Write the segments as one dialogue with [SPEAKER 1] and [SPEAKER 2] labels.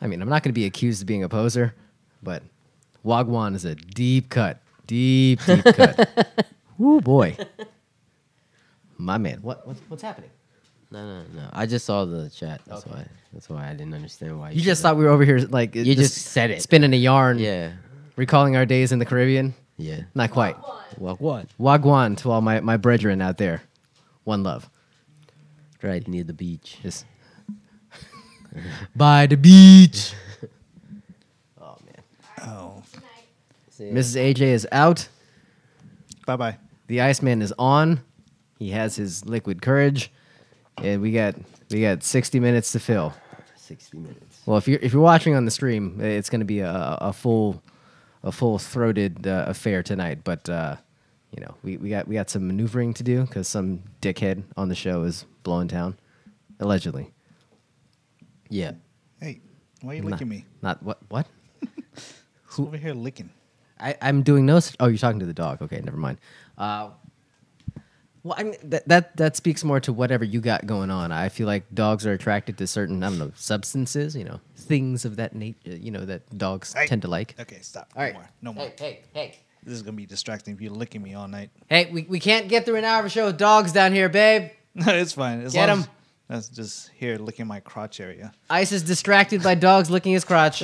[SPEAKER 1] I mean, I'm not going to be accused of being a poser, but Wagwan is a deep cut, deep, deep cut. Woo boy, my man, what what's, what's happening?
[SPEAKER 2] No, no, no. I just saw the chat. That's why. That's why I didn't understand why
[SPEAKER 1] You
[SPEAKER 2] said
[SPEAKER 1] just
[SPEAKER 2] that.
[SPEAKER 1] thought we were over here like
[SPEAKER 2] You just said it.
[SPEAKER 1] spinning a yarn,
[SPEAKER 2] Yeah.
[SPEAKER 1] recalling our days in the Caribbean.
[SPEAKER 2] Yeah.
[SPEAKER 1] Not quite.
[SPEAKER 2] Walk what?
[SPEAKER 1] Wagwan to all my my brethren out there, one love.
[SPEAKER 2] Right near the beach.
[SPEAKER 1] Just by the beach.
[SPEAKER 2] Oh man.
[SPEAKER 3] Oh.
[SPEAKER 1] Mrs. AJ is out.
[SPEAKER 3] Bye bye.
[SPEAKER 1] The Iceman is on. He has his liquid courage, and we got we got 60 minutes to fill.
[SPEAKER 2] Sixty minutes.
[SPEAKER 1] Well, if you're if you're watching on the stream, it's going to be a, a full a full throated uh, affair tonight. But uh, you know, we, we got we got some maneuvering to do because some dickhead on the show is blowing town, allegedly.
[SPEAKER 2] Yeah.
[SPEAKER 3] Hey, why are you
[SPEAKER 1] Nah.
[SPEAKER 3] licking me?
[SPEAKER 1] Not what what.
[SPEAKER 3] Who's over here licking?
[SPEAKER 1] I, I'm doing no. s- Oh, you're talking to the dog. Okay, never mind. Uh, well, I mean, that, that that speaks more to whatever you got going on. I feel like dogs are attracted to certain I don't know substances, you know, things of that nature, you know, that dogs
[SPEAKER 3] Hey.
[SPEAKER 1] tend to like.
[SPEAKER 3] Okay, stop.
[SPEAKER 1] All right.
[SPEAKER 3] No more. No more.
[SPEAKER 1] Hey, hey, hey,
[SPEAKER 3] This is gonna be distracting if you're licking me all night.
[SPEAKER 1] hey! We, we can't get through an hour of a show with dogs down here, babe.
[SPEAKER 3] No, it's fine. As
[SPEAKER 1] Get
[SPEAKER 3] long
[SPEAKER 1] 'em.
[SPEAKER 3] as- That's just here licking my crotch area.
[SPEAKER 1] Ice is distracted by dogs licking his crotch.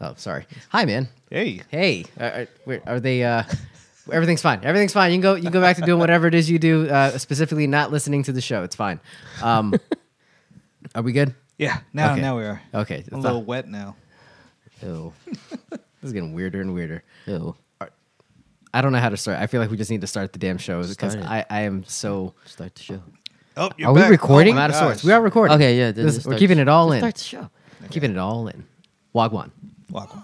[SPEAKER 1] oh, sorry. Hi, man.
[SPEAKER 3] Hey.
[SPEAKER 1] Hey, are, are, wait, are they? Uh, everything's fine. Everything's fine. You can go. You can go back to doing whatever it is you do. Uh, specifically, not listening to the show. It's fine. Um, are we good?
[SPEAKER 3] Yeah. Now,
[SPEAKER 1] Okay.
[SPEAKER 3] now we are.
[SPEAKER 1] Okay. it's
[SPEAKER 3] I'm a
[SPEAKER 1] not-
[SPEAKER 3] little wet now.
[SPEAKER 1] ew. this is getting weirder and weirder.
[SPEAKER 2] Ew.
[SPEAKER 1] I don't know how to start. I feel like we just need to start the damn show because
[SPEAKER 2] Start it.
[SPEAKER 1] I, I am so.
[SPEAKER 2] Start the show.
[SPEAKER 3] Oh, you're
[SPEAKER 1] Are we
[SPEAKER 3] back.
[SPEAKER 1] recording?
[SPEAKER 3] Oh
[SPEAKER 1] I'm
[SPEAKER 3] my
[SPEAKER 1] out of sorts.
[SPEAKER 3] gosh.
[SPEAKER 1] We are recording.
[SPEAKER 2] Okay, yeah, then
[SPEAKER 1] This-
[SPEAKER 2] just
[SPEAKER 1] we're
[SPEAKER 2] start-
[SPEAKER 1] keeping it all
[SPEAKER 2] just
[SPEAKER 1] in.
[SPEAKER 2] Start the show.
[SPEAKER 1] Keeping it all in. Wagwan.
[SPEAKER 3] Walk on.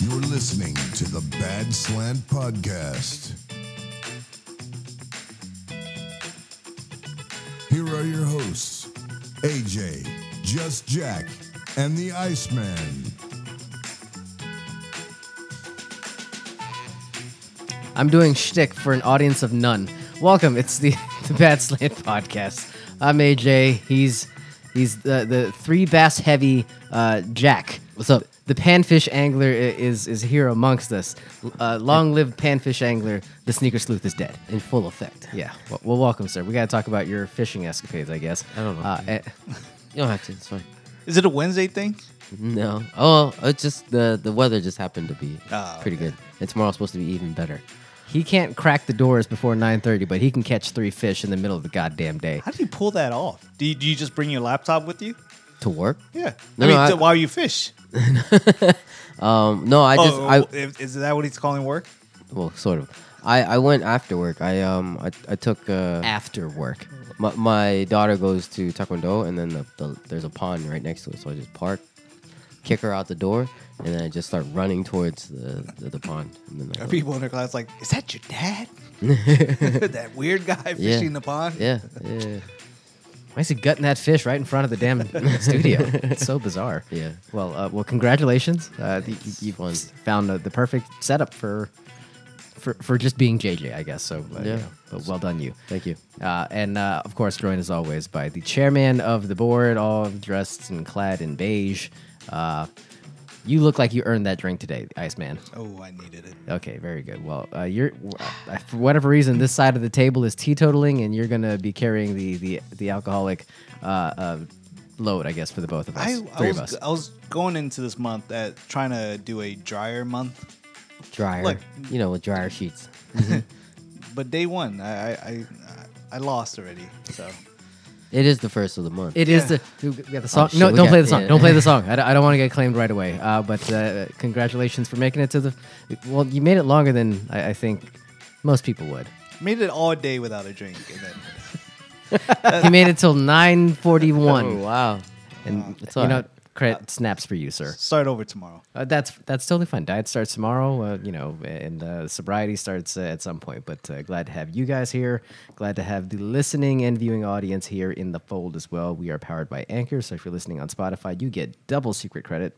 [SPEAKER 4] You're listening to the Bad Slant Podcast. Here are your hosts, AJ, Just Jack, and the Iceman.
[SPEAKER 1] I'm doing shtick for an audience of none. Welcome, it's the the Bad Slant Podcast. I'm AJ. He's he's the the three bass heavy uh, Jack. What's up? The panfish angler i- is is here amongst us. L- Uh, long live panfish angler. The sneaker sleuth is dead.
[SPEAKER 2] In full effect.
[SPEAKER 1] Yeah. Well, well welcome, sir. We got to talk about your fishing escapades, I guess.
[SPEAKER 2] I don't know.
[SPEAKER 1] Uh, eh,
[SPEAKER 2] You don't have to. It's fine.
[SPEAKER 3] Is it a Wednesday thing?
[SPEAKER 2] No. Oh, it's just the the weather just happened to be
[SPEAKER 3] Ah,
[SPEAKER 2] pretty
[SPEAKER 3] okay.
[SPEAKER 2] good. And tomorrow's supposed to be even better.
[SPEAKER 1] he can't crack the doors before 9:30, but he can catch three fish in the middle of the goddamn day.
[SPEAKER 3] How do you pull that off? Do you, do you just bring your laptop with you?
[SPEAKER 2] To work?
[SPEAKER 3] Yeah.
[SPEAKER 2] No,
[SPEAKER 3] I mean,
[SPEAKER 2] no, I-
[SPEAKER 3] t- while you fish.
[SPEAKER 2] Um, no, I just
[SPEAKER 3] oh,
[SPEAKER 2] I
[SPEAKER 3] is- is that what he's calling work?
[SPEAKER 2] well, sort of. I, I went after work. I um I, I took uh,
[SPEAKER 1] After work.
[SPEAKER 2] my, my daughter goes to Taekwondo and then the, the, there's a pond right next to it, so I just park, kick her out the door, and then I just start running towards the the, the pond. And then I
[SPEAKER 3] Are
[SPEAKER 2] go-
[SPEAKER 3] people in their class like, is that your dad? that weird guy
[SPEAKER 2] Yeah.
[SPEAKER 3] fishing the pond?
[SPEAKER 2] Yeah, yeah,
[SPEAKER 1] Why is he gutting that fish right in front of the damn studio? It's so bizarre.
[SPEAKER 2] Yeah.
[SPEAKER 1] Well, uh, well, congratulations. Uh, you, you
[SPEAKER 2] Fun.
[SPEAKER 1] found uh, the perfect setup for, for for just being JJ, I guess. So uh, yeah.
[SPEAKER 2] Yeah.
[SPEAKER 1] but well done, you.
[SPEAKER 2] Thank you.
[SPEAKER 1] Uh, and uh, of course, joined as always by the chairman of the board, all dressed and clad in beige. Uh, you look like you earned that drink today, Iceman.
[SPEAKER 3] Oh, I needed it.
[SPEAKER 1] Okay, very good. Well, uh, you're uh, for whatever reason this side of the table is teetotaling, and you're gonna be carrying the the the alcoholic uh, uh, load, I guess, for the both of us,
[SPEAKER 3] I, I,
[SPEAKER 1] three of us.
[SPEAKER 3] was, I was going into this month at trying to do a drier month,
[SPEAKER 2] dryer.
[SPEAKER 3] Look.
[SPEAKER 2] You know, with dryer sheets.
[SPEAKER 3] but day one, I, I, I, I lost already. So
[SPEAKER 2] It is the first of the month.
[SPEAKER 1] It is
[SPEAKER 3] Yeah.
[SPEAKER 1] the we got the song.
[SPEAKER 2] Oh, shit,
[SPEAKER 1] no,
[SPEAKER 2] we
[SPEAKER 1] don't
[SPEAKER 2] got-
[SPEAKER 1] play the song.
[SPEAKER 2] yeah.
[SPEAKER 1] Don't play the song. I don't, want to get claimed right away. Uh, but uh, congratulations for making it to the. Well, you made it longer than I, I think most people would.
[SPEAKER 3] made it all day without a drink. And then,
[SPEAKER 1] He made it till nine forty
[SPEAKER 2] Oh,
[SPEAKER 1] one.
[SPEAKER 2] wow.
[SPEAKER 1] And
[SPEAKER 2] It's
[SPEAKER 1] you know,
[SPEAKER 2] alright.
[SPEAKER 1] Credit snaps for you, sir.
[SPEAKER 3] Start over tomorrow.
[SPEAKER 1] Uh, that's that's totally fine. Diet starts tomorrow, uh, you know, and uh, sobriety starts uh, at some point. But uh, glad to have you guys here. Glad to have the listening and viewing audience here in the fold as well. We are powered by Anchor, so if you're listening on Spotify, you get double secret credit.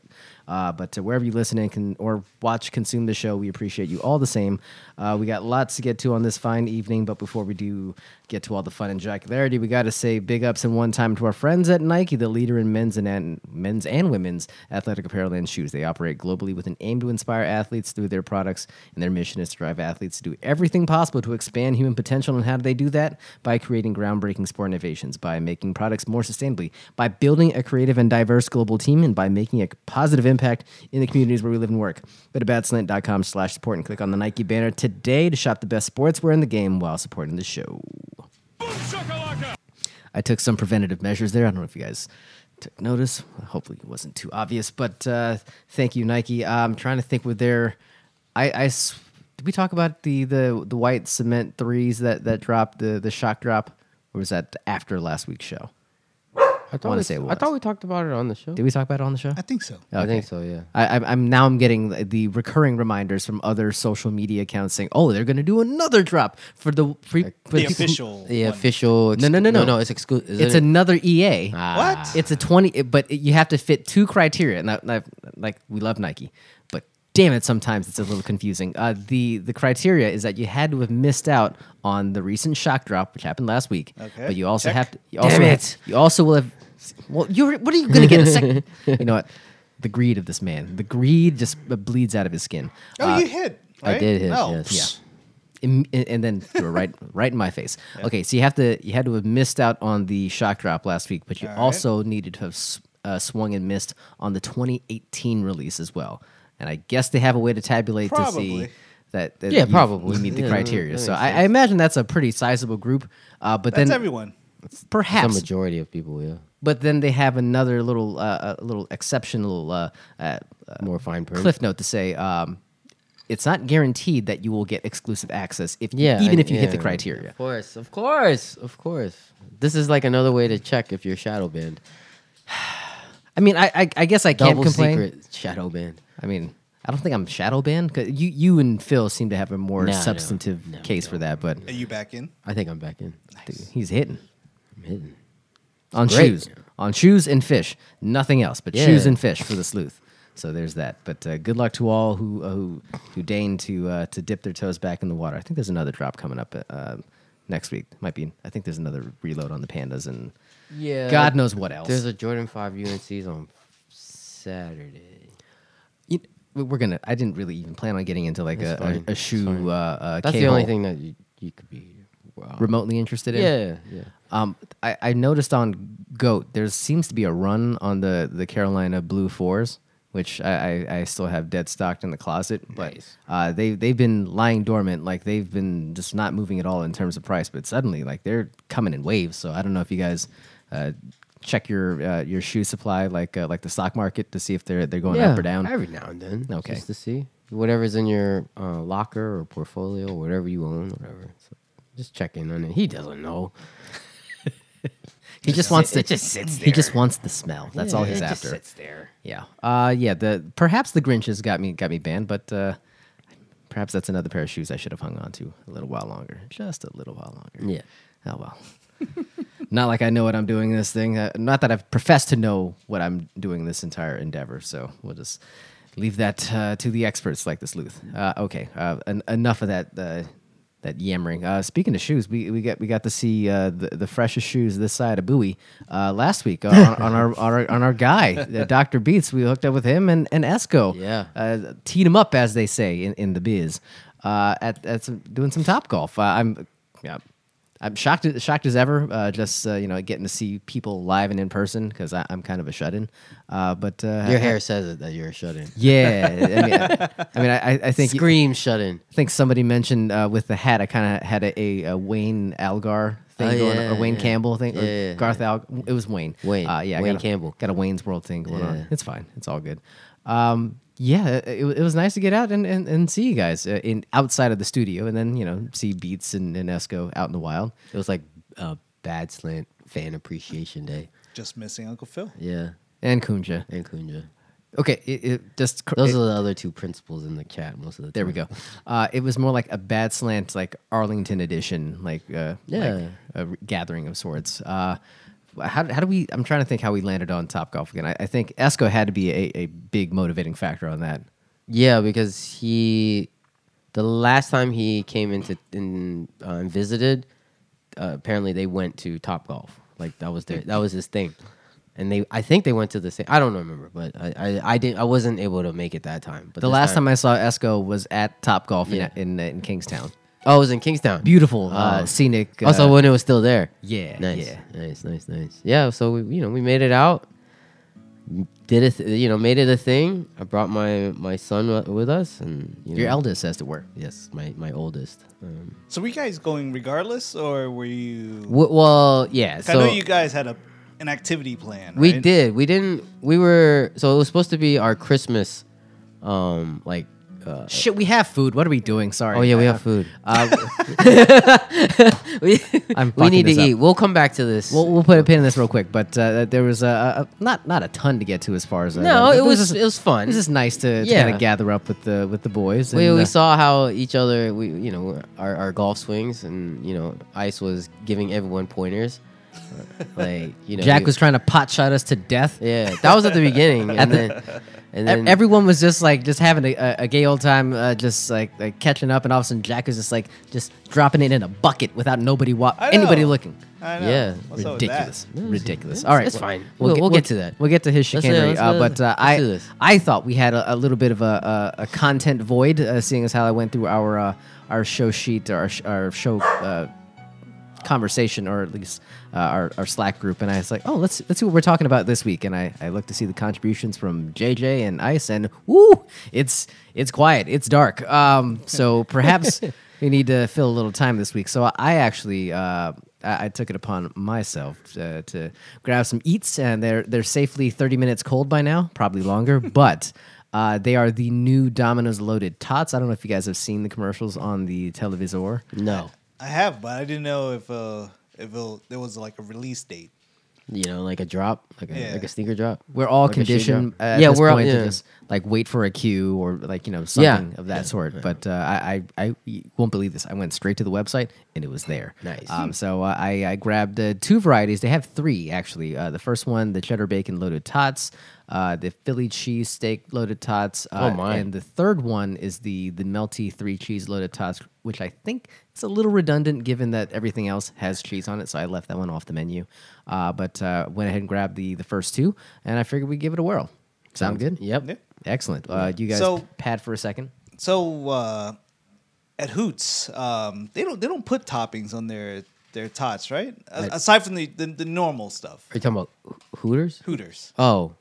[SPEAKER 1] Uh, but uh, wherever you listen and can or watch, consume the show, we appreciate you all the same. Uh, we got lots to get to on this fine evening, but before we do get to all the fun and jocularity, we got to say big ups and one time to our friends at Nike, the leader in men's and and men's and women's athletic apparel and shoes. They operate globally with an aim to inspire athletes through their products, and their mission is to drive athletes to do everything possible to expand human potential. And how do they do that? By creating groundbreaking sport innovations, by making products more sustainably, by building a creative and diverse global team, and by making a positive impact in the communities where we live and work. Go to badslant.com slash support and click on the Nike banner today to shop the best sportswear in the game while supporting the show. I took some preventative measures there. I don't know if you guys took notice. Hopefully, it wasn't too obvious. But uh, thank you, Nike. I'm trying to think with their. I, I s- did we talk about the the the white cement threes that that dropped the the shock drop, or was that after last week's show?
[SPEAKER 2] I
[SPEAKER 1] wanna
[SPEAKER 2] thought, we,
[SPEAKER 1] say it
[SPEAKER 2] I
[SPEAKER 1] was.
[SPEAKER 2] thought we talked about it on the show.
[SPEAKER 1] Did we talk about it on the show?
[SPEAKER 3] I think so.
[SPEAKER 2] I think so, yeah.
[SPEAKER 1] I, I'm- I'm now I'm getting the- the recurring reminders from other social media accounts saying, "Oh, they're going to do another drop for the for, for
[SPEAKER 3] The
[SPEAKER 1] people-
[SPEAKER 3] official.
[SPEAKER 2] The
[SPEAKER 3] one.
[SPEAKER 2] official.
[SPEAKER 1] No, no, no, no,
[SPEAKER 2] no. It's exclusive.
[SPEAKER 1] It's another EA.
[SPEAKER 3] What?
[SPEAKER 1] It's a 20, it- but it- you have to fit two criteria. And I, I, like, we love Nike, but damn it, sometimes it's a little confusing. Uh, the, the criteria is that you had to have missed out on the recent shock drop, which happened last week.
[SPEAKER 3] Okay,
[SPEAKER 1] But you also
[SPEAKER 3] check.
[SPEAKER 1] have to. You also,
[SPEAKER 2] it.
[SPEAKER 1] You also will have. Well, you're, what are you going to get? A second? you know what? The greed of this man. The greed just uh, bleeds out of his skin.
[SPEAKER 3] oh,
[SPEAKER 1] Uh,
[SPEAKER 3] you hit.
[SPEAKER 2] I
[SPEAKER 3] right? Oh,
[SPEAKER 2] did hit.
[SPEAKER 3] No.
[SPEAKER 2] Yes.
[SPEAKER 1] yeah. Im- and and then you were right, right in my face. Okay, so you have to, you had to have missed out on the shock drop last week, but you
[SPEAKER 3] All right.
[SPEAKER 1] also needed to have s- uh, swung and missed on the 2018 release as well. And I guess they have a way to tabulate to
[SPEAKER 3] Probably.
[SPEAKER 1] see that, that
[SPEAKER 2] Yeah,
[SPEAKER 1] you-
[SPEAKER 2] probably.
[SPEAKER 1] you meet the
[SPEAKER 2] Yeah, that-
[SPEAKER 1] criteria.
[SPEAKER 2] that
[SPEAKER 1] So
[SPEAKER 2] makes
[SPEAKER 1] I, I imagine that's a pretty sizable group. Uh, but
[SPEAKER 3] That's
[SPEAKER 1] then
[SPEAKER 3] everyone.
[SPEAKER 2] the
[SPEAKER 1] perhaps
[SPEAKER 2] majority of people, yeah.
[SPEAKER 1] but then they have another little uh, uh, little exceptional uh, uh, uh,
[SPEAKER 2] More fine print.
[SPEAKER 1] cliff note to say um, it's not guaranteed that you will get exclusive access if
[SPEAKER 2] Yeah.
[SPEAKER 1] even
[SPEAKER 2] I-
[SPEAKER 1] if you hit the
[SPEAKER 2] yeah,
[SPEAKER 1] criteria.
[SPEAKER 2] Of course. Of course. Of course. This is like another way to check if you're shadow banned.
[SPEAKER 1] I mean, I I, I guess I can't
[SPEAKER 2] Double
[SPEAKER 1] complain.
[SPEAKER 2] secret shadow banned.
[SPEAKER 1] I mean, I don't think I'm shadow banned. 'cause you you and Phil seem to have a more
[SPEAKER 2] No, no,
[SPEAKER 1] substantive
[SPEAKER 2] no,
[SPEAKER 1] case for that, but
[SPEAKER 3] Are you back in?
[SPEAKER 2] I think I'm back in.
[SPEAKER 1] dude, he's hitting
[SPEAKER 2] I'm hidden.
[SPEAKER 1] on
[SPEAKER 2] great.
[SPEAKER 1] shoes, on shoes and fish, nothing else but shoes
[SPEAKER 2] Yeah.
[SPEAKER 1] and fish for the sleuth. So there's that. But uh, good luck to all who who who deign to uh, to dip their toes back in the water. I think there's another drop coming up uh, next week. Might be. I think there's another reload on the pandas and
[SPEAKER 2] Yeah.
[SPEAKER 1] God knows what else.
[SPEAKER 2] There's a Jordan 5 UNCs on Saturday.
[SPEAKER 1] You- we're gonna. I didn't really even plan on getting into like
[SPEAKER 2] That's
[SPEAKER 1] a,
[SPEAKER 2] fine.
[SPEAKER 1] a, a shoe. Uh, uh,
[SPEAKER 2] That's the only
[SPEAKER 1] K-hole
[SPEAKER 2] thing that you, you could be wow.
[SPEAKER 1] remotely interested in.
[SPEAKER 2] Yeah, yeah.
[SPEAKER 1] Um, I, I noticed on Goat there seems to be a run on the the Carolina Blue Fours, which I, I, I still have dead stocked in the closet. But
[SPEAKER 2] Nice.
[SPEAKER 1] uh, they they've been lying dormant, like they've been just not moving at all in terms of price. But suddenly, like they're coming in waves. So I don't know if you guys. Uh, Check your uh, your shoe supply like uh, like the stock market to see if they're they're going up or down.
[SPEAKER 2] Every now and then.
[SPEAKER 1] Okay.
[SPEAKER 2] Just to see. Whatever's in your uh, locker or portfolio, whatever you own, whatever. So just check in on it. He doesn't know.
[SPEAKER 1] He just wants
[SPEAKER 2] sit-
[SPEAKER 1] to
[SPEAKER 2] it just sits
[SPEAKER 1] He just
[SPEAKER 2] there.
[SPEAKER 1] wants the smell. That's all
[SPEAKER 2] Yeah,
[SPEAKER 1] he's
[SPEAKER 2] it
[SPEAKER 1] after.
[SPEAKER 2] Just sits there.
[SPEAKER 1] Yeah. Uh yeah, the perhaps the Grinch has got me got me banned, but uh perhaps that's another pair of shoes I should have hung on to a little while longer. Just a little while longer.
[SPEAKER 2] Yeah.
[SPEAKER 1] Oh well. not like I know what I'm doing in this thing. Uh, not that I've professed to know what I'm doing this entire endeavor. So we'll just leave that uh, to the experts like the sleuth. Uh, okay. Uh, en- enough of that. Uh, that yammering. Uh, speaking of shoes, we, we got we got to see uh, the, the freshest shoes this side of Bowie uh, last week uh, on, on, our, on our on our guy uh, Doctor Beats. We hooked up with him and and Esco.
[SPEAKER 2] Yeah.
[SPEAKER 1] uh, teed him up as they say in, in the biz. Uh, at at some, doing some top golf. Uh, I'm yeah, I'm shocked, shocked as ever. Uh, just uh, you know, getting to see people live and in person because I'm kind of a shut in. Uh, but uh,
[SPEAKER 2] Your hair says it that you're a shut in.
[SPEAKER 1] yeah. I mean, I, I mean, I, I think
[SPEAKER 2] Scream shut in.
[SPEAKER 1] I think somebody mentioned uh, with the hat. I kind of had a, a, a Wayne Algar thing
[SPEAKER 2] Oh,
[SPEAKER 1] going,
[SPEAKER 2] yeah,
[SPEAKER 1] or Wayne
[SPEAKER 2] yeah.
[SPEAKER 1] Campbell thing, or
[SPEAKER 2] Yeah, yeah,
[SPEAKER 1] Garth Al. It was Wayne.
[SPEAKER 2] Wayne.
[SPEAKER 1] Uh, yeah, I
[SPEAKER 2] Wayne
[SPEAKER 1] got a-
[SPEAKER 2] Campbell.
[SPEAKER 1] Got a Wayne's World thing going
[SPEAKER 2] Yeah.
[SPEAKER 1] on. It's fine. It's all good. Um, yeah, it, it was nice to get out and, and, and see you guys uh, in outside of the studio, and then you know see Beats and, and Esco out in the wild.
[SPEAKER 2] It was like uh, Bad Slant Fan Appreciation Day.
[SPEAKER 3] Just missing Uncle Phil.
[SPEAKER 2] Yeah.
[SPEAKER 1] and Kunja.
[SPEAKER 2] and Kunja.
[SPEAKER 1] Okay, it, it just cr-
[SPEAKER 2] Those
[SPEAKER 1] it-
[SPEAKER 2] are the other two principals in the chat most of the time.
[SPEAKER 1] there we go. Uh, it was more like a bad slant, like Arlington edition, like uh,
[SPEAKER 2] Yeah.
[SPEAKER 1] like a re- gathering of sorts. Uh, how, how do we? I'm trying to think how we landed on Top Golf again. I, I think Esco had to be a, a big motivating factor on that.
[SPEAKER 2] Yeah, because he, the last time he came into in, uh, and visited, uh, apparently they went to Top Golf. Like that was their that was his thing, and they I think they went to the same. I don't remember, but I I, I didn't I wasn't able to make it that time. But
[SPEAKER 1] The
[SPEAKER 2] this
[SPEAKER 1] last time, I saw Esco was at Top Golf
[SPEAKER 2] Yeah.
[SPEAKER 1] in, in in Kingstown.
[SPEAKER 2] oh, it was in Kingstown.
[SPEAKER 1] Beautiful,
[SPEAKER 2] Oh.
[SPEAKER 1] uh, scenic. Uh,
[SPEAKER 2] Also, when it was still there.
[SPEAKER 1] Yeah,
[SPEAKER 2] Nice.
[SPEAKER 1] yeah.
[SPEAKER 2] Nice. Nice. Nice. Yeah. So we, you know, we made it out. Did it, you know, made it a thing. I brought my my son wi- with us, and you
[SPEAKER 1] your
[SPEAKER 2] know,
[SPEAKER 1] eldest, as it were.
[SPEAKER 2] Yes, my my oldest. Um,
[SPEAKER 3] So were you guys going regardless, or were you?
[SPEAKER 2] w- well, yeah. So
[SPEAKER 3] I know you guys had a an activity plan.
[SPEAKER 2] We
[SPEAKER 3] right?
[SPEAKER 2] did. We didn't. We were. So it was supposed to be our Christmas, um, like. Uh,
[SPEAKER 1] Shit, we have food. What are we doing? Sorry.
[SPEAKER 2] oh yeah, we
[SPEAKER 1] I-
[SPEAKER 2] have food. we
[SPEAKER 1] I'm
[SPEAKER 2] we
[SPEAKER 1] fucking
[SPEAKER 2] need to
[SPEAKER 1] this up.
[SPEAKER 2] eat. We'll come back to this.
[SPEAKER 1] We'll, we'll put a pin in this real quick, but uh, there was a, a not not a ton to get to as far as uh,
[SPEAKER 2] no,
[SPEAKER 1] but
[SPEAKER 2] it
[SPEAKER 1] there
[SPEAKER 2] was
[SPEAKER 1] just-
[SPEAKER 2] it was fun.
[SPEAKER 1] It was just nice to,
[SPEAKER 2] Yeah.
[SPEAKER 1] kind of gather up with the with the boys.
[SPEAKER 2] we,
[SPEAKER 1] and,
[SPEAKER 2] we
[SPEAKER 1] uh,
[SPEAKER 2] saw how each other we you know our, our golf swings and you know ice was giving everyone pointers like you know
[SPEAKER 1] Jack
[SPEAKER 2] he-
[SPEAKER 1] was trying to pot shot us to death.
[SPEAKER 2] yeah that was at the beginning and then and
[SPEAKER 1] E-
[SPEAKER 2] then
[SPEAKER 1] Everyone was just like just having a, a, a gay old time, uh, just like, like catching up, and all of a sudden Jack was just like just dropping it in a bucket without nobody wa-
[SPEAKER 3] I know.
[SPEAKER 1] anybody looking.
[SPEAKER 3] I know.
[SPEAKER 2] Yeah.
[SPEAKER 3] What's up with that?
[SPEAKER 1] ridiculous,
[SPEAKER 2] No, it's-
[SPEAKER 1] ridiculous.
[SPEAKER 2] it's-
[SPEAKER 1] All right,
[SPEAKER 2] it's
[SPEAKER 1] well,
[SPEAKER 2] fine. We'll- we'll get to that.
[SPEAKER 1] We'll get to his
[SPEAKER 2] Let's do-
[SPEAKER 1] chicanery.
[SPEAKER 2] let's
[SPEAKER 1] uh,
[SPEAKER 2] do-
[SPEAKER 1] but uh,
[SPEAKER 2] let's do
[SPEAKER 1] I,
[SPEAKER 2] this.
[SPEAKER 1] I thought we had a, a little bit of a, a, a content void, uh, seeing as how I went through our uh, our show sheet, our sh- our show. Uh, conversation or at least uh, our, our slack group and i was like oh let's let's see what we're talking about this week and i i looked to see the contributions from jj and ice and woo it's it's quiet it's dark um so perhaps we need to fill a little time this week so i actually uh I I took it upon myself uh, to grab some eats, and they're they're safely thirty minutes cold by now, probably longer. but uh, they are the new Domino's loaded tots. I don't know if you guys have seen the commercials on the televisor.
[SPEAKER 2] no
[SPEAKER 3] I have, but I didn't know if uh if it'll, there was like a release date.
[SPEAKER 2] you know like a drop like a
[SPEAKER 3] Yeah.
[SPEAKER 2] like a sneaker drop
[SPEAKER 1] we're all
[SPEAKER 2] Like a shoe
[SPEAKER 1] conditioned
[SPEAKER 2] drop.
[SPEAKER 1] at
[SPEAKER 2] yeah
[SPEAKER 1] this
[SPEAKER 2] we're all-
[SPEAKER 1] point
[SPEAKER 2] yeah.
[SPEAKER 1] to just like wait for a queue or like you know something of that sort. But uh, I, I I you won't believe this. I went straight to the website and it was there.
[SPEAKER 2] Nice.
[SPEAKER 1] Um, so uh, I I grabbed uh, two varieties. They have three actually. Uh, the first one, the cheddar bacon loaded tots. Uh, the Philly cheese steak loaded tots. Uh,
[SPEAKER 2] Oh, my.
[SPEAKER 1] And the third one is the the melty three cheese loaded tots, which I think it's a little redundant given that everything else has cheese on it. So I left that one off the menu, uh, but uh, went ahead and grabbed the the first two, and I figured we'd give it a whirl. Sound good?
[SPEAKER 2] yep
[SPEAKER 3] Yeah.
[SPEAKER 1] Excellent. Uh, you guys
[SPEAKER 3] So-
[SPEAKER 1] pad for a second.
[SPEAKER 3] So uh, at Hoots, um, they don't they don't put toppings on their their tots, right? A- Aside from the, the the normal stuff,
[SPEAKER 2] are you talking about Ho- Hooters
[SPEAKER 3] Hooters,
[SPEAKER 2] oh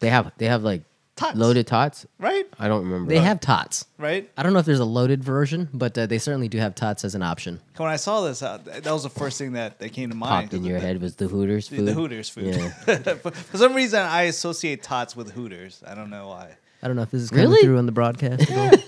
[SPEAKER 2] they have they have like
[SPEAKER 3] Tots.
[SPEAKER 2] loaded tots
[SPEAKER 3] right?
[SPEAKER 2] I don't remember
[SPEAKER 1] They have tots.
[SPEAKER 3] Right.
[SPEAKER 1] I don't know if there's a loaded version, but uh, they certainly do have tots as an option.
[SPEAKER 3] When I saw this, uh, that was the first thing that, that came to mind.
[SPEAKER 2] popped in your head was the Hooters
[SPEAKER 3] The,
[SPEAKER 2] food
[SPEAKER 3] the Hooters food.
[SPEAKER 2] yeah.
[SPEAKER 3] for, for some reason, I associate tots with Hooters. I don't know why.
[SPEAKER 1] I don't know if this is coming
[SPEAKER 2] Really?
[SPEAKER 1] through on the broadcast. at all.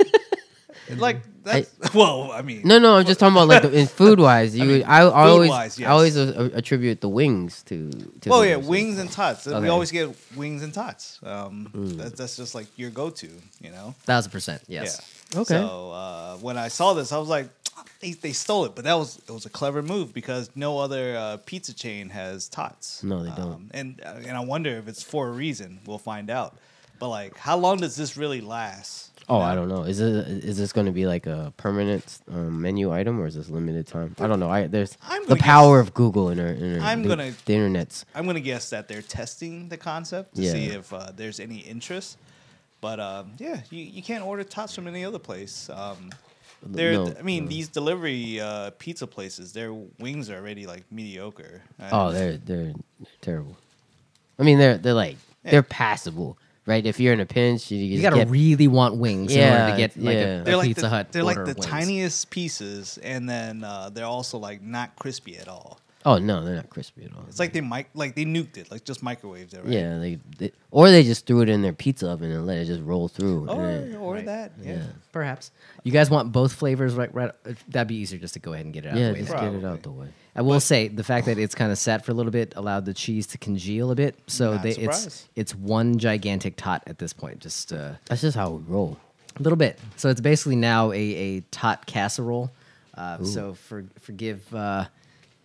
[SPEAKER 3] Like, that's, well, I mean,
[SPEAKER 2] No, no, I'm just talking about like the, in food wise. You, I, I, always,
[SPEAKER 3] wise, yes.
[SPEAKER 2] I always a- attribute the wings to. to
[SPEAKER 3] well,
[SPEAKER 2] the
[SPEAKER 3] yeah,
[SPEAKER 2] person.
[SPEAKER 3] wings and tots.
[SPEAKER 2] Okay. Hmm.
[SPEAKER 3] We always get wings and tots. Um, that, that's just like your go-to, you know.
[SPEAKER 1] Thousand percent. Yes.
[SPEAKER 3] Yeah.
[SPEAKER 2] Okay.
[SPEAKER 3] So uh, when I saw this, I was like, "Ah, they, they stole it, but that was it was a clever move because no other uh, pizza chain has tots.
[SPEAKER 2] No, they don't.
[SPEAKER 3] and uh, and I wonder if it's for a reason. We'll find out. But like, how long does this really last?
[SPEAKER 2] Oh, I don't know. Is it is this going to be like a permanent um, menu item or is this limited time? I don't know. I there's
[SPEAKER 3] I'm
[SPEAKER 2] the
[SPEAKER 3] gonna
[SPEAKER 2] power of Google and our- and our-
[SPEAKER 3] I'm
[SPEAKER 2] the,
[SPEAKER 3] gonna-
[SPEAKER 2] the internet's.
[SPEAKER 3] I'm gonna guess that they're testing the concept to
[SPEAKER 2] Yeah.
[SPEAKER 3] see if uh, there's any interest. But um, yeah, you, you can't order tots from any other place. Um, they're,
[SPEAKER 2] No,
[SPEAKER 3] I mean, these delivery uh, pizza places, their wings are already like mediocre. Uh,
[SPEAKER 2] Oh, they're they're terrible. I mean, they're they're like they're passable, right? If you're in a pinch, you, you,
[SPEAKER 1] You
[SPEAKER 2] just
[SPEAKER 1] gotta
[SPEAKER 2] get-
[SPEAKER 1] really want wings in order
[SPEAKER 2] Yeah,
[SPEAKER 1] to get like
[SPEAKER 2] yeah.
[SPEAKER 1] a,
[SPEAKER 3] they're
[SPEAKER 1] a
[SPEAKER 3] like
[SPEAKER 1] Pizza
[SPEAKER 3] the,
[SPEAKER 1] Hut.
[SPEAKER 3] They're like
[SPEAKER 1] order
[SPEAKER 3] the
[SPEAKER 1] of wings.
[SPEAKER 3] tiniest pieces, and then uh, they're also like not crispy at all.
[SPEAKER 2] Oh no, they're not crispy at all.
[SPEAKER 3] It's like they mic like they nuked it, like just microwaved it, right?
[SPEAKER 2] yeah, they, they or they just threw it in their pizza oven and let it just roll through. and
[SPEAKER 3] Or,
[SPEAKER 2] it-
[SPEAKER 3] or
[SPEAKER 1] Right.
[SPEAKER 3] that, Oh, yeah.
[SPEAKER 1] Perhaps you guys want both flavors right. Right, that'd be easier just to go ahead and get it out. of
[SPEAKER 2] yeah,
[SPEAKER 1] the way
[SPEAKER 2] just
[SPEAKER 1] now.
[SPEAKER 2] get it out the way.
[SPEAKER 1] I will say the fact that it's kind of sat for a little bit allowed the cheese to congeal a bit, so
[SPEAKER 3] Not
[SPEAKER 1] they,
[SPEAKER 3] surprised.
[SPEAKER 1] it's it's one gigantic tot at this point, just uh,
[SPEAKER 2] That's just how we roll.
[SPEAKER 1] a little bit. So it's basically now a, a tot casserole. Uh, so for forgive uh,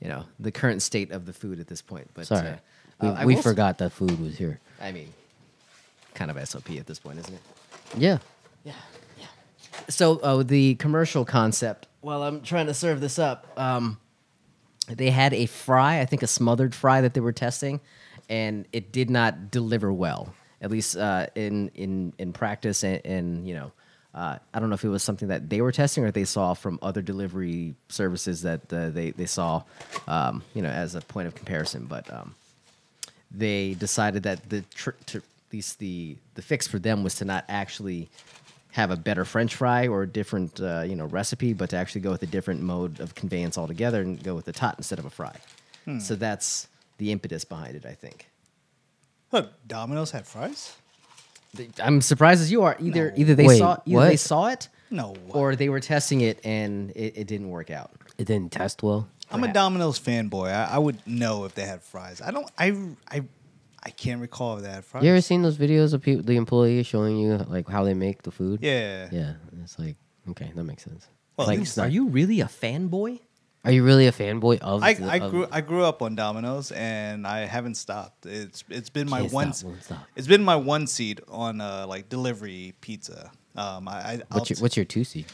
[SPEAKER 1] you know the current state of the food at this point, but
[SPEAKER 2] Sorry,
[SPEAKER 1] uh,
[SPEAKER 2] we,
[SPEAKER 1] uh, I
[SPEAKER 2] we
[SPEAKER 1] will s-
[SPEAKER 2] forgot that food was here.
[SPEAKER 1] I mean, kind of SOP at this point, isn't it?
[SPEAKER 2] Yeah,
[SPEAKER 1] so uh, the commercial concept while i'm trying to serve this up um, they had a fry i think a smothered fry that they were testing and it did not deliver well at least uh, in, in, in practice and, and you know uh, i don't know if it was something that they were testing or they saw from other delivery services that uh, they, they saw um, you know as a point of comparison but um, they decided that the tr- to, at least the the fix for them was to not actually have a better French fry or a different uh, you know recipe, but to actually go with a different mode of conveyance altogether and go with a tot instead of a fry. So that's the impetus behind it, I think.
[SPEAKER 3] Look, Domino's had fries.
[SPEAKER 1] Th- I'm surprised as you are. Either either they
[SPEAKER 2] Wait,
[SPEAKER 1] saw either they
[SPEAKER 2] what?
[SPEAKER 1] saw it,
[SPEAKER 3] No.
[SPEAKER 1] or they were testing it and it, it didn't work out.
[SPEAKER 2] it didn't test well.
[SPEAKER 3] I'm a
[SPEAKER 1] Perhaps.
[SPEAKER 3] Domino's fanboy. I, I would know if they had fries. I don't. I I I can't recall if they had fries.
[SPEAKER 2] You ever seen those videos of people, the employee showing you like how they make the food?
[SPEAKER 3] Yeah.
[SPEAKER 2] yeah. It's like okay, that makes sense.
[SPEAKER 3] Well,
[SPEAKER 2] like,
[SPEAKER 3] at least
[SPEAKER 2] are
[SPEAKER 1] Are
[SPEAKER 2] you
[SPEAKER 1] you really a fanboy?
[SPEAKER 2] are you really a fanboy of?
[SPEAKER 3] I,
[SPEAKER 2] the-
[SPEAKER 3] I
[SPEAKER 2] of-
[SPEAKER 3] grew I grew up on Domino's and I haven't stopped. It's it's been my
[SPEAKER 2] Can't
[SPEAKER 3] one
[SPEAKER 2] stop, won't stop.
[SPEAKER 3] it's been my one seed on uh, like delivery pizza. Um, I, I I'll
[SPEAKER 2] What's your
[SPEAKER 3] t-
[SPEAKER 2] What's your two seat?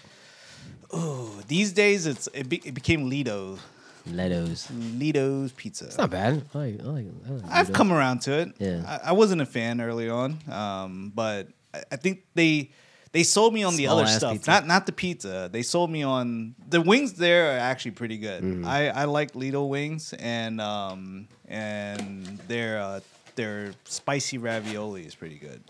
[SPEAKER 3] these days it's it, be, it became Lido
[SPEAKER 2] Leto's.
[SPEAKER 3] Lido's Pizza.
[SPEAKER 2] It's not bad. I like, I like, I like
[SPEAKER 3] I've
[SPEAKER 2] Leto's.
[SPEAKER 3] come around to it.
[SPEAKER 2] Yeah.
[SPEAKER 3] I, I wasn't a fan early on, um, but I, I think they they sold me on the
[SPEAKER 1] Small
[SPEAKER 3] other
[SPEAKER 1] ass
[SPEAKER 3] stuff,
[SPEAKER 1] pizza.
[SPEAKER 3] not not the pizza. They sold me on the wings. There are actually pretty good.
[SPEAKER 1] Mm.
[SPEAKER 3] I, I like Lido wings and um, and their uh, their spicy ravioli is pretty good.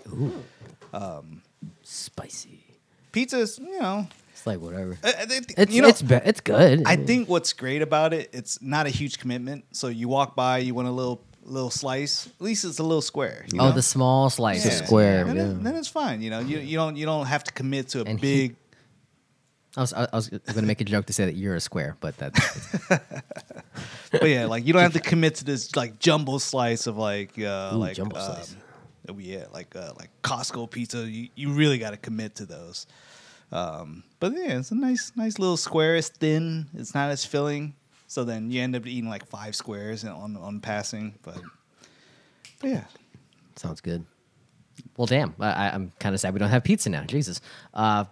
[SPEAKER 2] spicy.
[SPEAKER 3] Pizza's you know.
[SPEAKER 2] It's like whatever.
[SPEAKER 3] I- I think-
[SPEAKER 2] It's
[SPEAKER 3] you know,
[SPEAKER 2] it's be- it's good.
[SPEAKER 3] I
[SPEAKER 2] mean,
[SPEAKER 3] think what's great about it, it's not a huge commitment. So you walk by, you want a little little slice. At least it's a little square. you
[SPEAKER 1] oh,
[SPEAKER 3] know?
[SPEAKER 1] the small slice.
[SPEAKER 2] It's a square,
[SPEAKER 3] Then, it-
[SPEAKER 2] yeah.
[SPEAKER 3] then it's fine. You know, you, you don't you don't have to commit to a
[SPEAKER 1] And he-
[SPEAKER 3] big.
[SPEAKER 1] I was, I was going to make a joke to say that you're a square, but that
[SPEAKER 3] but yeah, like you don't have to commit to this like jumbo slice of like uh,
[SPEAKER 2] Ooh,
[SPEAKER 3] like
[SPEAKER 2] jumbo
[SPEAKER 3] um,
[SPEAKER 2] slice.
[SPEAKER 3] oh, Yeah, like uh, like Costco pizza. You, you really got to commit to those. Um, but yeah, it's a nice nice little square. It's thin. It's not as filling. So then you end up eating like five squares on on passing. But, but yeah,
[SPEAKER 2] sounds good.
[SPEAKER 1] Well, damn, I, I- I'm kind of sad we don't have pizza now. Jesus, uh,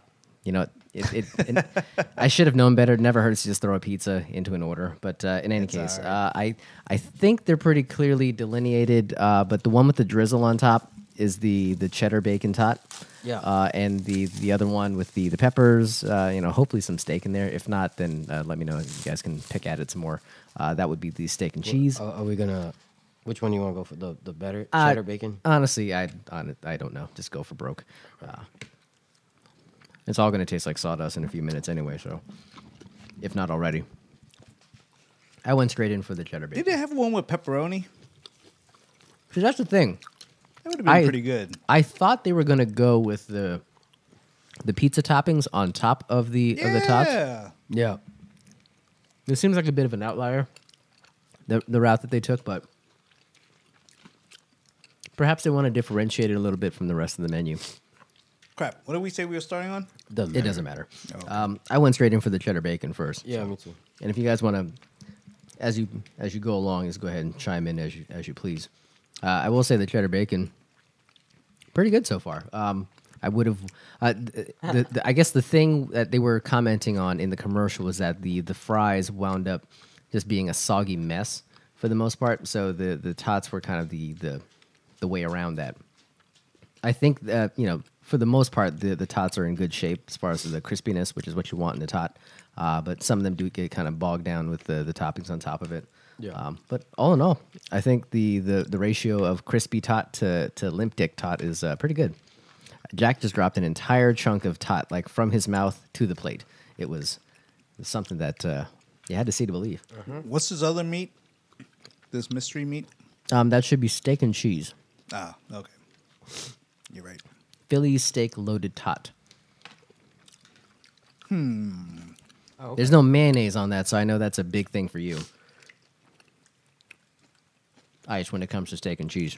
[SPEAKER 1] you know, it, it, it, I should have known better. It never hurts to just throw a pizza into an order. But uh, in any case,
[SPEAKER 3] all right.
[SPEAKER 1] uh, I I think they're pretty clearly delineated. Uh, but the one with the drizzle on top is the the cheddar bacon tot.
[SPEAKER 2] Yeah.
[SPEAKER 1] Uh, and the the other one with the the peppers. Uh, you know, hopefully some steak in there. If not, then uh, let me know. You guys can pick at it some more. Uh, that would be the steak and cheese.
[SPEAKER 2] Are, are we gonna? Which one do you want to go for? The the better
[SPEAKER 1] Uh,
[SPEAKER 2] cheddar bacon.
[SPEAKER 1] Honestly, I hon- I don't know. Just go for broke. Uh, it's all going to taste like sawdust in a few minutes anyway. So, if not already, I went straight in for the cheddar
[SPEAKER 3] did
[SPEAKER 1] bacon.
[SPEAKER 3] they have one with pepperoni?
[SPEAKER 1] Because that's the thing.
[SPEAKER 3] That would have been
[SPEAKER 1] I-
[SPEAKER 3] pretty good.
[SPEAKER 1] I thought they were going to go with the the pizza toppings on top of the of the tops.
[SPEAKER 3] Yeah.
[SPEAKER 2] Yeah.
[SPEAKER 1] This seems like a bit of an outlier. The the route that they took, but perhaps they want to differentiate it a little bit from the rest of the menu.
[SPEAKER 3] Crap. What did we say we were starting on?
[SPEAKER 2] Doesn't
[SPEAKER 1] It
[SPEAKER 2] matter.
[SPEAKER 1] doesn't matter.
[SPEAKER 3] Okay.
[SPEAKER 1] Um, I went straight in for the cheddar bacon first.
[SPEAKER 2] Yeah,
[SPEAKER 1] so-
[SPEAKER 2] me too.
[SPEAKER 1] And if you guys want to, as you as you go along, just go ahead and chime in as you as you please. Uh, I will say the cheddar bacon, pretty good so far. Um, I would have. Uh, th- the, the, I guess the thing that they were commenting on in the commercial was that the the fries wound up just being a soggy mess for the most part. So the the tots were kind of the the the way around that. I think that you know, for the most part, the the tots are in good shape as far as the crispiness, which is what you want in a tot. Uh, but some of them do get kind of bogged down with the, the toppings on top of it.
[SPEAKER 2] Yeah.
[SPEAKER 1] Um, but all in all, I think the, the, the ratio of crispy tot to to limp dick tot is uh, pretty good. Jack just dropped an entire chunk of tot, like from his mouth to the plate. It was something that uh, you had to see to believe.
[SPEAKER 3] What's his other meat? This mystery meat.
[SPEAKER 1] Um, that should be steak and cheese.
[SPEAKER 3] Ah, okay. You're right.
[SPEAKER 1] Philly steak loaded tot. Hmm. There's no mayonnaise on that, so I know that's a big thing for you. Ice when it comes to steak and cheese.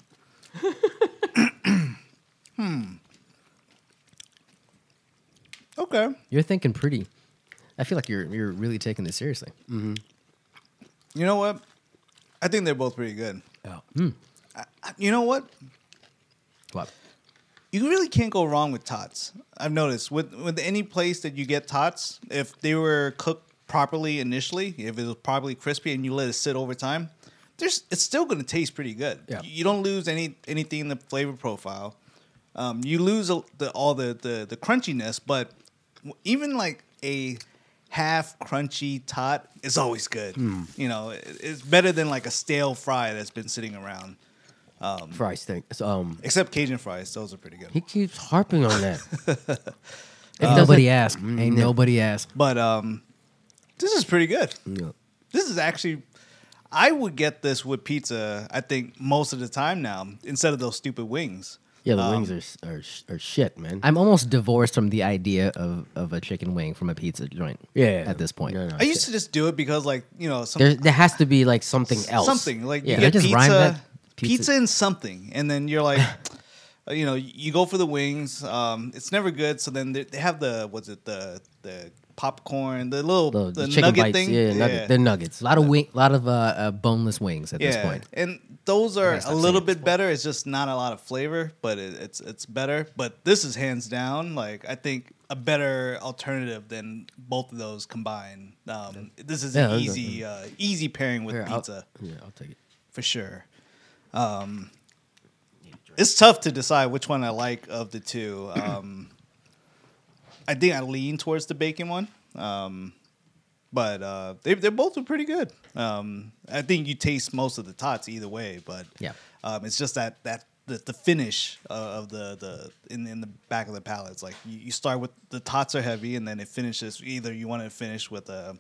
[SPEAKER 3] Okay.
[SPEAKER 1] You're thinking pretty. I feel like you're you're really taking this seriously.
[SPEAKER 3] You know what? I think they're both pretty good.
[SPEAKER 1] Oh.
[SPEAKER 3] I- I- you know what?
[SPEAKER 1] What?
[SPEAKER 3] You really can't go wrong with tots. I've noticed with with any place that you get tots, if they were cooked properly initially, if it was properly crispy and you let it sit over time, there's it's still going to taste pretty good.
[SPEAKER 1] Yeah.
[SPEAKER 3] You don't lose any anything in the flavor profile. Um, you lose a- the, all the, the the crunchiness, but w- even like a half crunchy tot is always good.
[SPEAKER 1] Hmm.
[SPEAKER 3] You know, it- it's better than like a stale fry that's been sitting around.
[SPEAKER 2] Fry steak. So, um,
[SPEAKER 3] Except Cajun fries, those are pretty good.
[SPEAKER 2] he keeps harping on that.
[SPEAKER 1] Ain't
[SPEAKER 2] Uh,
[SPEAKER 1] nobody asked.
[SPEAKER 2] Mm-hmm.
[SPEAKER 1] Ain't nobody asked.
[SPEAKER 3] But um, this is pretty good.
[SPEAKER 2] Yeah.
[SPEAKER 3] This is actually, I would get this with pizza. I think most of the time now, instead of those stupid wings.
[SPEAKER 2] Yeah,
[SPEAKER 3] Um,
[SPEAKER 2] the wings are, s- are sh- are shit, man.
[SPEAKER 1] I'm almost divorced from the idea of, of a chicken wing from a pizza joint.
[SPEAKER 2] yeah,
[SPEAKER 1] At this point.
[SPEAKER 2] no, no,
[SPEAKER 3] I used to just do it because, like you know, some,
[SPEAKER 2] there there has to be like something else.
[SPEAKER 3] something like
[SPEAKER 2] Yeah.
[SPEAKER 3] you
[SPEAKER 1] Did I
[SPEAKER 3] get
[SPEAKER 1] just rhyme
[SPEAKER 3] pizza,
[SPEAKER 1] that?
[SPEAKER 3] pizza,
[SPEAKER 1] Pizza-
[SPEAKER 3] and something, and then you're like. uh, You know, you go for the wings. Um, it's never good. So then they, they have the what's it the the popcorn, the little
[SPEAKER 2] the,
[SPEAKER 3] the,
[SPEAKER 2] the chicken
[SPEAKER 3] nugget
[SPEAKER 2] bites.
[SPEAKER 3] thing.
[SPEAKER 2] Yeah, nugget, they're nuggets.
[SPEAKER 1] A lot of wing, lot of uh, uh, boneless wings at this
[SPEAKER 3] Yeah,
[SPEAKER 1] point.
[SPEAKER 3] and those are
[SPEAKER 1] stop
[SPEAKER 3] a
[SPEAKER 1] saying
[SPEAKER 3] little
[SPEAKER 1] it.
[SPEAKER 3] bit better. It's just not a lot of flavor, but it, it's it's better. But this is hands down, like I think a better alternative than both of those combined. Um, this is
[SPEAKER 2] Yeah,
[SPEAKER 3] an
[SPEAKER 2] that's-
[SPEAKER 3] easy uh, easy pairing with
[SPEAKER 2] Here, I'll-
[SPEAKER 3] pizza
[SPEAKER 2] yeah, I'll take it.
[SPEAKER 3] for sure. Um, it's tough to decide which one I like of the two. Um, I think I lean towards the bacon one, um, but uh, they they both are pretty good. Um, I think you taste most of the tots either way, but
[SPEAKER 1] Yeah.
[SPEAKER 3] um, it's just that that. The, the finish uh, of the, the in, in the back of the palate it's like you, you start with the tots are heavy and then it finishes either you want to finish with a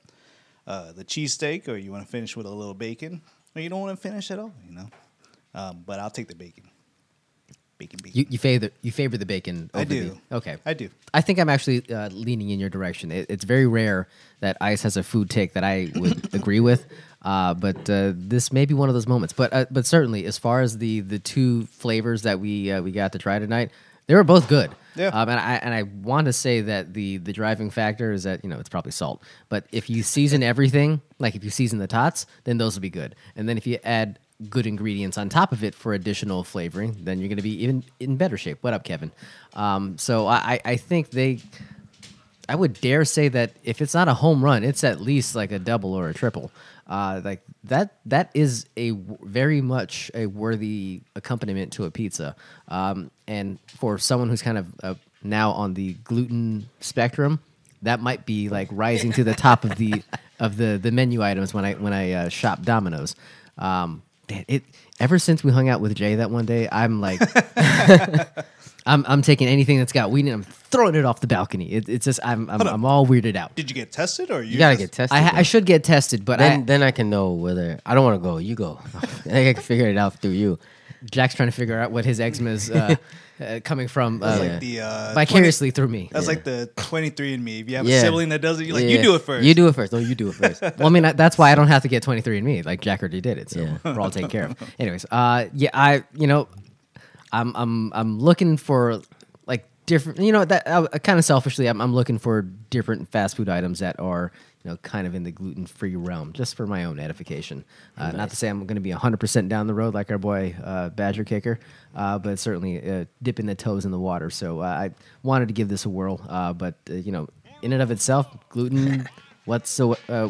[SPEAKER 3] uh, the cheesesteak or you want to finish with a little bacon or you don't want to finish at all, you know. Um, but I'll take the bacon. Bacon, bacon.
[SPEAKER 1] You, you favor you favor the bacon.
[SPEAKER 3] I
[SPEAKER 1] over the-
[SPEAKER 3] do.
[SPEAKER 1] okay,
[SPEAKER 3] I do.
[SPEAKER 1] I think I'm actually uh, leaning in your direction. It, it's very rare that Ice has a food take that I would agree with, uh, but uh, this may be one of those moments. But uh, but certainly, as far as the the two flavors that we uh, we got to try tonight, they were both good.
[SPEAKER 3] Yeah.
[SPEAKER 1] Um, and I and I want to say that the the driving factor is that you know it's probably salt. But if you season everything, like if you season the tots, then those will be good. And then if you add good ingredients on top of it for additional flavoring, then you're going to be even in better shape. What up, Kevin? Um, so I I I think they. I would dare say that if it's not a home run, it's at least like a double or a triple. Uh, like that that is a w- very much a worthy accompaniment to a pizza. Um, and for someone who's kind of uh, now on the gluten spectrum, that might be like rising to the top of the of the the menu items when I when I uh, shop Domino's. Um, man, it ever since we hung out with Jay that one day, I'm like. I'm, I'm taking anything that's got wheat and I'm throwing it off the balcony. It, it's just I'm I'm, I'm all weirded out.
[SPEAKER 3] Did you get tested or you,
[SPEAKER 2] You gotta get
[SPEAKER 3] just-
[SPEAKER 2] tested.
[SPEAKER 1] I, ha-
[SPEAKER 2] bro.
[SPEAKER 1] I should get tested, but
[SPEAKER 2] then
[SPEAKER 1] I,
[SPEAKER 2] then I can know whether I don't want to go. You go. I think I can figure it out through you.
[SPEAKER 1] Jack's trying to figure out what his eczema is uh, uh, coming from uh,
[SPEAKER 3] like the, uh,
[SPEAKER 1] vicariously through me.
[SPEAKER 3] That's like the 23 and me. If you have
[SPEAKER 2] Yeah.
[SPEAKER 3] a sibling that does it, you're like,
[SPEAKER 2] Yeah.
[SPEAKER 3] you do it first.
[SPEAKER 2] You do it first. No, you do it first.
[SPEAKER 1] well, I mean I- that's why I don't have to get 23andMe. Like Jack already did it, so
[SPEAKER 2] Yeah.
[SPEAKER 1] we're all taken care of. Anyways, uh, yeah, I you know, I'm I'm I'm looking for like different. You know that uh, kind of selfishly, I'm I'm looking for different fast food items that are you know kind of in the gluten free realm, just for my own edification. Uh, Not to say I'm going to be 100 percent down the road like our boy uh, Badger Kicker, uh, but certainly uh, dipping the toes in the water. So uh, I wanted to give this a whirl, uh, but uh, you know, in and of itself, gluten. What's so uh,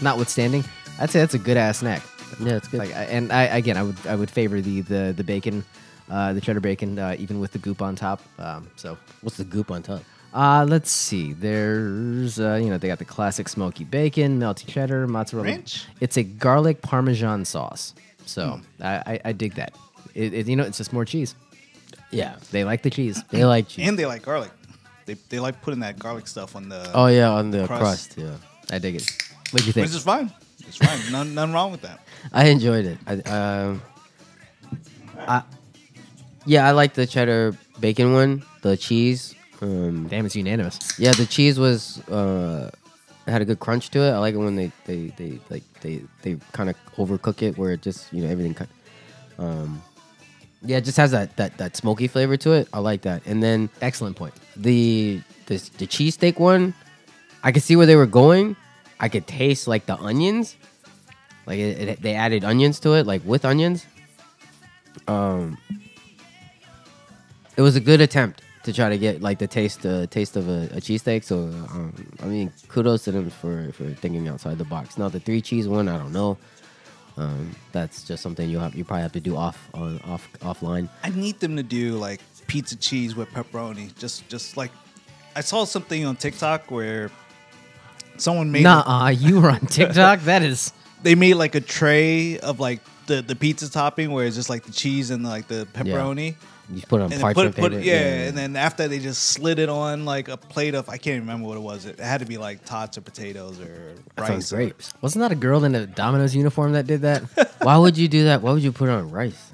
[SPEAKER 1] notwithstanding, I'd say that's a good ass snack.
[SPEAKER 2] Yeah, it's good.
[SPEAKER 1] Like, I- and I again, I would I would favor the the the bacon, uh, the cheddar bacon, uh, even with the goop on top. Um, so,
[SPEAKER 2] What's the goop on top?
[SPEAKER 1] uh, let's see. There's uh, you know they got the classic smoky bacon, melty cheddar, mozzarella.
[SPEAKER 3] Ranch?
[SPEAKER 1] It's a garlic parmesan sauce. So I, I I dig that. It, it you know it's just more cheese.
[SPEAKER 2] Yeah,
[SPEAKER 1] They like the cheese.
[SPEAKER 2] they like cheese.
[SPEAKER 3] And they like garlic. They, they like putting that garlic stuff on the.
[SPEAKER 2] oh yeah, on the
[SPEAKER 3] Crust.
[SPEAKER 2] crust. yeah.
[SPEAKER 1] I dig it. What do you think?
[SPEAKER 3] Which is fine. It's right. none, none wrong with that.
[SPEAKER 2] I enjoyed it. I, um, I, yeah, I like the cheddar bacon one. The cheese, um,
[SPEAKER 1] Damn, it's unanimous.
[SPEAKER 2] yeah, the cheese was uh, had a good crunch to it. I like it when they they, they like they they kind of overcook it where it just you know everything. Kind, um, yeah, it just has that that that smoky flavor to it. I like that. And then
[SPEAKER 1] Excellent point.
[SPEAKER 2] the the the cheesesteak one, I could see where they were going. I could taste like the onions, like it, it, they added onions to it, like with onions. Um, it was a good attempt to try to get like the taste uh, taste of a, a cheesesteak. So um, I mean, kudos to them for for thinking outside the box. Now the three cheese one, I don't know. Um, that's just something you have you probably have to do off on off offline.
[SPEAKER 3] I need them to do like pizza cheese with pepperoni. Just just like I saw something on TikTok where someone made
[SPEAKER 2] uh.
[SPEAKER 1] Nah, you were on TikTok. that is
[SPEAKER 3] they made like a tray of like the, the pizza topping where it's just like the cheese and like the pepperoni.
[SPEAKER 2] You put it on
[SPEAKER 3] And then
[SPEAKER 2] parchment
[SPEAKER 3] put, put
[SPEAKER 2] paper.
[SPEAKER 3] yeah, and then after they just slid it on like a plate of I can't remember what it was. It had to be like tots or potatoes or
[SPEAKER 2] That
[SPEAKER 3] rice.
[SPEAKER 2] sounds
[SPEAKER 3] or-
[SPEAKER 2] great.
[SPEAKER 1] wasn't that a girl in a Domino's uniform that did that?
[SPEAKER 2] Why would you do that? Why would you put it on rice?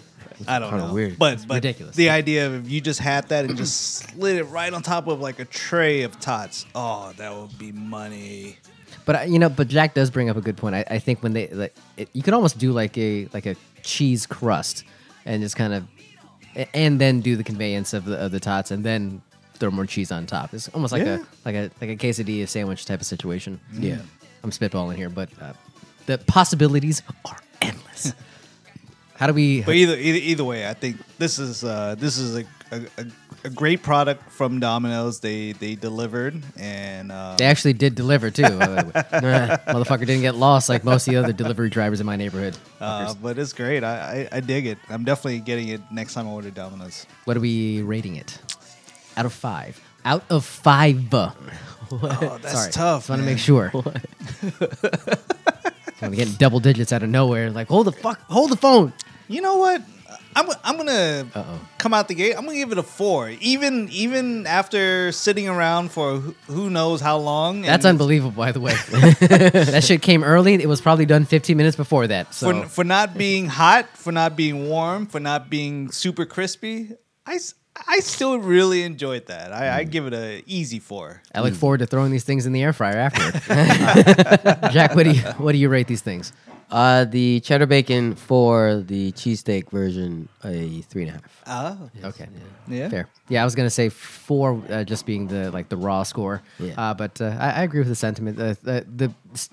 [SPEAKER 3] I don't
[SPEAKER 2] Kinda
[SPEAKER 3] know.
[SPEAKER 2] weird.
[SPEAKER 3] But, but
[SPEAKER 1] ridiculous.
[SPEAKER 3] The idea of if you just had that and just slid it right on top of like a tray of tots. Oh, that would be money.
[SPEAKER 1] But I- you know, but Jack does bring up a good point. I, I think when they like, it, you could almost do like a like a cheese crust, and just kind of, a- and then do the conveyance of the of the tots, and then throw more cheese on top. It's almost like
[SPEAKER 3] Yeah.
[SPEAKER 1] a like a like a quesadilla sandwich type of situation.
[SPEAKER 2] Yeah.
[SPEAKER 1] I'm spitballing here, but uh, the possibilities are endless. How do we?
[SPEAKER 3] But either either, either way, I think this is uh, this is a, a, a, a great product from Domino's. They they delivered and uh,
[SPEAKER 1] They actually did deliver too. Uh, Motherfucker didn't get lost like most of the other delivery drivers in my neighborhood.
[SPEAKER 3] uh, but it's great. I, I I dig it. I'm definitely getting it next time I order Domino's.
[SPEAKER 1] What are we rating it? Out of five. Out of five.
[SPEAKER 3] Oh, that's tough.
[SPEAKER 1] Just want to
[SPEAKER 3] man.
[SPEAKER 1] make sure. I'm getting double digits out of nowhere. Like, hold the fuck, hold the phone.
[SPEAKER 3] You know what? I'm, I'm gonna
[SPEAKER 1] Uh-oh.
[SPEAKER 3] come out the gate. I'm gonna give it a four. Even even after sitting around for who- who knows how long.
[SPEAKER 1] That's
[SPEAKER 3] and
[SPEAKER 1] unbelievable, by the way. that shit came early. It was probably done 15 minutes before that. So,
[SPEAKER 3] For, for not being hot, for not being warm, for not being super crispy, I, s- I still really enjoyed that. I,
[SPEAKER 1] Mm.
[SPEAKER 3] I give it a easy four.
[SPEAKER 1] I look forward to throwing these things in the air fryer afterward. Jack, what do you what do you rate these things?
[SPEAKER 2] Uh, the cheddar bacon for the cheesesteak version, a three and a half.
[SPEAKER 3] Oh,
[SPEAKER 1] Okay.
[SPEAKER 3] yeah.
[SPEAKER 1] Fair. Yeah, I was gonna say four, uh, just being the like the raw score.
[SPEAKER 2] Yeah.
[SPEAKER 1] Uh, but uh, I, I agree with the sentiment. Uh, the the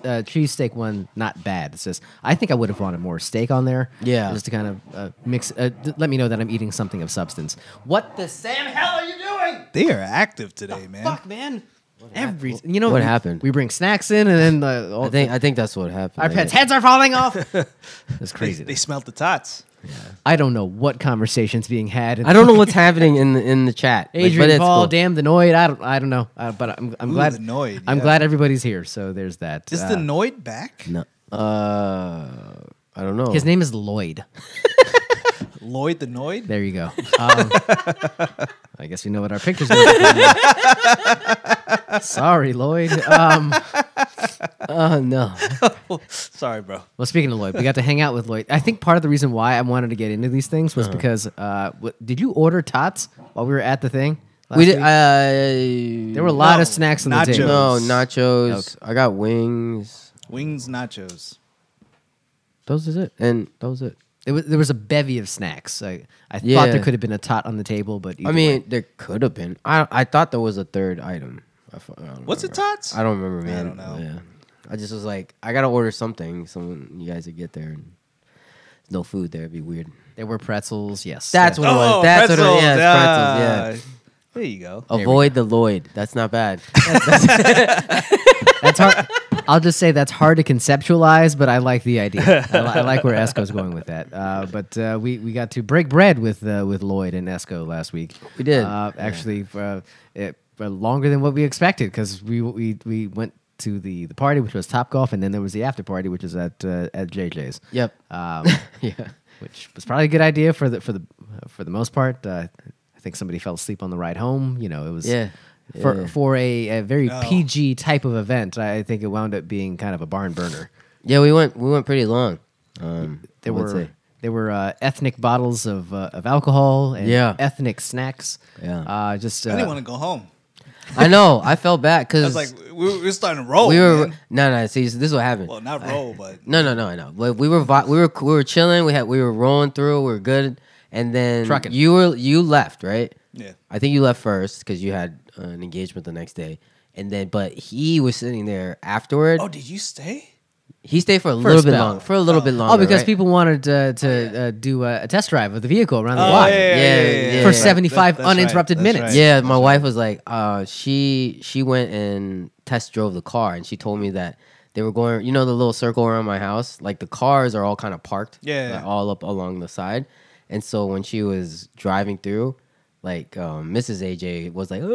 [SPEAKER 1] uh, cheesesteak one, not bad. It's just I think I would have wanted more steak on there.
[SPEAKER 2] Yeah.
[SPEAKER 1] Just to kind of uh, mix. Uh, d- let me know that I'm eating something of substance. What the Sam hell are you doing?
[SPEAKER 3] They are active today, man.
[SPEAKER 1] Fuck, man. Every you know
[SPEAKER 2] what
[SPEAKER 1] we-
[SPEAKER 2] happened?
[SPEAKER 1] We bring snacks in, and then the, all,
[SPEAKER 2] I think I think that's what happened.
[SPEAKER 1] our
[SPEAKER 2] I
[SPEAKER 1] pets'
[SPEAKER 2] guess.
[SPEAKER 1] heads are falling off. it's
[SPEAKER 3] They,
[SPEAKER 1] crazy.
[SPEAKER 3] they smelt the tots.
[SPEAKER 1] I don't know what conversations being had. in-
[SPEAKER 2] I don't know what's happening in the in the chat. like,
[SPEAKER 1] Adrian
[SPEAKER 2] but it's
[SPEAKER 1] Paul,
[SPEAKER 2] cool.
[SPEAKER 1] damn the Noid. I don't, I don't know, uh, but I'm, I'm
[SPEAKER 3] Ooh,
[SPEAKER 1] glad.
[SPEAKER 3] the Noid,
[SPEAKER 1] I'm
[SPEAKER 3] yeah.
[SPEAKER 1] glad everybody's here. So there's that.
[SPEAKER 3] Is
[SPEAKER 1] Uh,
[SPEAKER 3] the Noid back?
[SPEAKER 2] No, uh, I don't know.
[SPEAKER 1] his name is Lloyd.
[SPEAKER 3] Lloyd the Noid?
[SPEAKER 1] There you go. Um, I guess we know what our pictures are. Sorry, Lloyd. Um,
[SPEAKER 2] Oh no,
[SPEAKER 3] Sorry, bro.
[SPEAKER 1] well, speaking of Lloyd, we got to hang out with Lloyd. I think part of the reason why I wanted to get into these things
[SPEAKER 2] Uh-huh.
[SPEAKER 1] was because uh, what, did you order tots while we were at the thing? last
[SPEAKER 2] we did.
[SPEAKER 1] week?
[SPEAKER 2] Uh,
[SPEAKER 1] there were a lot
[SPEAKER 3] No,
[SPEAKER 1] of snacks on the
[SPEAKER 3] nachos.
[SPEAKER 1] table.
[SPEAKER 2] no nachos. I got wings.
[SPEAKER 3] Wings nachos.
[SPEAKER 2] Those is it, and that was it.
[SPEAKER 1] There was, there was a bevy of snacks. I, I
[SPEAKER 2] Yeah.
[SPEAKER 1] thought there could have been a tot on the table, but
[SPEAKER 2] I
[SPEAKER 1] either
[SPEAKER 2] mean,
[SPEAKER 1] way.
[SPEAKER 2] there could have been. I I thought there was a third item. I fu- I don't
[SPEAKER 3] What's it,
[SPEAKER 2] remember.
[SPEAKER 3] Tots?
[SPEAKER 2] I don't remember, man.
[SPEAKER 3] I don't know.
[SPEAKER 2] Yeah, I just was like, I gotta order something. Someone, you guys would get there, and there's no food there. It'd be weird.
[SPEAKER 1] There were pretzels, yes.
[SPEAKER 2] That's
[SPEAKER 1] Yeah.
[SPEAKER 2] what it was. That's what it was. Yeah, Oh, it's pretzels.
[SPEAKER 3] ah. Oh, There you go.
[SPEAKER 2] Yeah. Avoid the Lloyd. That's not bad.
[SPEAKER 1] that's hard. I'll just say that's hard to conceptualize, but I like the idea. I, li- I like where Esco's going with that. Uh, but uh, we we got to break bread with uh, with Lloyd and Esco last week.
[SPEAKER 2] We did.
[SPEAKER 1] uh, actually uh, it, uh, longer than what we expected because we we we went to the, the party which was Top Golf, and then there was the after party which was at uh, at JJ's.
[SPEAKER 2] Yep.
[SPEAKER 1] Um,
[SPEAKER 2] yeah.
[SPEAKER 1] which was probably a good idea for the for the for the most part. Uh, I think somebody fell asleep on the ride home. You know, it was
[SPEAKER 2] Yeah,
[SPEAKER 1] for
[SPEAKER 2] yeah.
[SPEAKER 1] for a, a very
[SPEAKER 3] No.
[SPEAKER 1] PG type of event. I think it wound up being kind of a barn burner.
[SPEAKER 2] Yeah, we went we went pretty long. Um,
[SPEAKER 1] There
[SPEAKER 2] I would
[SPEAKER 1] were
[SPEAKER 2] say.
[SPEAKER 1] there were uh, ethnic bottles of uh, of alcohol and
[SPEAKER 2] Yeah.
[SPEAKER 1] ethnic snacks.
[SPEAKER 2] Yeah.
[SPEAKER 1] uh, just uh,
[SPEAKER 3] I didn't want to go home.
[SPEAKER 2] I know. I felt bad
[SPEAKER 3] I
[SPEAKER 2] because
[SPEAKER 3] was like, we were, we were starting to roll.
[SPEAKER 2] we were
[SPEAKER 3] man.
[SPEAKER 2] no no. See, this is what happened.
[SPEAKER 3] well, not roll, but
[SPEAKER 2] No, no, no, I know. But we were vi- we were we were chilling. We had we were rolling through. We were good, and then
[SPEAKER 1] Trucking.
[SPEAKER 2] you were you left right.
[SPEAKER 3] yeah.
[SPEAKER 2] I think you left first because you had uh, an engagement the next day, and then but he was sitting there afterward.
[SPEAKER 3] Oh, did you stay?
[SPEAKER 2] he stayed for
[SPEAKER 1] a
[SPEAKER 2] a little bit
[SPEAKER 1] spell.
[SPEAKER 2] long. For a little bit longer.
[SPEAKER 1] oh, because
[SPEAKER 2] right?
[SPEAKER 1] people wanted uh, to uh, do uh, a test drive of the vehicle around the
[SPEAKER 3] Oh,
[SPEAKER 1] block.
[SPEAKER 3] yeah, yeah,
[SPEAKER 2] Yeah,
[SPEAKER 3] yeah, yeah,
[SPEAKER 2] yeah.
[SPEAKER 1] for
[SPEAKER 2] That-
[SPEAKER 1] 75
[SPEAKER 3] that's right,
[SPEAKER 1] uninterrupted
[SPEAKER 3] that's
[SPEAKER 1] minutes.
[SPEAKER 3] right.
[SPEAKER 2] Yeah, my wife was like, uh, she she went and test drove the car, and she told me that they were going, you know, the little circle around my house. Like the cars are all kind of parked,
[SPEAKER 3] Yeah.
[SPEAKER 2] like, all up along the side. And so when she was driving through, like um, Mrs. AJ was like, "Ugh,"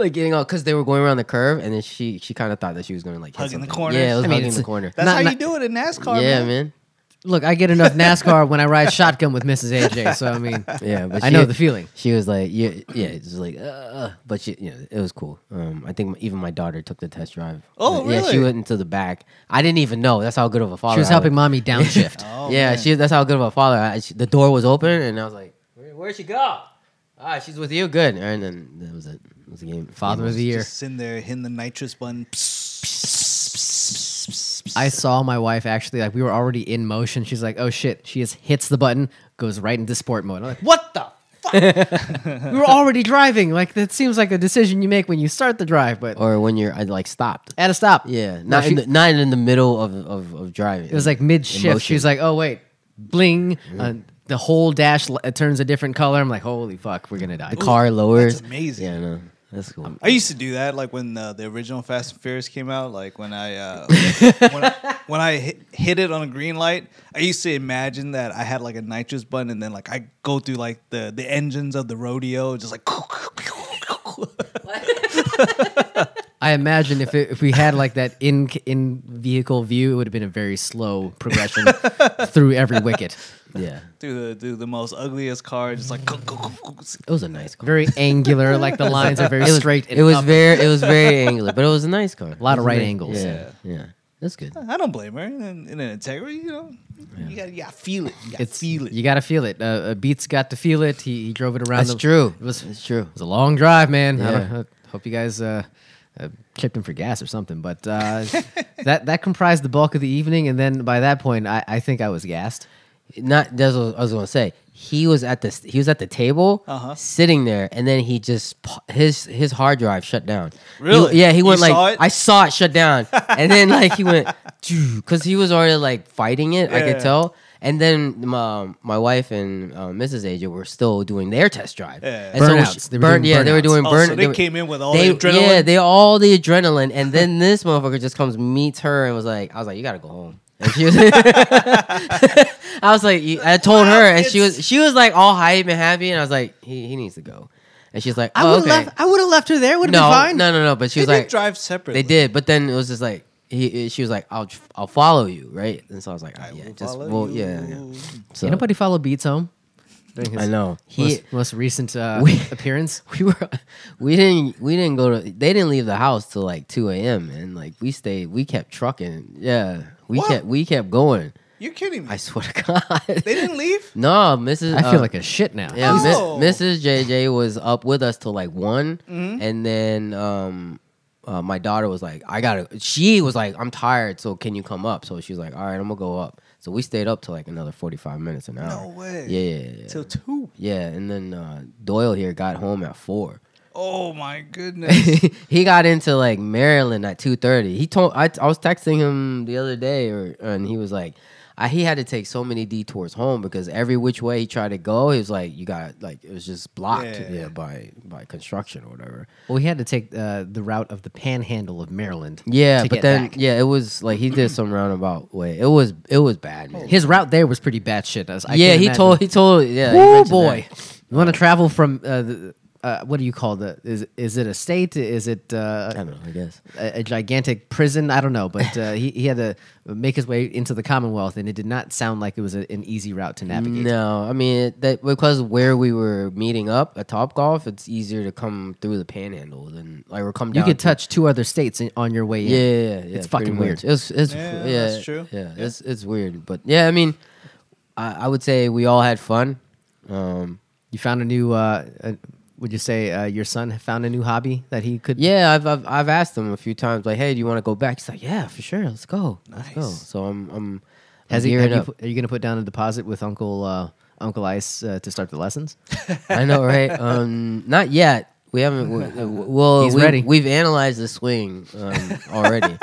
[SPEAKER 2] like getting all because they were going around the curve, and then she she kind of thought that she was going to like hit
[SPEAKER 3] Hugging the
[SPEAKER 2] something.
[SPEAKER 3] corners?
[SPEAKER 2] Yeah, it was
[SPEAKER 1] I mean,
[SPEAKER 2] hugging
[SPEAKER 1] it's-
[SPEAKER 2] the corner.
[SPEAKER 3] That's
[SPEAKER 1] Not-
[SPEAKER 3] how
[SPEAKER 1] not-
[SPEAKER 3] you do it in NASCAR,
[SPEAKER 2] Yeah,
[SPEAKER 3] man.
[SPEAKER 2] man.
[SPEAKER 1] Look, I get enough NASCAR when I ride shotgun with Mrs. AJ, so I mean,
[SPEAKER 2] Yeah, but
[SPEAKER 1] I
[SPEAKER 2] she-
[SPEAKER 1] know the feeling.
[SPEAKER 2] She was like, yeah, yeah, it was like, uh, but she, you know, it was cool. Um, I think my, even my daughter took the test drive.
[SPEAKER 3] Oh,
[SPEAKER 2] Yeah, she
[SPEAKER 3] really?
[SPEAKER 2] went into the back. I didn't even know. That's how good of a father.
[SPEAKER 1] She was
[SPEAKER 2] I
[SPEAKER 1] helping mommy downshift.
[SPEAKER 3] Oh,
[SPEAKER 2] yeah,
[SPEAKER 3] man.
[SPEAKER 2] she. That's how good of a father. I, she, the door was open, and I was like, Where, "Where'd she go? Ah, she's with you. Good." And then that was it. It was the game.
[SPEAKER 1] Father
[SPEAKER 2] game
[SPEAKER 1] of the year.
[SPEAKER 3] Just in there, hitting the nitrous button.
[SPEAKER 1] I saw my wife actually like we were already in motion. She's like, "Oh shit!" She just hits the button, goes right into sport mode. I'm like, "What the fuck?" we were already driving. Like that seems like a decision you make when you start the drive, but
[SPEAKER 2] Or when you're I, like stopped.
[SPEAKER 1] at a stop.
[SPEAKER 2] Yeah,
[SPEAKER 1] No,
[SPEAKER 2] not
[SPEAKER 1] she-
[SPEAKER 2] in the, not in the middle of of, of driving.
[SPEAKER 1] it was like mid shift. She was like, "Oh wait, bling." Uh, the whole dash li- turns a different color. I'm like, "Holy fuck, we're gonna die."
[SPEAKER 2] the car lowers.
[SPEAKER 3] amazing.
[SPEAKER 2] Yeah, no, that's cool.
[SPEAKER 3] I used to do that, like when uh, the original Fast and Furious came out. Like when I uh, when I, when I hit, hit it on a green light, I used to imagine that I had like a nitrous button, and then like I go through like the the engines of the rodeo, just like.
[SPEAKER 1] I imagine if it, if we had like that in in vehicle view, it would have been a very slow progression through every wicket.
[SPEAKER 2] yeah,
[SPEAKER 3] Through the, through the most ugliest car, just like
[SPEAKER 2] it was a nice car.
[SPEAKER 1] Very angular, like the lines are very
[SPEAKER 2] it was,
[SPEAKER 1] straight. And
[SPEAKER 2] It was
[SPEAKER 1] up.
[SPEAKER 2] very it was very angular, but it was a nice car. A
[SPEAKER 1] lot of right angles.
[SPEAKER 2] Yeah, yeah, that's good.
[SPEAKER 3] I don't blame her. In, in an integrity, you know, you gotta, you gotta feel it. You gotta
[SPEAKER 1] It's-
[SPEAKER 3] feel it.
[SPEAKER 1] You got to feel it. Uh, uh, Beats got to feel it. He, he drove it around.
[SPEAKER 2] That's
[SPEAKER 1] the-
[SPEAKER 2] true.
[SPEAKER 1] It was it
[SPEAKER 2] That's true.
[SPEAKER 1] was a long drive, man. I,
[SPEAKER 2] Yeah.
[SPEAKER 1] don't, I hope you guys uh, uh, chipped him for gas or something. But uh, that that comprised the bulk of the evening, and then by that point, I, I think I was gassed.
[SPEAKER 2] Not that's what I was gonna say. He was at the he was at the table,
[SPEAKER 3] Uh-huh.
[SPEAKER 2] sitting there, and then he just pa- his his hard drive shut down. He-
[SPEAKER 3] Really?
[SPEAKER 2] yeah, he
[SPEAKER 3] You
[SPEAKER 2] went like
[SPEAKER 3] saw it?
[SPEAKER 2] I saw it shut down, and then like he went because he was already like fighting it. I
[SPEAKER 3] Yeah.
[SPEAKER 2] could tell. And then my, my wife and uh, Mrs. Aja were still doing their test drive.
[SPEAKER 3] Yeah.
[SPEAKER 2] And so when
[SPEAKER 1] Burnouts.
[SPEAKER 2] she-
[SPEAKER 1] They were
[SPEAKER 2] burn-
[SPEAKER 1] doing
[SPEAKER 2] yeah, they were
[SPEAKER 1] burnouts.
[SPEAKER 2] doing
[SPEAKER 3] Oh,
[SPEAKER 2] burn.
[SPEAKER 3] so they came in with all the
[SPEAKER 2] Yeah,
[SPEAKER 3] adrenaline?
[SPEAKER 2] they all the adrenaline, and then this motherfucker just comes meets her and was like, "I was like, you gotta go home." And she was, I was like, you- I told her, and she was she was like all hype and happy, and I was like, he he needs to go, and she's like, oh, okay.
[SPEAKER 1] I would have left her there. Would
[SPEAKER 2] no, no, no, no, but she
[SPEAKER 3] they
[SPEAKER 2] was like,
[SPEAKER 3] did drive separately.
[SPEAKER 2] they did, but then it was just like he she was like, I'll tr- I'll follow you, right? And so I was like, oh, yeah,
[SPEAKER 3] will
[SPEAKER 2] just
[SPEAKER 3] follow
[SPEAKER 2] well, yeah, yeah.
[SPEAKER 3] you.
[SPEAKER 2] So
[SPEAKER 1] nobody follow Beats home. During his
[SPEAKER 2] I know he
[SPEAKER 1] most, most recent uh,
[SPEAKER 2] We-
[SPEAKER 1] appearance.
[SPEAKER 2] we were we didn't we didn't go to they didn't leave the house till like 2 a.m and like we stayed we kept trucking yeah we
[SPEAKER 3] What?
[SPEAKER 2] kept we kept going
[SPEAKER 3] You're kidding me.
[SPEAKER 2] i swear to god
[SPEAKER 3] they didn't leave.
[SPEAKER 2] no mrs
[SPEAKER 1] I feel
[SPEAKER 2] uh,
[SPEAKER 1] like a shit now.
[SPEAKER 2] yeah, Mi-
[SPEAKER 3] Oh.
[SPEAKER 2] mrs jj was up with us till like one
[SPEAKER 3] Mm-hmm.
[SPEAKER 2] and then um uh, my daughter was like i gotta she was like i'm tired so can you come up so she was like all right i'm gonna go up so we stayed up till like another 45 minutes an hour
[SPEAKER 3] No way.
[SPEAKER 2] yeah yeah yeah, yeah.
[SPEAKER 3] Till two.
[SPEAKER 2] yeah and then uh, doyle here got home at four
[SPEAKER 3] Oh my goodness.
[SPEAKER 2] he got into like Maryland at two thirty. He told I, I was texting him the other day, or, and he was like, I, he had to take so many detours home because every which way he tried to go, he was like, you got like it was just blocked
[SPEAKER 3] Yeah.
[SPEAKER 2] yeah. by by construction or whatever.
[SPEAKER 1] Well, we had to take uh, the route of the Panhandle of Maryland.
[SPEAKER 2] Yeah,
[SPEAKER 1] to
[SPEAKER 2] but
[SPEAKER 1] get
[SPEAKER 2] then
[SPEAKER 1] back.
[SPEAKER 2] yeah, it was like he did some roundabout way. It was it was bad, man.
[SPEAKER 1] his route there was pretty batshit. as I
[SPEAKER 2] yeah,
[SPEAKER 1] can
[SPEAKER 2] he
[SPEAKER 1] imagine.
[SPEAKER 2] told he told yeah. he
[SPEAKER 1] Woo
[SPEAKER 2] mentioned
[SPEAKER 1] boy, you want to travel from uh, the, uh, what do you call the is is it a state? Is it uh,
[SPEAKER 2] I don't know. I guess.
[SPEAKER 1] a, a gigantic prison. I don't know, but uh, he, he had to make his way into the Commonwealth, and it did not sound like it was a, an easy route to navigate.
[SPEAKER 2] No, I mean that because where we were meeting up at Top Golf, it's easier to come through the Panhandle than like or come
[SPEAKER 1] You
[SPEAKER 2] down.
[SPEAKER 1] could
[SPEAKER 2] to-
[SPEAKER 1] touch two other states in, on your way in.
[SPEAKER 2] Yeah, yeah, yeah, yeah,
[SPEAKER 1] It's
[SPEAKER 2] pretty
[SPEAKER 1] fucking
[SPEAKER 2] much.
[SPEAKER 1] weird.
[SPEAKER 2] It's, it's
[SPEAKER 3] Yeah,
[SPEAKER 2] yeah,
[SPEAKER 3] that's true.
[SPEAKER 2] Yeah,
[SPEAKER 3] Yeah.
[SPEAKER 2] it's it's weird, but yeah, I mean, I, I would say we all had fun. Um,
[SPEAKER 1] You found a new. Uh, uh would you say uh, your son found a new hobby that he could?
[SPEAKER 2] yeah, I've, I've I've asked him a few times, like, hey, do you want to go back? He's like, yeah, for sure, let's go, let's go.
[SPEAKER 3] Nice.
[SPEAKER 2] So I'm I'm
[SPEAKER 1] Has
[SPEAKER 2] I'm
[SPEAKER 1] he?
[SPEAKER 2] gearing
[SPEAKER 1] Have you,
[SPEAKER 2] up.
[SPEAKER 1] put- are you going to put down a deposit with Uncle uh, Uncle Ice uh, to start the lessons?
[SPEAKER 2] I know, right? Um, not yet. We haven't. we- uh, Well,
[SPEAKER 1] He's
[SPEAKER 2] we,
[SPEAKER 1] ready.
[SPEAKER 2] We've analyzed the swing um, already,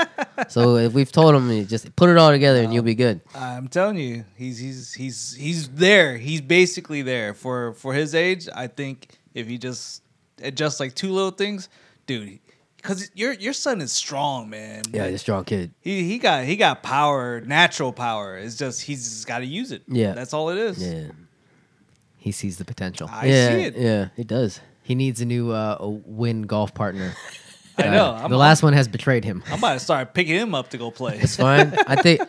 [SPEAKER 2] so if we've told him, you just put it all together and you'll be good.
[SPEAKER 3] I'm telling you, he's he's he's he's there. He's basically there for for his age. I think if he just adjusts like two little things, dude, because your your son is strong, man.
[SPEAKER 2] Yeah, he's a strong kid.
[SPEAKER 3] He he got he got power, natural power. It's just he's just got to use it.
[SPEAKER 2] Yeah.
[SPEAKER 3] that's all it is.
[SPEAKER 2] Yeah,
[SPEAKER 1] He sees the potential.
[SPEAKER 3] I
[SPEAKER 2] yeah,
[SPEAKER 3] see it.
[SPEAKER 2] yeah, he does.
[SPEAKER 1] He needs a new uh, a win golf partner.
[SPEAKER 3] I know.
[SPEAKER 1] Uh,
[SPEAKER 3] I'm,
[SPEAKER 1] the last one has betrayed him.
[SPEAKER 3] I'm about to start picking him up to go play.
[SPEAKER 2] It's fine. I think.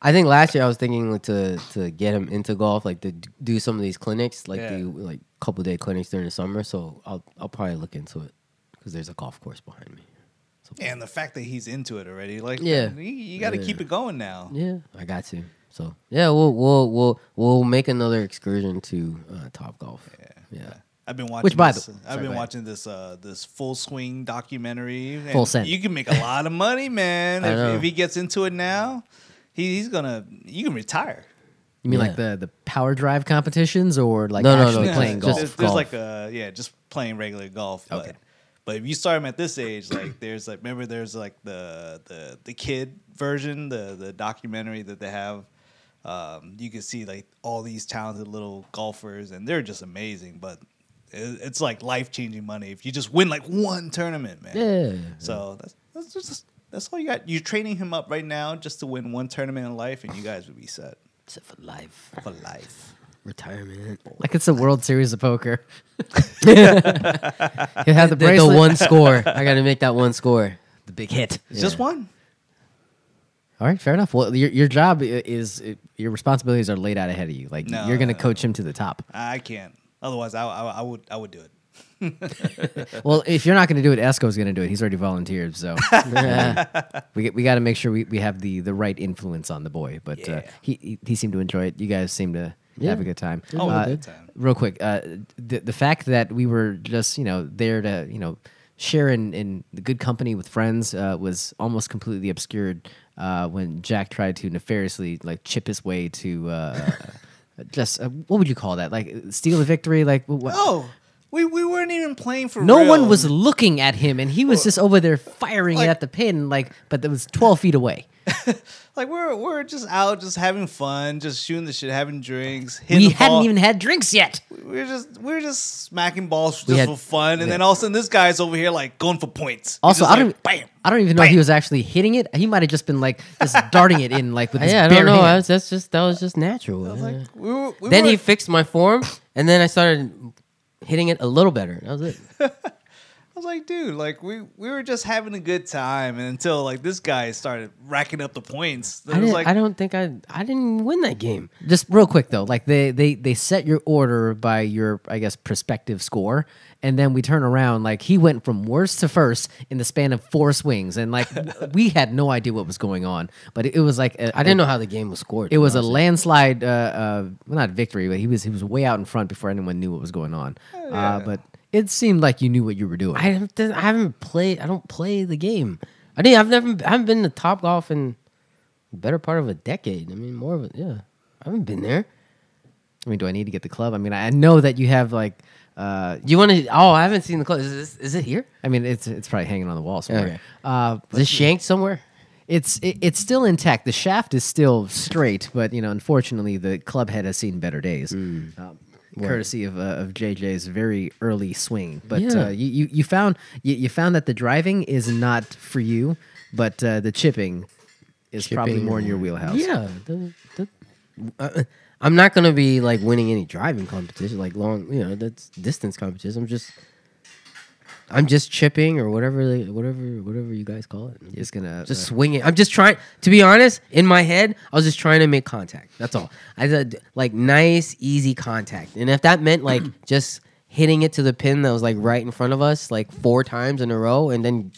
[SPEAKER 2] I think last year I was thinking like, to to get him into golf, like to d- do some of these clinics, like
[SPEAKER 3] Yeah.
[SPEAKER 2] the like couple day clinics during the summer. So I'll I'll probably look into it because there's a golf course behind me.
[SPEAKER 3] and the fact that he's into it already, like
[SPEAKER 2] Yeah.
[SPEAKER 3] you, got to
[SPEAKER 2] Yeah.
[SPEAKER 3] keep it going now.
[SPEAKER 2] Yeah, I got to. So yeah, we'll we'll we'll we'll make another excursion to uh, Top Golf. Yeah, yeah,
[SPEAKER 3] I've been watching.
[SPEAKER 1] Which, by
[SPEAKER 3] this,
[SPEAKER 1] the-
[SPEAKER 3] I've
[SPEAKER 1] sorry,
[SPEAKER 3] been
[SPEAKER 1] go ahead.
[SPEAKER 3] watching this uh this full swing documentary. and
[SPEAKER 1] Full Send.
[SPEAKER 3] You can make a lot of money, man.
[SPEAKER 2] I know.
[SPEAKER 3] if, if he gets into it now, he, he's gonna. You can retire.
[SPEAKER 1] You mean
[SPEAKER 2] Yeah.
[SPEAKER 1] like the, the power drive competitions or like
[SPEAKER 2] No, no, no,
[SPEAKER 1] actually
[SPEAKER 2] just-
[SPEAKER 1] playing
[SPEAKER 2] just-
[SPEAKER 1] golf?
[SPEAKER 3] There's, there's like a yeah, just playing regular golf. But,
[SPEAKER 1] Okay.
[SPEAKER 3] But if you start him at this age, like there's like remember there's like the the the kid version, the the documentary that they have. Um, you can see like all these talented little golfers, and they're just amazing. But it, it's like life changing money if you just win like one tournament, man.
[SPEAKER 2] yeah.
[SPEAKER 3] So that's that's just that's all you got. You're training him up right now just to win one tournament in life, and you guys would be set
[SPEAKER 2] It's for life,
[SPEAKER 3] for life.
[SPEAKER 2] retirement.
[SPEAKER 1] Like it's a World Series of Poker. you have the
[SPEAKER 2] The, the
[SPEAKER 1] bracelet.
[SPEAKER 2] one score. I got to make that one score. The big hit.
[SPEAKER 3] It's just one.
[SPEAKER 1] All right, fair enough. Well, your, your job i- is your responsibilities are laid out ahead of you. Like
[SPEAKER 3] No,
[SPEAKER 1] you're going to
[SPEAKER 3] no,
[SPEAKER 1] coach him to the top.
[SPEAKER 3] I can't. Otherwise, I, I, I would I would do it.
[SPEAKER 1] Well, if you're not going to do it, Esco's going to do it. He's already volunteered, so uh, we get- we got to make sure we, we have the the right influence on the boy. But uh,
[SPEAKER 3] Yeah.
[SPEAKER 1] he, he he seemed to enjoy it. You guys seem to
[SPEAKER 2] Yeah.
[SPEAKER 1] have a good time.
[SPEAKER 3] Oh, we
[SPEAKER 1] Uh,
[SPEAKER 3] did. time.
[SPEAKER 1] Real quick, uh, the the fact that we were just you know there to you know share in, in the good company with friends uh, was almost completely obscured uh, when Jack tried to nefariously like chip his way to. Uh, Just uh, what would you call that? Like steal a victory? Like what?
[SPEAKER 3] Oh, we, we weren't even playing for
[SPEAKER 1] No
[SPEAKER 3] real.
[SPEAKER 1] one was looking at him, and he was just over there firing
[SPEAKER 3] Like-
[SPEAKER 1] at the pin, like, but it was twelve feet away.
[SPEAKER 3] like we're we're just out, just having fun, just shooting the shit, having drinks. hitting
[SPEAKER 1] We
[SPEAKER 3] the
[SPEAKER 1] hadn't
[SPEAKER 3] ball.
[SPEAKER 1] even had drinks yet.
[SPEAKER 3] we are just we are just smacking balls just
[SPEAKER 2] We had-
[SPEAKER 3] for fun, and
[SPEAKER 2] yeah.
[SPEAKER 3] then all of a sudden this guy's over here like going for points. He's
[SPEAKER 1] Also,
[SPEAKER 3] just
[SPEAKER 1] I don't,
[SPEAKER 3] like, bam.
[SPEAKER 1] I don't even know if he was actually hitting it. He might have just been like just darting it in, like with his
[SPEAKER 2] Yeah, I
[SPEAKER 1] bare
[SPEAKER 2] don't know. I
[SPEAKER 1] hand.
[SPEAKER 2] was, that's just that was just natural. Yeah.
[SPEAKER 3] Like, we were, we
[SPEAKER 2] then
[SPEAKER 3] were,
[SPEAKER 2] he fixed my form, and then I started hitting it a little better. That was it.
[SPEAKER 3] I was like, dude, like we we were just having a good time, and until like this guy started racking up the points,
[SPEAKER 2] I,
[SPEAKER 3] it was
[SPEAKER 2] didn't-
[SPEAKER 3] like
[SPEAKER 2] I don't think I I didn't win that game.
[SPEAKER 1] Just real quick though, like they they they set your order by your I guess prospective score, and then we turn around like he went from worst to first in the span of four swings, and like we had no idea what was going on, but it, it was like a-
[SPEAKER 2] I didn't know how the game was scored.
[SPEAKER 1] It was a
[SPEAKER 2] honestly.
[SPEAKER 1] landslide, uh, uh, well, not victory, but he was he was way out in front before anyone knew what was going on. uh, but it seemed like you knew what you were doing.
[SPEAKER 2] I haven't, I haven't played. I don't play the game. I didn't. I've never. I haven't been to Top Golf in the better part of a decade. I mean, more of a yeah. I haven't been there.
[SPEAKER 1] I mean, do I need to get the club? I mean, I know that you have like, uh,
[SPEAKER 2] You want to? Oh, I haven't seen the clothes. Is, this, is it here?
[SPEAKER 1] I mean, it's it's probably hanging on the wall somewhere.
[SPEAKER 2] Okay.
[SPEAKER 1] Uh,
[SPEAKER 2] Is it shanked somewhere?
[SPEAKER 1] it's it, it's still intact. The shaft is still straight, but you know, unfortunately, the club head has seen better days.
[SPEAKER 2] Hmm.
[SPEAKER 1] Um, Courtesy of, uh, of JJ's very early swing, but
[SPEAKER 2] Yeah.
[SPEAKER 1] uh, you, you you found you, you found that the driving is not for you, but uh, the chipping is probably
[SPEAKER 2] Chipping.
[SPEAKER 1] more in your wheelhouse.
[SPEAKER 2] Yeah. the- the- uh, I'm not gonna be like winning any driving competition, like long, you know, that's distance competition. I'm just I'm just chipping or whatever, they, whatever, whatever you guys call it.
[SPEAKER 1] Just gonna
[SPEAKER 2] just
[SPEAKER 1] uh,
[SPEAKER 2] swing it. I'm just trying. To be honest, in my head, I was just trying to make contact. That's all. I said like nice, easy contact, and if that meant like just hitting it to the pin that was like right in front of us, like four times in a row, and then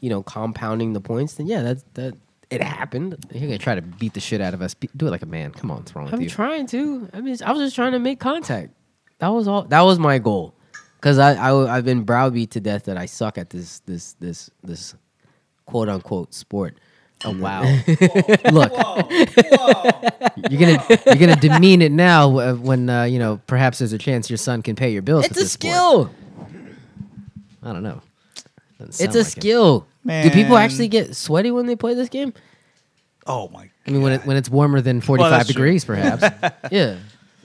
[SPEAKER 2] you know compounding the points, then yeah, that's that. It happened.
[SPEAKER 1] you're gonna uh, try to beat the shit out of us. Be- do it like a man. Come on, what's wrong with
[SPEAKER 2] I'm
[SPEAKER 1] you?
[SPEAKER 2] trying to. I mean, I was just trying to make contact. That was all. That was my goal, because I, I have been browbeat to death that I suck at this this this this quote unquote sport.
[SPEAKER 1] oh wow! Look, you're gonna you're gonna demean it now uh, when uh, you know perhaps there's a chance your son can pay your bills.
[SPEAKER 2] It's
[SPEAKER 1] with
[SPEAKER 2] a
[SPEAKER 1] this sport.
[SPEAKER 2] skill.
[SPEAKER 1] I don't know. Doesn't
[SPEAKER 2] It's
[SPEAKER 1] sound
[SPEAKER 2] a
[SPEAKER 1] like it.
[SPEAKER 2] skill. Do people
[SPEAKER 3] Man.
[SPEAKER 2] actually get sweaty when they play this game?
[SPEAKER 3] Oh my!
[SPEAKER 1] I mean, when it, when it's warmer than 45
[SPEAKER 3] that's true.
[SPEAKER 1] degrees, perhaps.
[SPEAKER 2] yeah,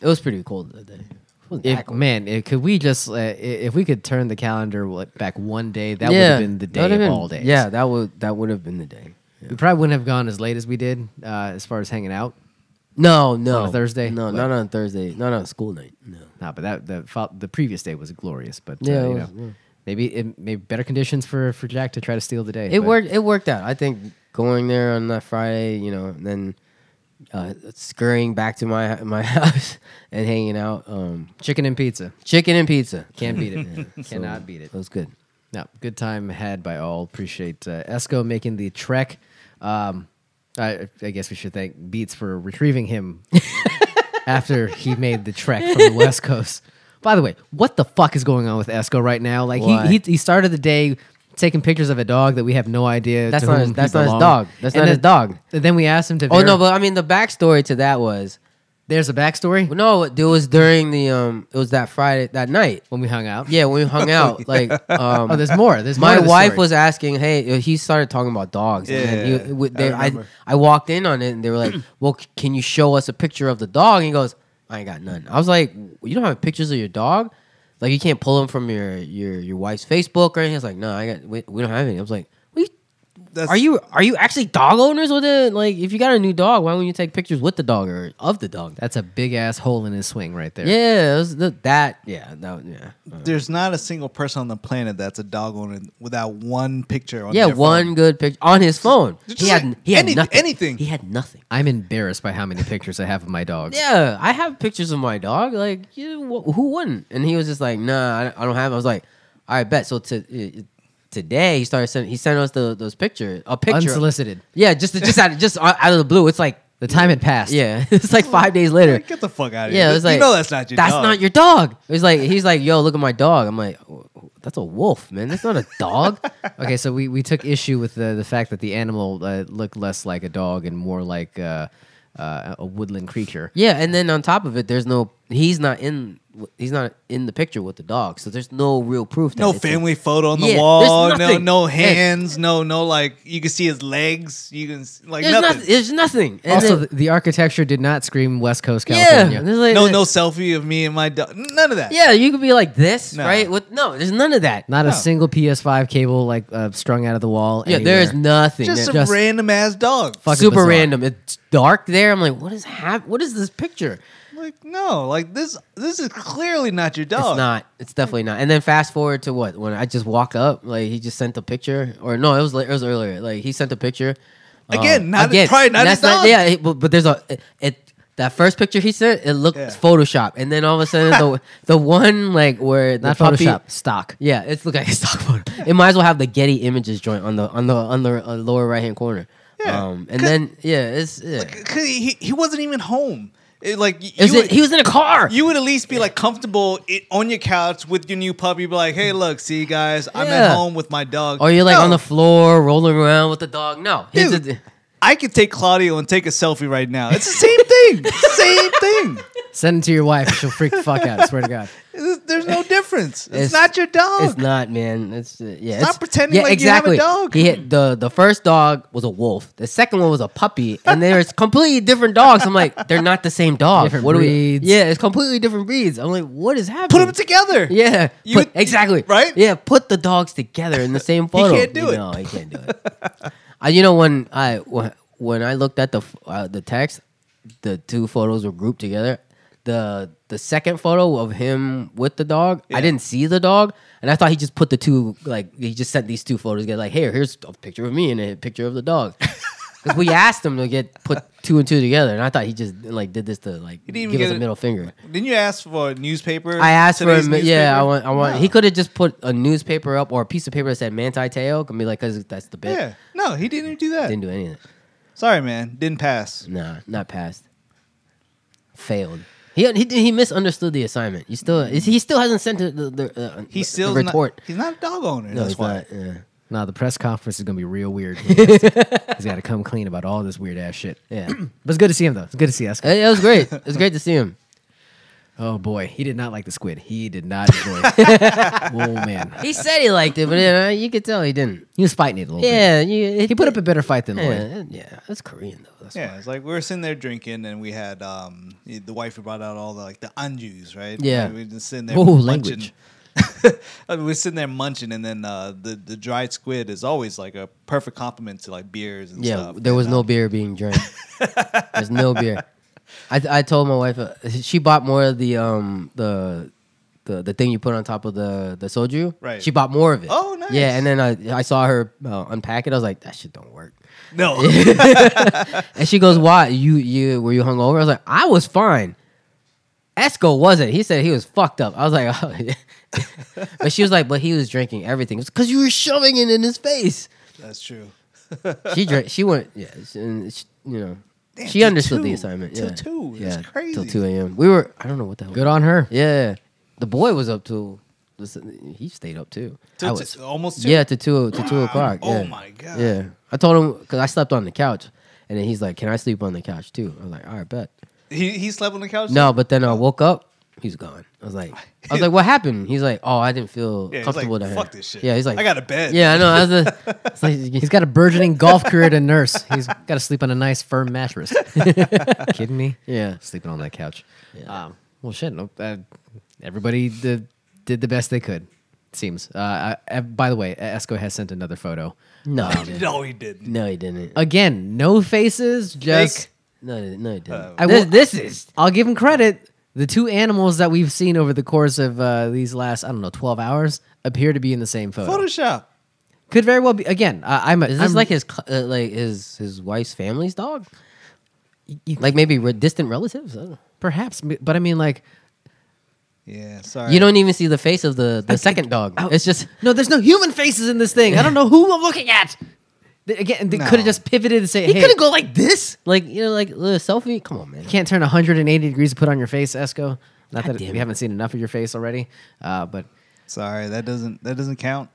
[SPEAKER 2] it was pretty cold that day. It wasn't
[SPEAKER 1] If-
[SPEAKER 2] that cold.
[SPEAKER 1] man, it, could we just uh, i- if we could turn the calendar what, back one day, that would
[SPEAKER 2] Yeah,
[SPEAKER 1] have been the
[SPEAKER 2] that
[SPEAKER 1] day
[SPEAKER 2] would've
[SPEAKER 1] of
[SPEAKER 2] been-
[SPEAKER 1] all days.
[SPEAKER 2] Yeah, that would that would have been the day.
[SPEAKER 1] we probably wouldn't have gone as late as we did uh, as far as hanging out.
[SPEAKER 2] No, no
[SPEAKER 1] On a Thursday?
[SPEAKER 2] No,
[SPEAKER 1] What?
[SPEAKER 2] not on Thursday. Not on school night. No.
[SPEAKER 1] Nah, but that the fol- the previous day was glorious. But uh,
[SPEAKER 2] Yeah, it
[SPEAKER 1] you
[SPEAKER 2] was,
[SPEAKER 1] know,
[SPEAKER 2] yeah.
[SPEAKER 1] maybe it, maybe better conditions for for Jack to try to steal the day.
[SPEAKER 2] It
[SPEAKER 1] but-
[SPEAKER 2] worked. It worked out. I think going there on that Friday, you know, and then uh, scurrying back to my my house and hanging out, um,
[SPEAKER 1] Chicken and pizza
[SPEAKER 2] chicken and pizza.
[SPEAKER 1] can't beat it.
[SPEAKER 2] So,
[SPEAKER 1] Cannot beat it.
[SPEAKER 2] It was good.
[SPEAKER 1] No, good time had by all. Appreciate uh, Esco making the trek. Um, I, I guess we should thank Beats for retrieving him after he made the trek from the West Coast. By the way, what the fuck is going on with Esco right now? Like
[SPEAKER 2] Why?
[SPEAKER 1] he, he he started the day taking pictures of a dog that we have no idea.
[SPEAKER 2] That's
[SPEAKER 1] to
[SPEAKER 2] not
[SPEAKER 1] whom
[SPEAKER 2] his-
[SPEAKER 1] he
[SPEAKER 2] that's not his
[SPEAKER 1] belonged.
[SPEAKER 2] dog. That's
[SPEAKER 1] And
[SPEAKER 2] not his
[SPEAKER 1] then-
[SPEAKER 2] dog.
[SPEAKER 1] and then we asked him to.
[SPEAKER 2] Oh no,
[SPEAKER 1] ver-
[SPEAKER 2] but I mean the backstory to that was
[SPEAKER 1] there's a backstory
[SPEAKER 2] no, it was during the um, it was that Friday that night.
[SPEAKER 1] when we hung out.
[SPEAKER 2] Yeah, when we hung out, like um,
[SPEAKER 1] Oh, there's more. There's more
[SPEAKER 2] my
[SPEAKER 1] to the
[SPEAKER 2] wife
[SPEAKER 1] story.
[SPEAKER 2] was asking, hey, uh, he started talking about dogs. and then
[SPEAKER 3] Yeah,
[SPEAKER 2] he- w-
[SPEAKER 3] I
[SPEAKER 2] they- I, I,
[SPEAKER 3] remember.
[SPEAKER 2] walked in on it and they were like, well, c- can you show us a picture of the dog? And he goes, I ain't got none. I was like, you don't have pictures of your dog? Like, you can't pull them from your your, your wife's Facebook or anything. He's like, no, I got, we, we don't have any. I was like, we,
[SPEAKER 3] That's,
[SPEAKER 2] are you are you actually dog owners with it? Like, if you got a new dog, why wouldn't you take pictures with the dog or of the dog?
[SPEAKER 1] That's a big ass hole in his swing right there.
[SPEAKER 2] yeah, it was the, that, yeah, that, yeah.
[SPEAKER 3] There's not a single person on the planet that's a dog owner without one picture. on
[SPEAKER 2] Yeah,
[SPEAKER 3] their phone.
[SPEAKER 2] one good picture on his phone.
[SPEAKER 3] Just
[SPEAKER 2] He had,
[SPEAKER 3] like
[SPEAKER 2] he had
[SPEAKER 3] any-
[SPEAKER 2] nothing.
[SPEAKER 3] anything.
[SPEAKER 2] He had nothing.
[SPEAKER 1] I'm embarrassed by how many pictures I have of my dogs.
[SPEAKER 2] Yeah, I have pictures of my dog. Like, you, wh- who wouldn't? And he was just like, "Nah, I don't- I don't have." It. I was like, "All right, bet." So to, uh, today, he started sending. He sent us the, those pictures, a picture,
[SPEAKER 1] Unsolicited.
[SPEAKER 2] Yeah, just just out just out out of the blue. It's like,
[SPEAKER 1] The time had passed.
[SPEAKER 2] yeah, it's like five days later.
[SPEAKER 3] Like, Get the fuck out of here!
[SPEAKER 2] Yeah, it was like
[SPEAKER 3] you know that's not your.
[SPEAKER 2] That's
[SPEAKER 3] dog.
[SPEAKER 2] not your dog. It was like he's like, "Yo, look at my dog." I'm like, "Oh, "That's a wolf, man. That's not a dog."
[SPEAKER 1] Okay, so we, we took issue with the, the fact that the animal uh, looked less like a dog and more like uh, uh, a woodland creature.
[SPEAKER 2] Yeah, and then on top of it, there's no he's not in he's not in the picture with the dog, so there's no real proof. That
[SPEAKER 3] No
[SPEAKER 2] it's a-
[SPEAKER 3] family photo on the
[SPEAKER 2] Yeah,
[SPEAKER 3] wall.
[SPEAKER 2] there's
[SPEAKER 3] No,
[SPEAKER 2] nothing.
[SPEAKER 3] no
[SPEAKER 2] Yeah.
[SPEAKER 3] hands. No, no. Like you can see his legs. You can s- like
[SPEAKER 2] There's nothing.
[SPEAKER 3] nothing.
[SPEAKER 2] There's nothing. And
[SPEAKER 1] also,
[SPEAKER 2] then-
[SPEAKER 1] the, the architecture did not scream West Coast,
[SPEAKER 2] yeah,
[SPEAKER 1] California.
[SPEAKER 2] there's like-
[SPEAKER 3] no, no selfie of me and my dog. None of that.
[SPEAKER 2] Yeah, you could be like this,
[SPEAKER 3] No.
[SPEAKER 2] right? With no, there's none of that.
[SPEAKER 1] Not a
[SPEAKER 3] No.
[SPEAKER 1] single PS5 cable like uh, strung out of the wall.
[SPEAKER 2] yeah,
[SPEAKER 1] anywhere.
[SPEAKER 2] there is nothing.
[SPEAKER 3] just
[SPEAKER 2] There-
[SPEAKER 3] some random ass dog.
[SPEAKER 1] fucking
[SPEAKER 2] super
[SPEAKER 1] bizarre.
[SPEAKER 2] random. It's dark there. I'm like, what is hap- What is this picture?
[SPEAKER 3] Like no, like this. This is clearly not your dog.
[SPEAKER 2] It's not. It's definitely not. And then fast forward to what? When I just walk up, like he just sent a picture, or no, it was la- it was earlier. Like he sent a picture um,
[SPEAKER 3] Again, not- probably not
[SPEAKER 2] That's
[SPEAKER 3] his dog.
[SPEAKER 2] Yeah, it- but, but there's a it, it- that first picture he sent. It looked
[SPEAKER 3] Yeah.
[SPEAKER 2] Photoshop, and then all of a sudden the the one like where the
[SPEAKER 1] Not
[SPEAKER 2] puppy-
[SPEAKER 1] Photoshop, stock.
[SPEAKER 2] yeah, it's look like a stock photo. It might as well have the Getty Images joint on the on the on the uh, lower right hand corner.
[SPEAKER 3] Yeah.
[SPEAKER 2] Um, and
[SPEAKER 3] Cause-
[SPEAKER 2] then yeah, it's yeah.
[SPEAKER 3] Like, 'cause he, he wasn't even home. It, like y-
[SPEAKER 2] It was
[SPEAKER 3] you
[SPEAKER 2] in- he was in a car.
[SPEAKER 3] you would at least be like comfortable i on your couch with your new puppy. Be like, hey, look, see, guys, I'm
[SPEAKER 2] Yeah.
[SPEAKER 3] at home with my dog.
[SPEAKER 2] or you're like
[SPEAKER 3] No,
[SPEAKER 2] on the floor rolling around with the dog. No, he's
[SPEAKER 3] Dude.
[SPEAKER 2] a-
[SPEAKER 3] I could take Claudio and take a selfie right now. It's the same thing. same thing.
[SPEAKER 1] Send it to your wife. She'll freak the fuck out. I swear to God.
[SPEAKER 3] It's- There's no difference. It's,
[SPEAKER 2] It's-
[SPEAKER 3] not your dog.
[SPEAKER 2] It's not, man. It's uh, yeah.
[SPEAKER 3] Stop
[SPEAKER 2] it's-
[SPEAKER 3] pretending like you have a dog.
[SPEAKER 2] He hit the the first dog was a wolf. The second one was a puppy, and there's completely different dogs. I'm like, they're not the same dog.
[SPEAKER 1] Different
[SPEAKER 2] what
[SPEAKER 1] breeds.
[SPEAKER 2] do we? Yeah, it's completely different breeds. I'm like, what is happening?
[SPEAKER 3] Put them together.
[SPEAKER 2] Yeah,
[SPEAKER 3] You
[SPEAKER 2] put-
[SPEAKER 3] would-
[SPEAKER 2] exactly.
[SPEAKER 3] right?
[SPEAKER 2] Yeah, put the dogs together in the same photo.
[SPEAKER 3] can't do
[SPEAKER 2] You
[SPEAKER 3] it.
[SPEAKER 2] know, he can't do it. I, you know, when uh, I when- when I looked at the f- uh, the text, the two photos were grouped together. the the second photo of him with the dog,
[SPEAKER 3] Yeah.
[SPEAKER 2] I didn't see the dog, and I thought he just put the two like he just sent these two photos together. Like, here, here's a picture of me and a picture of the dog. 'Cause we asked him to get put two and two together, and I thought he just like did this to like
[SPEAKER 3] didn't even
[SPEAKER 2] give us
[SPEAKER 3] get
[SPEAKER 2] a
[SPEAKER 3] it-
[SPEAKER 2] middle finger.
[SPEAKER 3] Didn't you ask for a newspaper?
[SPEAKER 2] I asked for
[SPEAKER 3] Today's
[SPEAKER 2] him. Yeah, I
[SPEAKER 3] newspaper?
[SPEAKER 2] want. I want.
[SPEAKER 3] No.
[SPEAKER 2] He could have just put a newspaper up or a piece of paper that said "Manti Teo" can be like, cause that's the bit.
[SPEAKER 3] Yeah. No, he didn't even do that.
[SPEAKER 2] Didn't do anything.
[SPEAKER 3] Sorry, man. Didn't pass.
[SPEAKER 2] Nah, not passed. Failed. He he he misunderstood the assignment. You still he still hasn't sent the the, the uh,
[SPEAKER 3] He
[SPEAKER 2] the
[SPEAKER 3] still
[SPEAKER 2] retort.
[SPEAKER 3] Not, he's not a dog owner.
[SPEAKER 2] no,
[SPEAKER 3] that's
[SPEAKER 2] he's
[SPEAKER 3] why.
[SPEAKER 2] not. Yeah.
[SPEAKER 1] Nah, the press conference is gonna be real weird. he's got to come clean about all this weird ass shit.
[SPEAKER 2] Yeah.
[SPEAKER 1] but it's good to see him though. It's good to see us.
[SPEAKER 2] Hey, It was great. It was great to see him.
[SPEAKER 1] Oh boy, he did not like the squid. He did not enjoy. it. oh man,
[SPEAKER 2] He said he liked it, but you, know, you could tell he didn't.
[SPEAKER 1] he was fighting it a little
[SPEAKER 2] Yeah,
[SPEAKER 1] bit.
[SPEAKER 2] you,
[SPEAKER 1] he put up a better fight than Lloyd.
[SPEAKER 2] Yeah, yeah, that's Korean though. That's
[SPEAKER 3] Yeah, it's like we were sitting there drinking, and we had um the wife who brought out all the like the anjus, right?
[SPEAKER 2] Yeah.
[SPEAKER 3] we were just sitting there.
[SPEAKER 1] Whoa,
[SPEAKER 3] munching.
[SPEAKER 1] language.
[SPEAKER 3] we were sitting there munching, and then uh, the the dried squid is always like a perfect complement to like beers and uh,
[SPEAKER 2] Yeah,
[SPEAKER 3] stuff.
[SPEAKER 2] there was no beer being drank. There's no beer. I I told my wife uh, she bought more of the um the the the thing you put on top of the the soju.
[SPEAKER 3] Right.
[SPEAKER 2] She bought more of it.
[SPEAKER 3] Oh, nice.
[SPEAKER 2] Yeah, and then I I saw her uh, unpack it. I was like, that shit don't work.
[SPEAKER 3] no.
[SPEAKER 2] And she goes, why you you were you hungover? I was like, I was fine. Esco wasn't. He said he was fucked up. I was like, oh, yeah. but she was like, but he was drinking everything. It's because you were shoving it in his face.
[SPEAKER 3] That's true.
[SPEAKER 2] She drank. She went. Yeah, she, and she, you know,
[SPEAKER 3] Damn,
[SPEAKER 2] she
[SPEAKER 3] till
[SPEAKER 2] understood the
[SPEAKER 3] two.
[SPEAKER 2] assignment.
[SPEAKER 3] Till
[SPEAKER 2] yeah.
[SPEAKER 3] two.
[SPEAKER 2] Yeah,
[SPEAKER 3] That's
[SPEAKER 2] Till
[SPEAKER 3] crazy.
[SPEAKER 2] two a.m. We were. I don't know what the hell.
[SPEAKER 1] Good on her.
[SPEAKER 2] Yeah, the boy was up till. Listen, he stayed up too.
[SPEAKER 3] Till
[SPEAKER 2] I
[SPEAKER 3] t-
[SPEAKER 2] was,
[SPEAKER 3] almost two.
[SPEAKER 2] yeah, to two to two
[SPEAKER 3] Wow.
[SPEAKER 2] o'clock.
[SPEAKER 3] Oh
[SPEAKER 2] yeah.
[SPEAKER 3] my God.
[SPEAKER 2] Yeah, I told him because I slept on the couch, and then he's like, "Can I sleep on the couch too?" I was like, "All right, bet."
[SPEAKER 3] He he slept on the couch.
[SPEAKER 2] No, but then I woke up. He's gone. I was like, I was like, what happened? He's like, oh, I didn't feel
[SPEAKER 3] Yeah, he's
[SPEAKER 2] comfortable
[SPEAKER 3] like,
[SPEAKER 2] down here.
[SPEAKER 3] "Fuck this shit.
[SPEAKER 2] Yeah, he's like,
[SPEAKER 3] I got a bed."
[SPEAKER 2] Yeah, I know. I was a, it's like,
[SPEAKER 1] He's got a burgeoning golf career to nurse. He's got to sleep on a nice firm mattress. Kidding me?
[SPEAKER 2] yeah,
[SPEAKER 1] Sleeping on that couch. Um, well, shit. No, uh, everybody did, did the best they could. It seems. Uh, I, I- by the way, Esco has sent another photo.
[SPEAKER 2] no, he didn't.
[SPEAKER 3] no, he didn't.
[SPEAKER 2] no, he didn't.
[SPEAKER 1] Again, no faces. Just
[SPEAKER 3] Fake.
[SPEAKER 2] No, it- no, it didn't.
[SPEAKER 1] I
[SPEAKER 2] this,
[SPEAKER 1] will-
[SPEAKER 2] this is
[SPEAKER 1] I'll give him credit. The two animals that we've seen over the course of uh, these last, I don't know, twelve hours appear to be in the same photo.
[SPEAKER 3] Photoshop.
[SPEAKER 1] Could very well be. Again, I, I'm. A,
[SPEAKER 2] is this
[SPEAKER 1] I'm-
[SPEAKER 2] like his cl- uh, like his his wife's family's dog? like maybe re- distant relatives. I don't know.
[SPEAKER 1] perhaps, but I mean, like
[SPEAKER 3] Yeah, sorry.
[SPEAKER 2] You don't even see the face of the the second dog.
[SPEAKER 1] I-
[SPEAKER 2] it's just
[SPEAKER 1] No, there's no human faces in this thing. I don't know who I'm looking at. They- again, they
[SPEAKER 3] No.
[SPEAKER 1] could have just pivoted and say,
[SPEAKER 2] he
[SPEAKER 1] "Hey,
[SPEAKER 2] couldn't go like this. Like you know, like a little selfie. Come on, man.
[SPEAKER 1] you can't turn 180 degrees to put on your face, Esco." Not
[SPEAKER 2] God
[SPEAKER 1] that
[SPEAKER 2] damn
[SPEAKER 1] we
[SPEAKER 2] it.
[SPEAKER 1] haven't seen enough of your face already, uh, but
[SPEAKER 3] Sorry, that doesn't that doesn't count.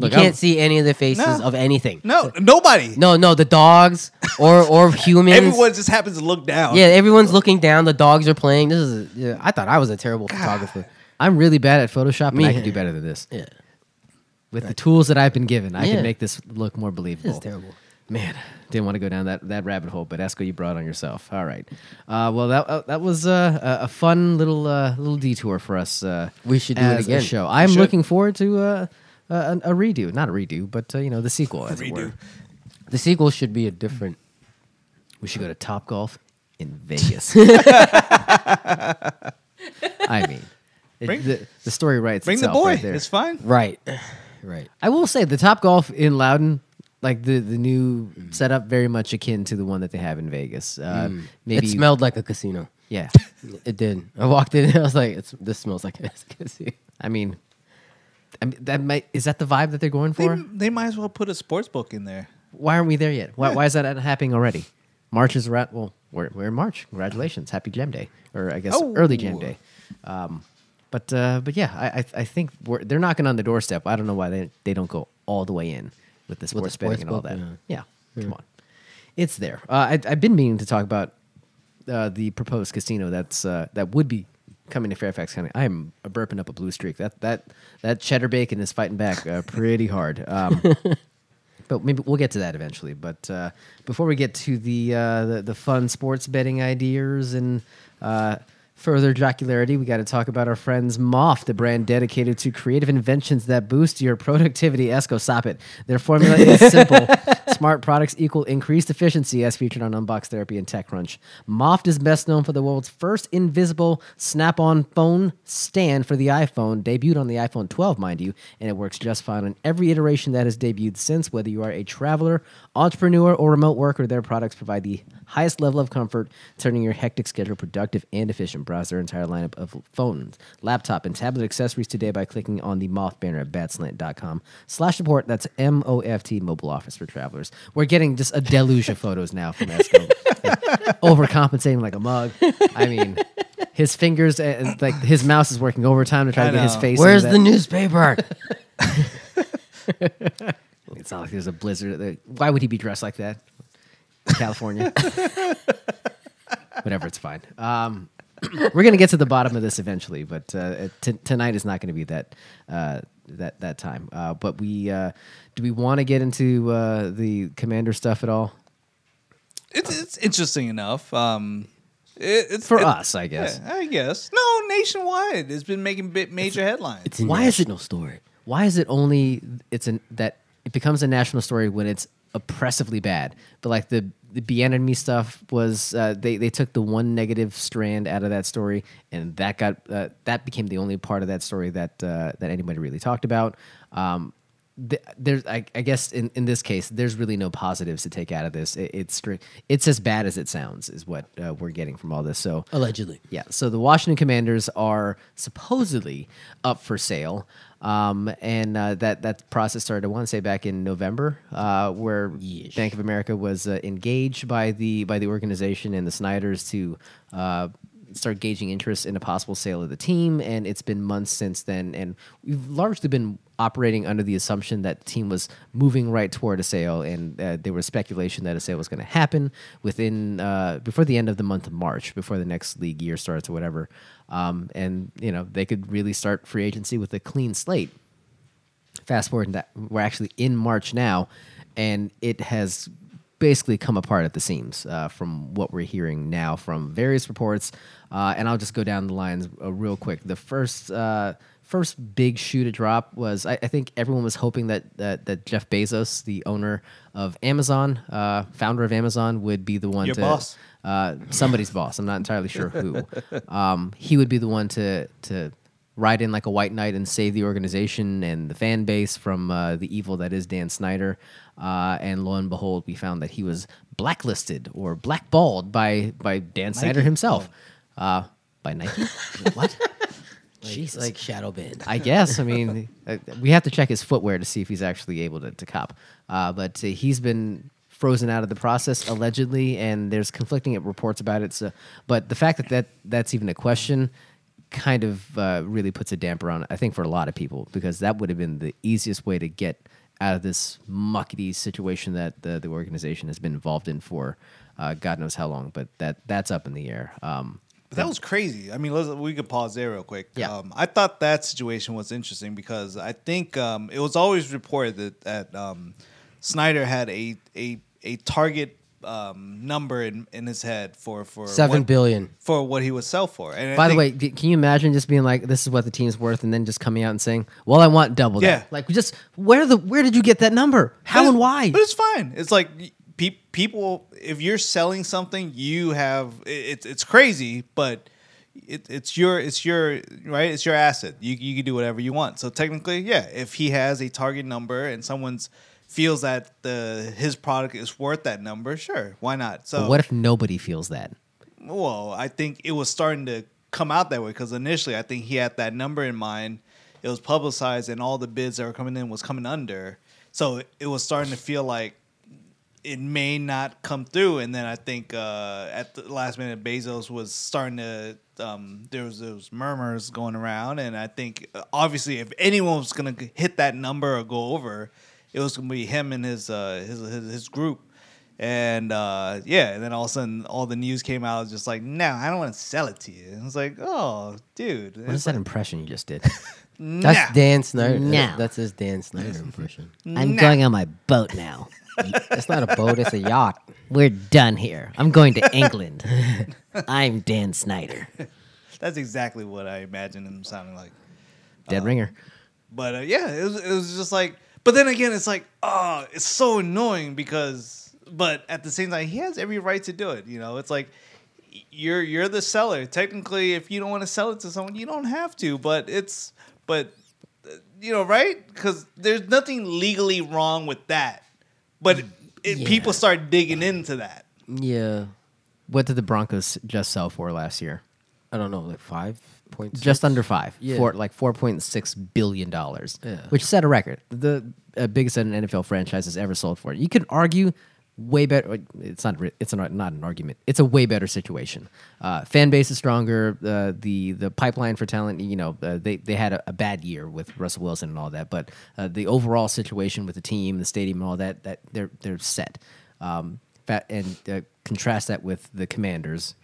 [SPEAKER 1] Look,
[SPEAKER 2] you can't
[SPEAKER 1] I'm-
[SPEAKER 2] see any of the faces
[SPEAKER 3] No.
[SPEAKER 2] of anything.
[SPEAKER 3] No, nobody.
[SPEAKER 2] No, no, the dogs or or humans.
[SPEAKER 3] Everyone just happens to look down.
[SPEAKER 2] yeah, everyone's looking down. The dogs are playing. This is. Yeah, I thought I was a terrible photographer.
[SPEAKER 1] I'm really bad at Photoshop, and
[SPEAKER 2] Me-
[SPEAKER 1] I can do better than this.
[SPEAKER 2] Yeah,
[SPEAKER 1] With the tools that I've been given, I
[SPEAKER 2] Yeah.
[SPEAKER 1] can make this look more believable.
[SPEAKER 2] this is terrible.
[SPEAKER 1] Man, didn't want to go down that, that rabbit hole, but Esco, you brought on yourself. All right. Uh, well, that uh, that was uh, a a fun little uh, little detour for us. Uh,
[SPEAKER 2] We should do it
[SPEAKER 1] as a
[SPEAKER 2] again.
[SPEAKER 1] show. I'm
[SPEAKER 3] should.
[SPEAKER 1] looking forward to uh, a, a redo, not a redo, but uh, you know the sequel. As It were.
[SPEAKER 3] Redo.
[SPEAKER 2] The sequel should be a different.
[SPEAKER 1] We should go to Top Golf in Vegas. I mean, it-
[SPEAKER 3] Bring-
[SPEAKER 1] the, the story writes
[SPEAKER 3] Bring the
[SPEAKER 1] itself
[SPEAKER 3] boy.
[SPEAKER 1] right there.
[SPEAKER 3] it's fine.
[SPEAKER 2] Right, right.
[SPEAKER 1] I will say the Top Golf in Loudon, like the the new
[SPEAKER 2] Mm-hmm.
[SPEAKER 1] setup, very much akin to the one that they have in Vegas. Uh,
[SPEAKER 2] Mm.
[SPEAKER 1] Maybe
[SPEAKER 2] it smelled like a casino.
[SPEAKER 1] Yeah,
[SPEAKER 2] It did. I walked in and I was like, it's, "This smells like a casino."
[SPEAKER 1] I mean, I mean, that might is that the vibe that they're going
[SPEAKER 3] They,
[SPEAKER 1] for?
[SPEAKER 3] they might as well put a sports book in there.
[SPEAKER 1] why aren't we there yet? Why, why is that not happening already? March is around. Well, we're, we're in March. Congratulations, happy Jam Day, or I guess early Jam
[SPEAKER 3] Oh.
[SPEAKER 1] Day. Um, but uh, but yeah, I I, I think we're, they're knocking on the doorstep. I don't know why they they don't go all the way in with the sports,
[SPEAKER 2] the sports
[SPEAKER 1] betting and all
[SPEAKER 2] book,
[SPEAKER 1] that. Yeah, come on, it's there. Uh, I, I've been meaning to talk about uh, the proposed casino that's uh, that would be coming to Fairfax County. I'm burping up a blue streak. That that that cheddar bacon is fighting back uh, pretty hard. Um, but maybe we'll get to that eventually. But uh, before we get to the, uh, the the fun sports betting ideas and uh, Further jocularity, we got to talk about our friends Moff, the brand dedicated to creative inventions that boost your productivity. Esco, stop it. Their formula is simple. Smart products equal increased efficiency, as featured on Unbox Therapy and TechCrunch. Moft is best known for the world's first invisible snap-on phone stand for the iPhone, debuted on the iPhone 12, mind you, and it works just fine on every iteration that has debuted since. Whether you are a traveler, entrepreneur, or remote worker, their products provide the highest level of comfort, turning your hectic schedule productive and efficient. Browse their entire lineup of phones, laptop, and tablet accessories today by clicking on the Moth banner at batslant.com slash support. That's M-O-F-T, mobile office for travelers. We're getting just a deluge of photos now from Esco. overcompensating like a mug. I mean, his fingers, uh, like his mouse is working overtime to try to
[SPEAKER 3] I
[SPEAKER 1] get his
[SPEAKER 3] know.
[SPEAKER 1] face.
[SPEAKER 2] Where's
[SPEAKER 1] in
[SPEAKER 2] the newspaper?
[SPEAKER 1] It's not like there's a blizzard. Like, Why would he be dressed like that? California. Whatever, it's fine. Um, we're gonna get to the bottom of this eventually, but uh, t- tonight is not gonna be that uh, that that time. Uh, but we uh, do we want to get into uh, the commander stuff at all?
[SPEAKER 3] It's, it's interesting enough. Um, it, it's
[SPEAKER 1] For
[SPEAKER 3] it-
[SPEAKER 1] us, I guess.
[SPEAKER 3] Yeah, I guess. No, nationwide, it's been making bit major headlines.
[SPEAKER 2] Why is it
[SPEAKER 1] no story? Why is it only it's an that it becomes a national story when it's oppressively bad? But like the the Be Enemy stuff was uh, they they took the one negative strand out of that story, and that got uh, that became the only part of that story that uh, that anybody really talked about. Um, th- there's I, I guess in, in this case there's really no positives to take out of this. It, it's stri- it's as bad as it sounds is what uh, we're getting from all this. So
[SPEAKER 2] allegedly?
[SPEAKER 1] yeah. So the Washington Commanders are supposedly up for sale. Um, and uh, that that process started, I want to say, back in November, uh, where
[SPEAKER 2] Yeesh.
[SPEAKER 1] Bank of America was uh, engaged by the by the organization and the Snyders to uh, start gauging interest in a possible sale of the team. And it's been months since then, and we've largely been operating under the assumption that the team was moving right toward a sale, and uh, there was speculation that a sale was going to happen within uh, before the end of the month of March, before the next league year starts or whatever. Um, and you know they could really start free agency with a clean slate. Fast forward, that we're actually in March now, and it has basically come apart at the seams uh, from what we're hearing now from various reports. Uh, and I'll just go down the lines uh, real quick. The first uh, first big shoe to drop was I, I think everyone was hoping that, that that Jeff Bezos, the owner of Amazon, uh, founder of Amazon, would be the one
[SPEAKER 3] Your
[SPEAKER 1] to
[SPEAKER 3] boss.
[SPEAKER 1] uh, somebody's boss. I'm not entirely sure who. Um, he would be the one to to ride in like a white knight and save the organization and the fan base from uh, the evil that is Dan Snyder. Uh, and lo and behold, we found that he was blacklisted or blackballed by by Dan Snyder himself. Uh, by Nike? what? Jesus.
[SPEAKER 2] like shadow band.
[SPEAKER 1] I guess. I mean, uh, we have to check his footwear to see if he's actually able to, to cop. Uh, but uh, he's been frozen out of the process allegedly, and there's conflicting reports about it. So, but the fact that, that that's even a question kind of uh, really puts a damper on it. I think for a lot of people because that would have been the easiest way to get out of this muckety situation that the, the organization has been involved in for uh, God knows how long. But that that's up in the air. Um,
[SPEAKER 3] But that was crazy. I mean, let's, we could pause there real quick.
[SPEAKER 1] Yeah.
[SPEAKER 3] Um, I thought that situation was interesting because I think um, it was always reported that, that um, Snyder had a a, a target um, number in, in his head for for
[SPEAKER 2] Seven
[SPEAKER 3] what-
[SPEAKER 2] billion.
[SPEAKER 3] for what he would sell for. And I
[SPEAKER 1] By the
[SPEAKER 3] think-
[SPEAKER 1] way, d- can you imagine just being like, "This is what the team's worth," and then just coming out and saying, "Well, I want double that."
[SPEAKER 3] Yeah.
[SPEAKER 1] Like, just where the where did you get that number?
[SPEAKER 3] But
[SPEAKER 1] How
[SPEAKER 3] it-
[SPEAKER 1] and why?
[SPEAKER 3] But it's fine. It's like pe- people. If you're selling something, you have it, it's it's crazy, but it, it's your it's your right. It's your asset. You you can do whatever you want. So technically, yeah. If he has a target number and someone's feels that the his product is worth that number, sure, why not? So
[SPEAKER 1] But what if nobody feels that?
[SPEAKER 3] well, I think it was starting to come out that way because initially I think he had that number in mind. It was publicized, and all the bids that were coming in was coming under. So it was starting to feel like it may not come through. And then I think uh, at the last minute, Bezos was starting to. Um, there was those murmurs going around, and I think uh, obviously if anyone was going to hit that number or go over, it was going to be him and his uh, his, his his group. And uh, yeah, and then all of a sudden, all the news came out just like, no, I don't want to sell it to you. And I was like, oh, dude,
[SPEAKER 1] What is
[SPEAKER 3] it's
[SPEAKER 1] that impression you just did?
[SPEAKER 3] nah.
[SPEAKER 2] That's Dan Snyder.
[SPEAKER 1] No.
[SPEAKER 2] That's, that's his Dan Snyder impression.
[SPEAKER 1] I'm going on my boat now.
[SPEAKER 2] That's not a boat. It's a yacht.
[SPEAKER 1] We're done here. I'm going to England. I'm Dan Snyder.
[SPEAKER 3] That's exactly what I imagined him sounding like.
[SPEAKER 2] Uh,
[SPEAKER 1] Dead ringer.
[SPEAKER 3] But uh, yeah, it was, it was just like. But then again, it's like, oh, it's so annoying because. But at the same time, he has every right to do it. You know, it's like y- you're you're the seller. Technically, if you don't want to sell it to someone, you don't have to. But it's but uh, you know, right? Because there's nothing legally wrong with that. But it,
[SPEAKER 2] Yeah.
[SPEAKER 3] people start digging into that.
[SPEAKER 2] Yeah,
[SPEAKER 1] What did the Broncos just sell for last year?
[SPEAKER 2] I don't know, like five points.
[SPEAKER 1] Just under five,
[SPEAKER 2] Yeah.
[SPEAKER 1] for like four point six billion dollars,
[SPEAKER 2] Yeah.
[SPEAKER 1] which set a record, the uh, biggest that an NFL franchise has ever sold for. You could argue, way better. It's not. re- It's not not an argument. It's a way better situation. Uh, fan base is stronger. Uh, the the pipeline for talent. You know, uh, they they had a, a bad year with Russell Wilson and all that, but uh, the overall situation with the team, the stadium, and all that that they're they're set. Um, fa- and uh, contrast that with the Commanders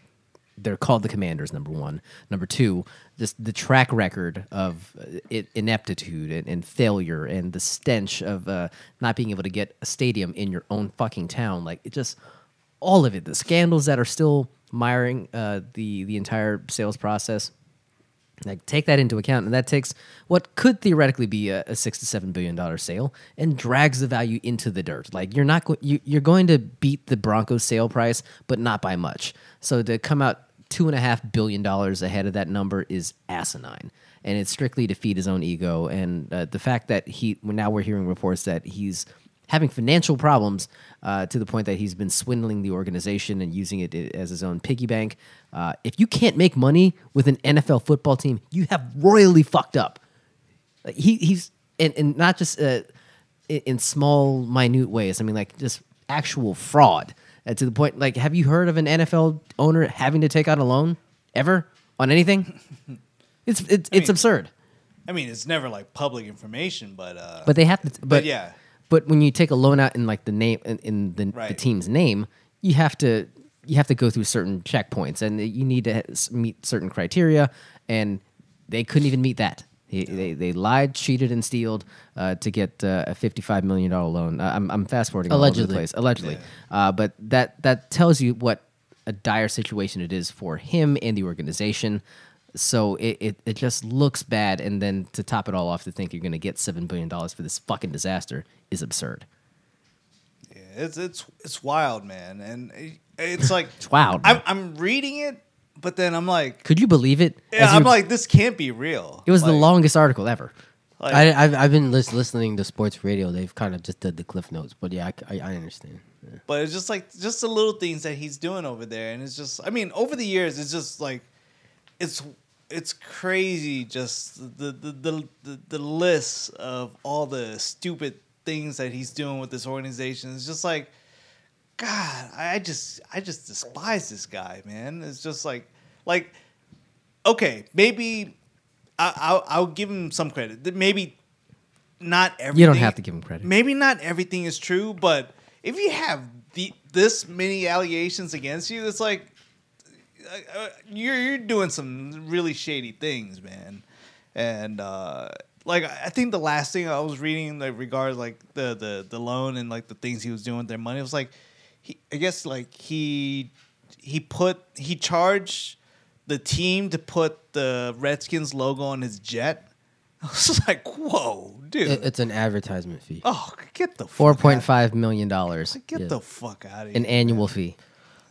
[SPEAKER 1] they're called the commanders number one number two just the track record of uh, i- ineptitude and, and failure and the stench of uh, not being able to get a stadium in your own fucking town like it just all of it the scandals that are still miring uh, the the entire sales process like take that into account, and that takes what could theoretically be a, a six to seven billion dollar sale and drags the value into the dirt. Like you're not go- you, you're going to beat the Broncos sale price, but not by much. So to come out two and a half billion dollars ahead of that number is asinine, and it's strictly to feed his own ego. And uh, the fact that he now we're hearing reports that he's having financial problems uh, to the point that he's been swindling the organization and using it i- as his own piggy bank. Uh, if you can't make money with an NFL football team, you have royally fucked up. Like, he he's and, and not just uh, in, in small minute ways. I mean, like just actual fraud uh, to the point. Like, have you heard of an NFL owner having to take out a loan ever on anything? It's it's, it's
[SPEAKER 3] mean-
[SPEAKER 1] absurd.
[SPEAKER 3] I mean, it's never like public information, but uh,
[SPEAKER 1] But they have to. But,
[SPEAKER 3] yeah.
[SPEAKER 1] But when you take a loan out in like the name in, in the, the
[SPEAKER 3] Right.
[SPEAKER 1] team's name, you have to you have to go through certain checkpoints, and you need to ha- s- meet certain criteria, and they couldn't even meet that. They, they, they lied, cheated, and stealed uh, to get uh, a fifty-five million dollar loan. Uh, I'm, I'm fast forwarding all over the
[SPEAKER 2] Allegedly.
[SPEAKER 1] place. Allegedly, uh, but that that tells you what a dire situation it is for him and the organization. So it, it, it just looks bad, and then to top it all off, to think you're going to get seven billion dollars for this fucking disaster is absurd.
[SPEAKER 3] Yeah, it's it's it's wild, man, and it- it's like it's
[SPEAKER 1] wild,
[SPEAKER 3] I'm,
[SPEAKER 1] man.
[SPEAKER 3] I'm reading it, but then I'm like,
[SPEAKER 1] Could you believe it? As
[SPEAKER 3] yeah, I'm
[SPEAKER 1] you're-
[SPEAKER 3] like, this can't be real.
[SPEAKER 1] it was the
[SPEAKER 3] Like-
[SPEAKER 1] longest article ever.
[SPEAKER 3] like-
[SPEAKER 2] I, I've I've been lis- listening to sports radio. They've kind of just did the cliff notes, but yeah, I, c- I- I understand. Yeah.
[SPEAKER 3] but it's just like just the little things that he's doing over there, and it's just, I mean, over the years, it's just like, it's it's crazy, just the the the the, the list of all the stupid things that he's doing with this organization. It's just like. God, I I just I just despise this guy, man. It's just like like okay, maybe I, I'll I'll give him some credit. Th- Maybe not everything.
[SPEAKER 1] have to give him credit.
[SPEAKER 3] Maybe not everything is true, but if you have the, this many allegations against you, it's like uh, uh, you're you're doing some really shady things, man. And uh, like I I think the last thing I was reading like regards like the the the loan and like the things he was doing with their money it was like he, I guess like he he put he charged the team to put the Redskins logo on his jet. I was just like, whoa, dude.
[SPEAKER 2] It- it's an advertisement fee.
[SPEAKER 3] oh, get the
[SPEAKER 1] Four
[SPEAKER 3] fuck
[SPEAKER 1] point
[SPEAKER 3] out-
[SPEAKER 1] five million dollars,
[SPEAKER 3] Get
[SPEAKER 2] yeah.
[SPEAKER 3] the fuck out of here.
[SPEAKER 1] an annual fee.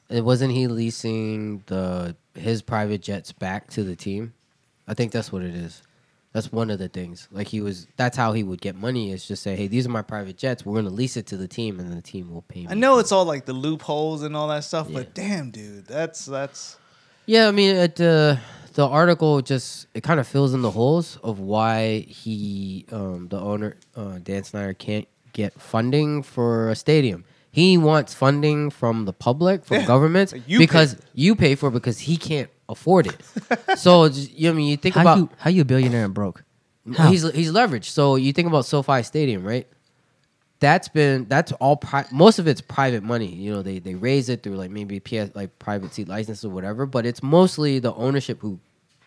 [SPEAKER 2] It wasn't he leasing the his private jets back to the team. I think that's what it is. That's one of the things. Like he was. That's how he would get money. Is just say, hey, these are my private jets. We're gonna lease it to the team, and the team will pay. Me.
[SPEAKER 3] I know it's all like the loopholes and all that stuff,
[SPEAKER 2] Yeah.
[SPEAKER 3] but damn, dude, that's that's
[SPEAKER 2] Yeah, I mean, it, uh, the article just it kind of fills in the holes of why he, um, the owner, uh, Dan Snyder, can't get funding for a stadium. He wants funding from the public, from
[SPEAKER 3] Yeah,
[SPEAKER 2] governments,
[SPEAKER 3] like you pay
[SPEAKER 2] because you pay for it because he can't afford it. so it's- you I mean, you think
[SPEAKER 1] How
[SPEAKER 2] about
[SPEAKER 1] you how you a billionaire and broke? How?
[SPEAKER 2] He's he's leveraged. So you think about SoFi Stadium, right? That's been that's all pri- most of it's private money. You know, they they raise it through like maybe PS like private seat license or whatever, but it's mostly the ownership who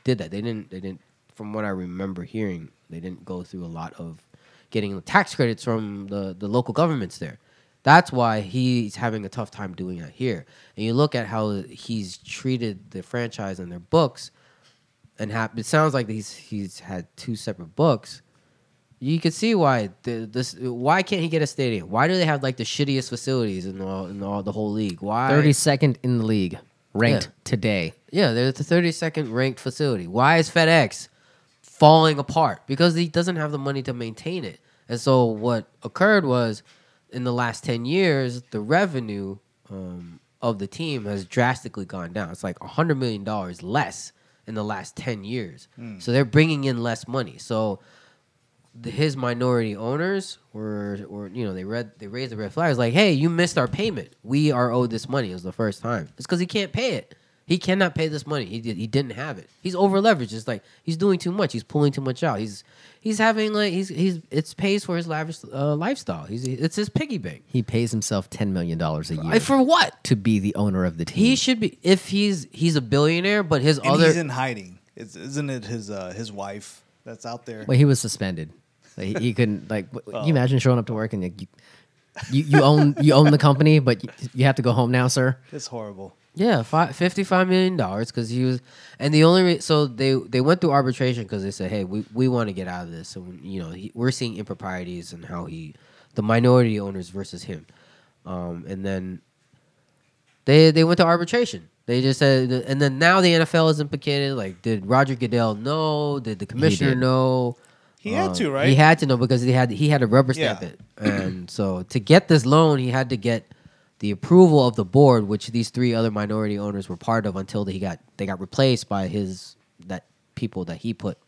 [SPEAKER 2] did that. They didn't they didn't from what I remember hearing, they didn't go through a lot of getting the tax credits from the the local governments there. That's why he's having a tough time doing it here. And you look at how he's treated the franchise and their books and hap- it sounds like he's he's had two separate books. You could see why the, this. Why can't he get a stadium? Why do they have like the shittiest facilities in all in all the whole league? Why
[SPEAKER 1] Thirty second in the league, ranked
[SPEAKER 2] Yeah.
[SPEAKER 1] today.
[SPEAKER 2] Yeah, they're the 32nd ranked facility. Why is FedEx falling apart? Because he doesn't have the money to maintain it. And so what occurred was in the last 10 years, the revenue um, of the team has drastically gone down. It's like $100 million less in the last 10 years. So they're bringing in less money. So the, his minority owners were, were you know, they read they raised the red flag. It's like, hey, you missed our payment. We are owed this money. It was the first time. It's because he can't pay it. He cannot pay this money. He did, he didn't have it. He's over leveraged. It's like he's doing too much. He's pulling too much out. He's he's having like he's he's it's pays for his lavish uh, lifestyle. He's it's his piggy bank.
[SPEAKER 1] He pays himself ten million dollars a year
[SPEAKER 2] Like, for what?
[SPEAKER 1] to be the owner of the team.
[SPEAKER 2] He should be if he's he's a billionaire, but his
[SPEAKER 3] And
[SPEAKER 2] other
[SPEAKER 3] he's in hiding. It's, isn't it his uh, his wife that's out there?
[SPEAKER 1] Well, he was suspended. Like, he, he couldn't like. w-
[SPEAKER 2] Oh.
[SPEAKER 1] Can you imagine showing up to work and like, you, you you own you own the company, but you, you have to go home now, sir.
[SPEAKER 3] It's horrible.
[SPEAKER 2] Yeah, fi- fifty-five million dollars because he was, and the only re- so they they went through arbitration because they said, hey, we, we want to get out of this, so you know he, we're seeing improprieties and how he, the minority owners versus him, um, and then they they went to arbitration. They just said, and then now the NFL is implicated. Like, did Roger Goodell know? Did the commissioner
[SPEAKER 1] did.
[SPEAKER 2] know?
[SPEAKER 3] He had to, right?
[SPEAKER 2] Oh, Um, He had to know because he had he had to rubber stamp
[SPEAKER 3] Yeah.
[SPEAKER 2] it, and so to get this loan, he had to get the approval of the board, which these three other minority owners were part of until he got they got replaced by his that people that he put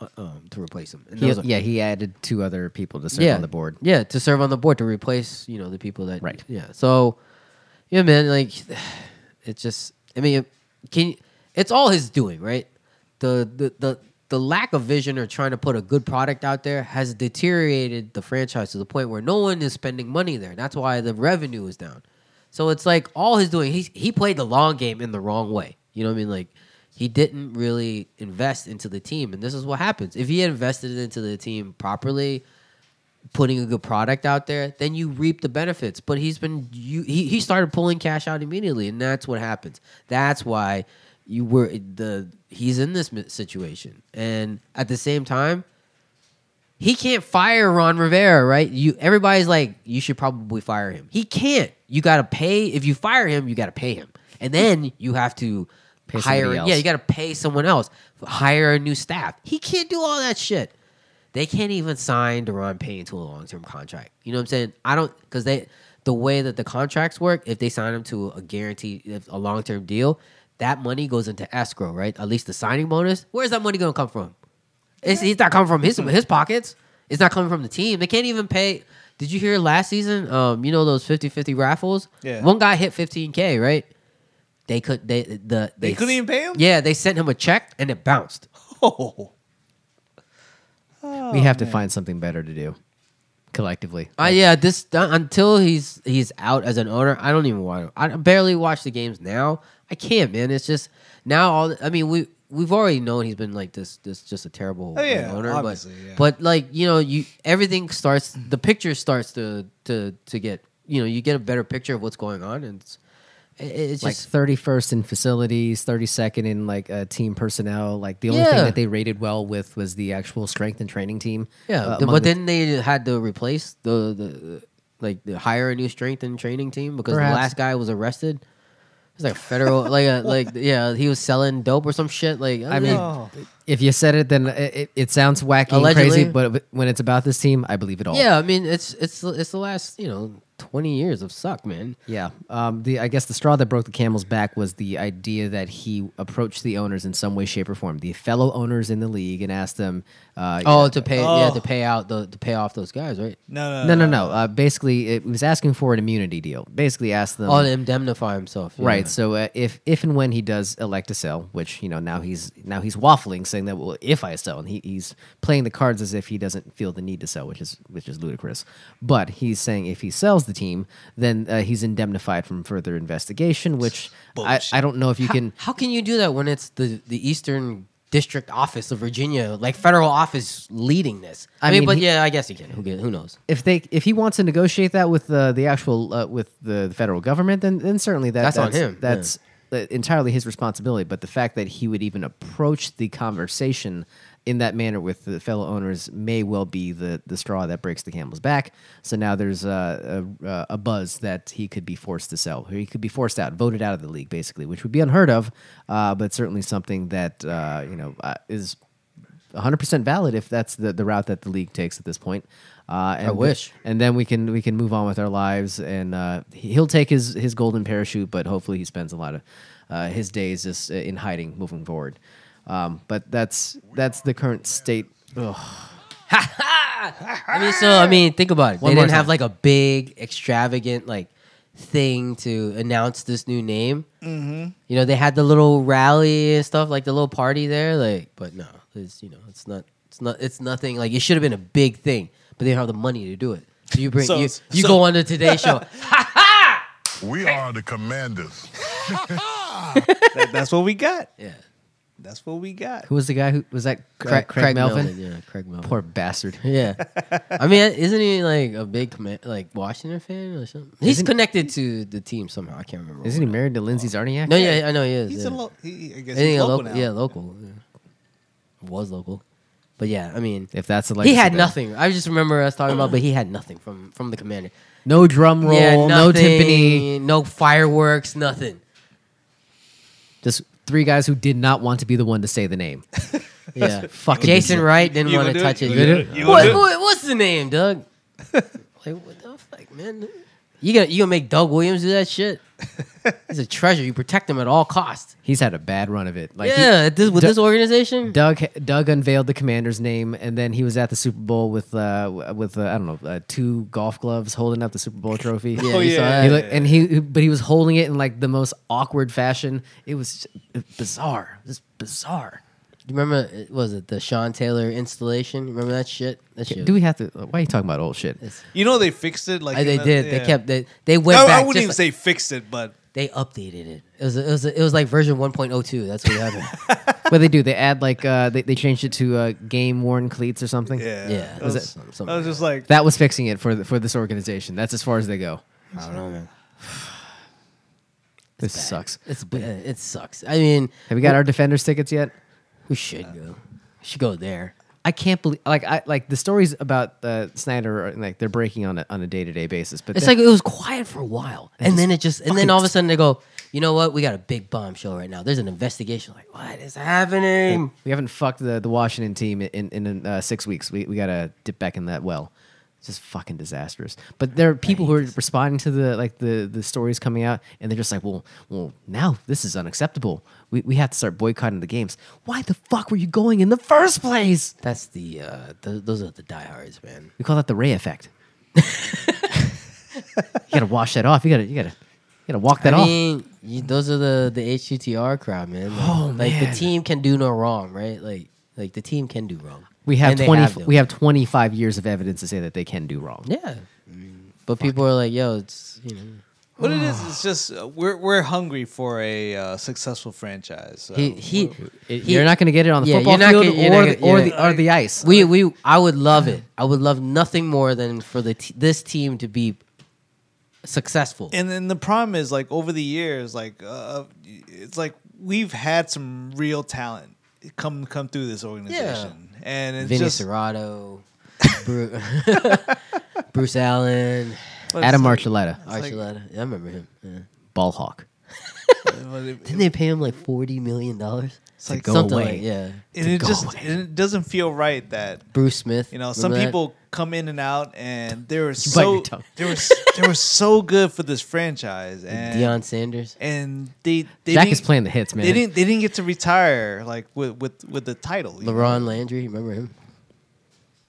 [SPEAKER 2] uh, um, to replace him. And
[SPEAKER 1] He,
[SPEAKER 2] those are-
[SPEAKER 1] yeah, he added two other people to serve on the board.
[SPEAKER 2] yeah, to serve on the board to replace, you know, the people that.
[SPEAKER 1] Right.
[SPEAKER 2] Yeah. So, yeah, man, like, it's just. I mean, can you- it's all his doing, right? The the the the lack of vision or trying to put a good product out there has deteriorated the franchise to the point where no one is spending money there. That's why the revenue is down. So it's like all he's doing. He he played the long game in the wrong way. You know what I mean? Like he didn't really invest into the team, and this is what happens. If he had invested into the team properly, putting a good product out there, then you reap the benefits. But he's been you he, he started pulling cash out immediately, and that's what happens. That's why you were the he's in this mi- situation, and at the same time, he can't fire Ron Rivera, right? You everybody's like you should probably fire him. He can't. You got to pay if you fire him, you got to pay him, and then you have to.
[SPEAKER 1] Pay
[SPEAKER 2] hire
[SPEAKER 1] somebody else.
[SPEAKER 2] yeah you got to pay someone else hire a new staff he can't do all that shit they can't even sign Deron Payne to a long term contract. You know what I'm saying? I don't because they the way that the contracts work, if they sign him to a guarantee, if a long term deal, that money goes into escrow, right? At least the signing bonus. Where's that money gonna come from? It's, it's not coming from his his pockets. It's not coming from the team. They can't even pay. Did you hear last season? Um, you know those 50-50 raffles.
[SPEAKER 3] Yeah.
[SPEAKER 2] One guy hit 15k, right? They could they the
[SPEAKER 3] They couldn't even pay him?
[SPEAKER 2] Yeah, they sent him a check and it bounced.
[SPEAKER 3] Oh,
[SPEAKER 1] we have to find something better to do collectively.
[SPEAKER 2] Uh, yeah, this uh, until he's he's out as an owner. I don't even want. I barely watch the games now. I can't, man. It's just now. All I mean, we we've already known he's been like this. This just a terrible
[SPEAKER 3] Oh, yeah,
[SPEAKER 2] owner. But
[SPEAKER 3] obviously, yeah.
[SPEAKER 2] but like you know, you everything starts. The picture starts to to to get. You know, you get a better picture of what's going on, and it's, it- it's
[SPEAKER 1] like
[SPEAKER 2] just
[SPEAKER 1] thirty first in facilities, thirty second in like uh, team personnel. Like the only thing
[SPEAKER 2] Yeah.
[SPEAKER 1] that they rated well with was the actual strength and training team. uh,
[SPEAKER 2] yeah. th-
[SPEAKER 1] among
[SPEAKER 2] but
[SPEAKER 1] the-
[SPEAKER 2] then they had to replace the the like the hire a new strength and training team because
[SPEAKER 1] Perhaps.
[SPEAKER 2] the last guy was arrested. It's like a federal, like a, like yeah, he was selling dope or some shit. Like
[SPEAKER 1] I mean,
[SPEAKER 3] Oh.
[SPEAKER 1] if you said it, then it, it, it sounds wacky and crazy.
[SPEAKER 2] Allegedly.
[SPEAKER 1] But when it's about this team, I believe it all.
[SPEAKER 2] yeah, I mean, it's it's it's the last you know twenty years of suck, man.
[SPEAKER 1] Yeah. Um, the I guess the straw that broke the camel's back was the idea that he approached the owners in some way, shape, or form, the fellow owners in the league, and asked them. Uh,
[SPEAKER 2] Oh, to pay yeah
[SPEAKER 3] Oh.
[SPEAKER 2] to pay out the to pay off those guys, right?
[SPEAKER 3] no, no,
[SPEAKER 1] no, no, no. Uh, basically, it was asking for an immunity deal. Basically, asked them.
[SPEAKER 2] Oh, to indemnify himself, yeah.
[SPEAKER 1] Right. So uh, if if and when he does elect to sell, which you know now he's now he's waffling, saying that well, if I sell, and he, he's playing the cards as if he doesn't feel the need to sell, which is which is ludicrous. But he's saying if he sells the team, then uh, he's indemnified from further investigation, which I, I
[SPEAKER 3] Bullshit.
[SPEAKER 1] don't know if you
[SPEAKER 2] How,
[SPEAKER 1] can.
[SPEAKER 2] how can you do that when it's the the Eastern District Office of Virginia, like federal office, leading this? I,
[SPEAKER 1] I
[SPEAKER 2] mean,
[SPEAKER 1] mean,
[SPEAKER 2] but
[SPEAKER 1] he-
[SPEAKER 2] yeah, I guess he can. Who, can- who knows?
[SPEAKER 1] If they if he wants to negotiate that with the the actual uh, with the, federal government, then then certainly that,
[SPEAKER 2] That's on him, yeah.
[SPEAKER 1] That's uh, entirely his responsibility, but the fact that he would even approach the conversation in that manner with the fellow owners may well be the, the straw that breaks the camel's back. So now there's uh, a, a, a buzz that he could be forced to sell, or he could be forced out, voted out of the league, basically, which would be unheard of, uh, but certainly something that uh, you know uh, is 100% valid if that's the, the route that the league takes at this point. Uh, and I
[SPEAKER 2] wish.
[SPEAKER 1] and then we can we can move on with our lives, and uh, he- he'll take his his golden parachute, but hopefully he spends a lot of uh, his days just uh, in hiding moving forward. Um, but that's that's the current state. Ugh.
[SPEAKER 2] I mean, so I mean, think about it.
[SPEAKER 1] One
[SPEAKER 2] they
[SPEAKER 1] more
[SPEAKER 2] didn't have
[SPEAKER 1] time.
[SPEAKER 2] like a big, extravagant like thing to announce this new name. Mm-hmm. You know, they had the little rally and stuff, like the little party there. Like, but no, it's you know, it's not, it's not, it's nothing. Like, it should have been a big thing, but they don't have the money to do it. So you bring
[SPEAKER 3] So-
[SPEAKER 2] you, you
[SPEAKER 3] so-
[SPEAKER 2] go on to Today Show.
[SPEAKER 4] We are the commanders.
[SPEAKER 3] That- that's what we got.
[SPEAKER 2] yeah,
[SPEAKER 3] That's what we got.
[SPEAKER 1] Who was the guy who was that? Cra- Craig, Melvin?
[SPEAKER 2] Yeah, Craig Melvin.
[SPEAKER 1] Poor bastard.
[SPEAKER 2] Yeah, I mean, isn't he like a big commi- like Washington fan or something? He's connected to the team somehow. I can't remember.
[SPEAKER 1] Isn't he married to Lindsay Zarniak?
[SPEAKER 2] No, yeah, I know he is.
[SPEAKER 3] He's
[SPEAKER 2] yeah.
[SPEAKER 3] a lo- he, I guess
[SPEAKER 2] I think a
[SPEAKER 3] he's local
[SPEAKER 2] local-
[SPEAKER 3] now.
[SPEAKER 2] Yeah, local. yeah. Was local, but yeah, I mean,
[SPEAKER 1] If that's the
[SPEAKER 2] he
[SPEAKER 1] legacy
[SPEAKER 2] had
[SPEAKER 1] then.
[SPEAKER 2] nothing. I just remember us talking about, but he had nothing from from the commander.
[SPEAKER 1] No drum roll,
[SPEAKER 2] yeah,
[SPEAKER 1] no timpani.
[SPEAKER 2] nothing, no fireworks, nothing.
[SPEAKER 1] Just three guys who did not want to be the one to say the name.
[SPEAKER 2] Yeah,
[SPEAKER 1] fucking
[SPEAKER 2] Jason
[SPEAKER 1] decent.
[SPEAKER 2] Wright didn't
[SPEAKER 3] You
[SPEAKER 2] want
[SPEAKER 3] gonna
[SPEAKER 2] to
[SPEAKER 3] do it?
[SPEAKER 2] touch it.
[SPEAKER 3] You gonna do it? You gonna
[SPEAKER 2] What-
[SPEAKER 3] do it?
[SPEAKER 2] what- what's the name, Doug? like what the fuck, man? You gonna you gonna make Doug Williams do that shit? He's a treasure. You protect him at all costs.
[SPEAKER 1] He's had a bad run of it. Like he-
[SPEAKER 2] yeah, this, with
[SPEAKER 1] Doug-
[SPEAKER 2] this organization,
[SPEAKER 1] Doug Doug unveiled the commander's name, and then he was at the Super Bowl with uh w- with uh, I don't know uh, two golf gloves holding up the Super Bowl trophy.
[SPEAKER 2] Oh,
[SPEAKER 1] you saw
[SPEAKER 3] yeah,
[SPEAKER 1] that. He
[SPEAKER 3] yeah,
[SPEAKER 1] looked- and he but he was holding it in like the most awkward fashion. It was just bizarre, just bizarre.
[SPEAKER 2] You remember it- was it the Sean Taylor installation? Remember that shit? That shit.
[SPEAKER 1] Do we have to? Why are you talking about old shit?
[SPEAKER 3] You know they fixed it. Like
[SPEAKER 2] Uh, they
[SPEAKER 3] in a-
[SPEAKER 2] did. They
[SPEAKER 3] yeah.
[SPEAKER 2] kept they they
[SPEAKER 3] I,
[SPEAKER 2] went
[SPEAKER 3] I
[SPEAKER 2] back.
[SPEAKER 3] wouldn't
[SPEAKER 2] just
[SPEAKER 3] even
[SPEAKER 2] like-
[SPEAKER 3] say fixed it, but
[SPEAKER 2] they updated it. It was it was it was like version 1.02. That's what happened.
[SPEAKER 1] what they do? They add like uh they, they changed it to uh, game worn cleats or something.
[SPEAKER 3] yeah,
[SPEAKER 2] Yeah,
[SPEAKER 3] I
[SPEAKER 2] was
[SPEAKER 3] was,
[SPEAKER 2] it- something
[SPEAKER 3] I was
[SPEAKER 2] like
[SPEAKER 3] just like,
[SPEAKER 1] That was fixing it for the, for this organization. That's as far as they go.
[SPEAKER 2] I don't know, man.
[SPEAKER 1] This sucks.
[SPEAKER 2] It's bad. it sucks. I mean,
[SPEAKER 1] Have we got our defenders tickets yet?
[SPEAKER 2] we should go. We should go there.
[SPEAKER 1] I can't believe like I like the stories about uh, Snyder are, like they're breaking on a on a day to day basis. But
[SPEAKER 2] It's
[SPEAKER 1] then-
[SPEAKER 2] like it was quiet for a while, and then it just, and then all of a sudden they go, you know what? We got a big bombshell right now. There's an investigation. Like, what is happening?
[SPEAKER 1] we haven't fucked the, the Washington team in in, in uh, six weeks. We we gotta dip back in that well. It's just fucking disastrous. But there are people who are responding to the like the the stories coming out, and they're just like, well, well, now this is unacceptable. We we have to start boycotting the games. Why the fuck were you going in the first place?
[SPEAKER 2] That's the uh, th- those are the diehards, man.
[SPEAKER 1] We call that the Ray effect. you gotta wash that off. You gotta you gotta you gotta walk that
[SPEAKER 2] I
[SPEAKER 1] off.
[SPEAKER 2] mean, you, those are the the HGTR crowd, man. Like,
[SPEAKER 1] Oh,
[SPEAKER 2] like
[SPEAKER 1] man.
[SPEAKER 2] the team can do no wrong, right? Like, like the team can do wrong.
[SPEAKER 1] We have
[SPEAKER 2] And they
[SPEAKER 1] twenty.
[SPEAKER 2] done.
[SPEAKER 1] we have twenty five years of evidence to say that they can do wrong.
[SPEAKER 2] yeah. But people are like, yo, it's you know,
[SPEAKER 3] what it is, it's just uh, we're we're hungry for a uh, successful franchise. So
[SPEAKER 2] he he, he
[SPEAKER 1] you're not going to get it on the
[SPEAKER 2] Yeah,
[SPEAKER 1] football
[SPEAKER 2] you're not
[SPEAKER 1] field
[SPEAKER 2] gonna- you're
[SPEAKER 1] or,
[SPEAKER 2] not
[SPEAKER 1] the,
[SPEAKER 2] gonna-
[SPEAKER 1] or,
[SPEAKER 2] yeah.
[SPEAKER 1] the, or the ice.
[SPEAKER 2] We we I would love it. I would love nothing more than for the t- this team to be successful.
[SPEAKER 3] and then the problem is like over the years like uh, it's like we've had some real talent come come through this organization and it's
[SPEAKER 2] Vinny
[SPEAKER 3] just
[SPEAKER 2] Serrato, Bruce, Bruce Allen,
[SPEAKER 1] Adam Archuleta,
[SPEAKER 2] Archuleta. yeah, I remember him. Yeah.
[SPEAKER 1] ball hawk.
[SPEAKER 2] Didn't they pay him like forty million dollars?
[SPEAKER 3] It's like,
[SPEAKER 1] go
[SPEAKER 2] Something
[SPEAKER 1] away.
[SPEAKER 2] like yeah.
[SPEAKER 3] and it just and it doesn't feel right that
[SPEAKER 2] Bruce Smith.
[SPEAKER 3] you know some
[SPEAKER 2] remember that?
[SPEAKER 3] people come in and out and they were
[SPEAKER 1] bite your
[SPEAKER 3] so
[SPEAKER 1] tongue.
[SPEAKER 3] they were s- they were so good for this franchise and
[SPEAKER 2] Deion Sanders.
[SPEAKER 3] and they, they
[SPEAKER 1] Jack
[SPEAKER 3] didn't-
[SPEAKER 1] is playing the hits, man.
[SPEAKER 3] They didn't they didn't get to retire like with with, with the title. you know?
[SPEAKER 2] LaRon Landry, you remember him?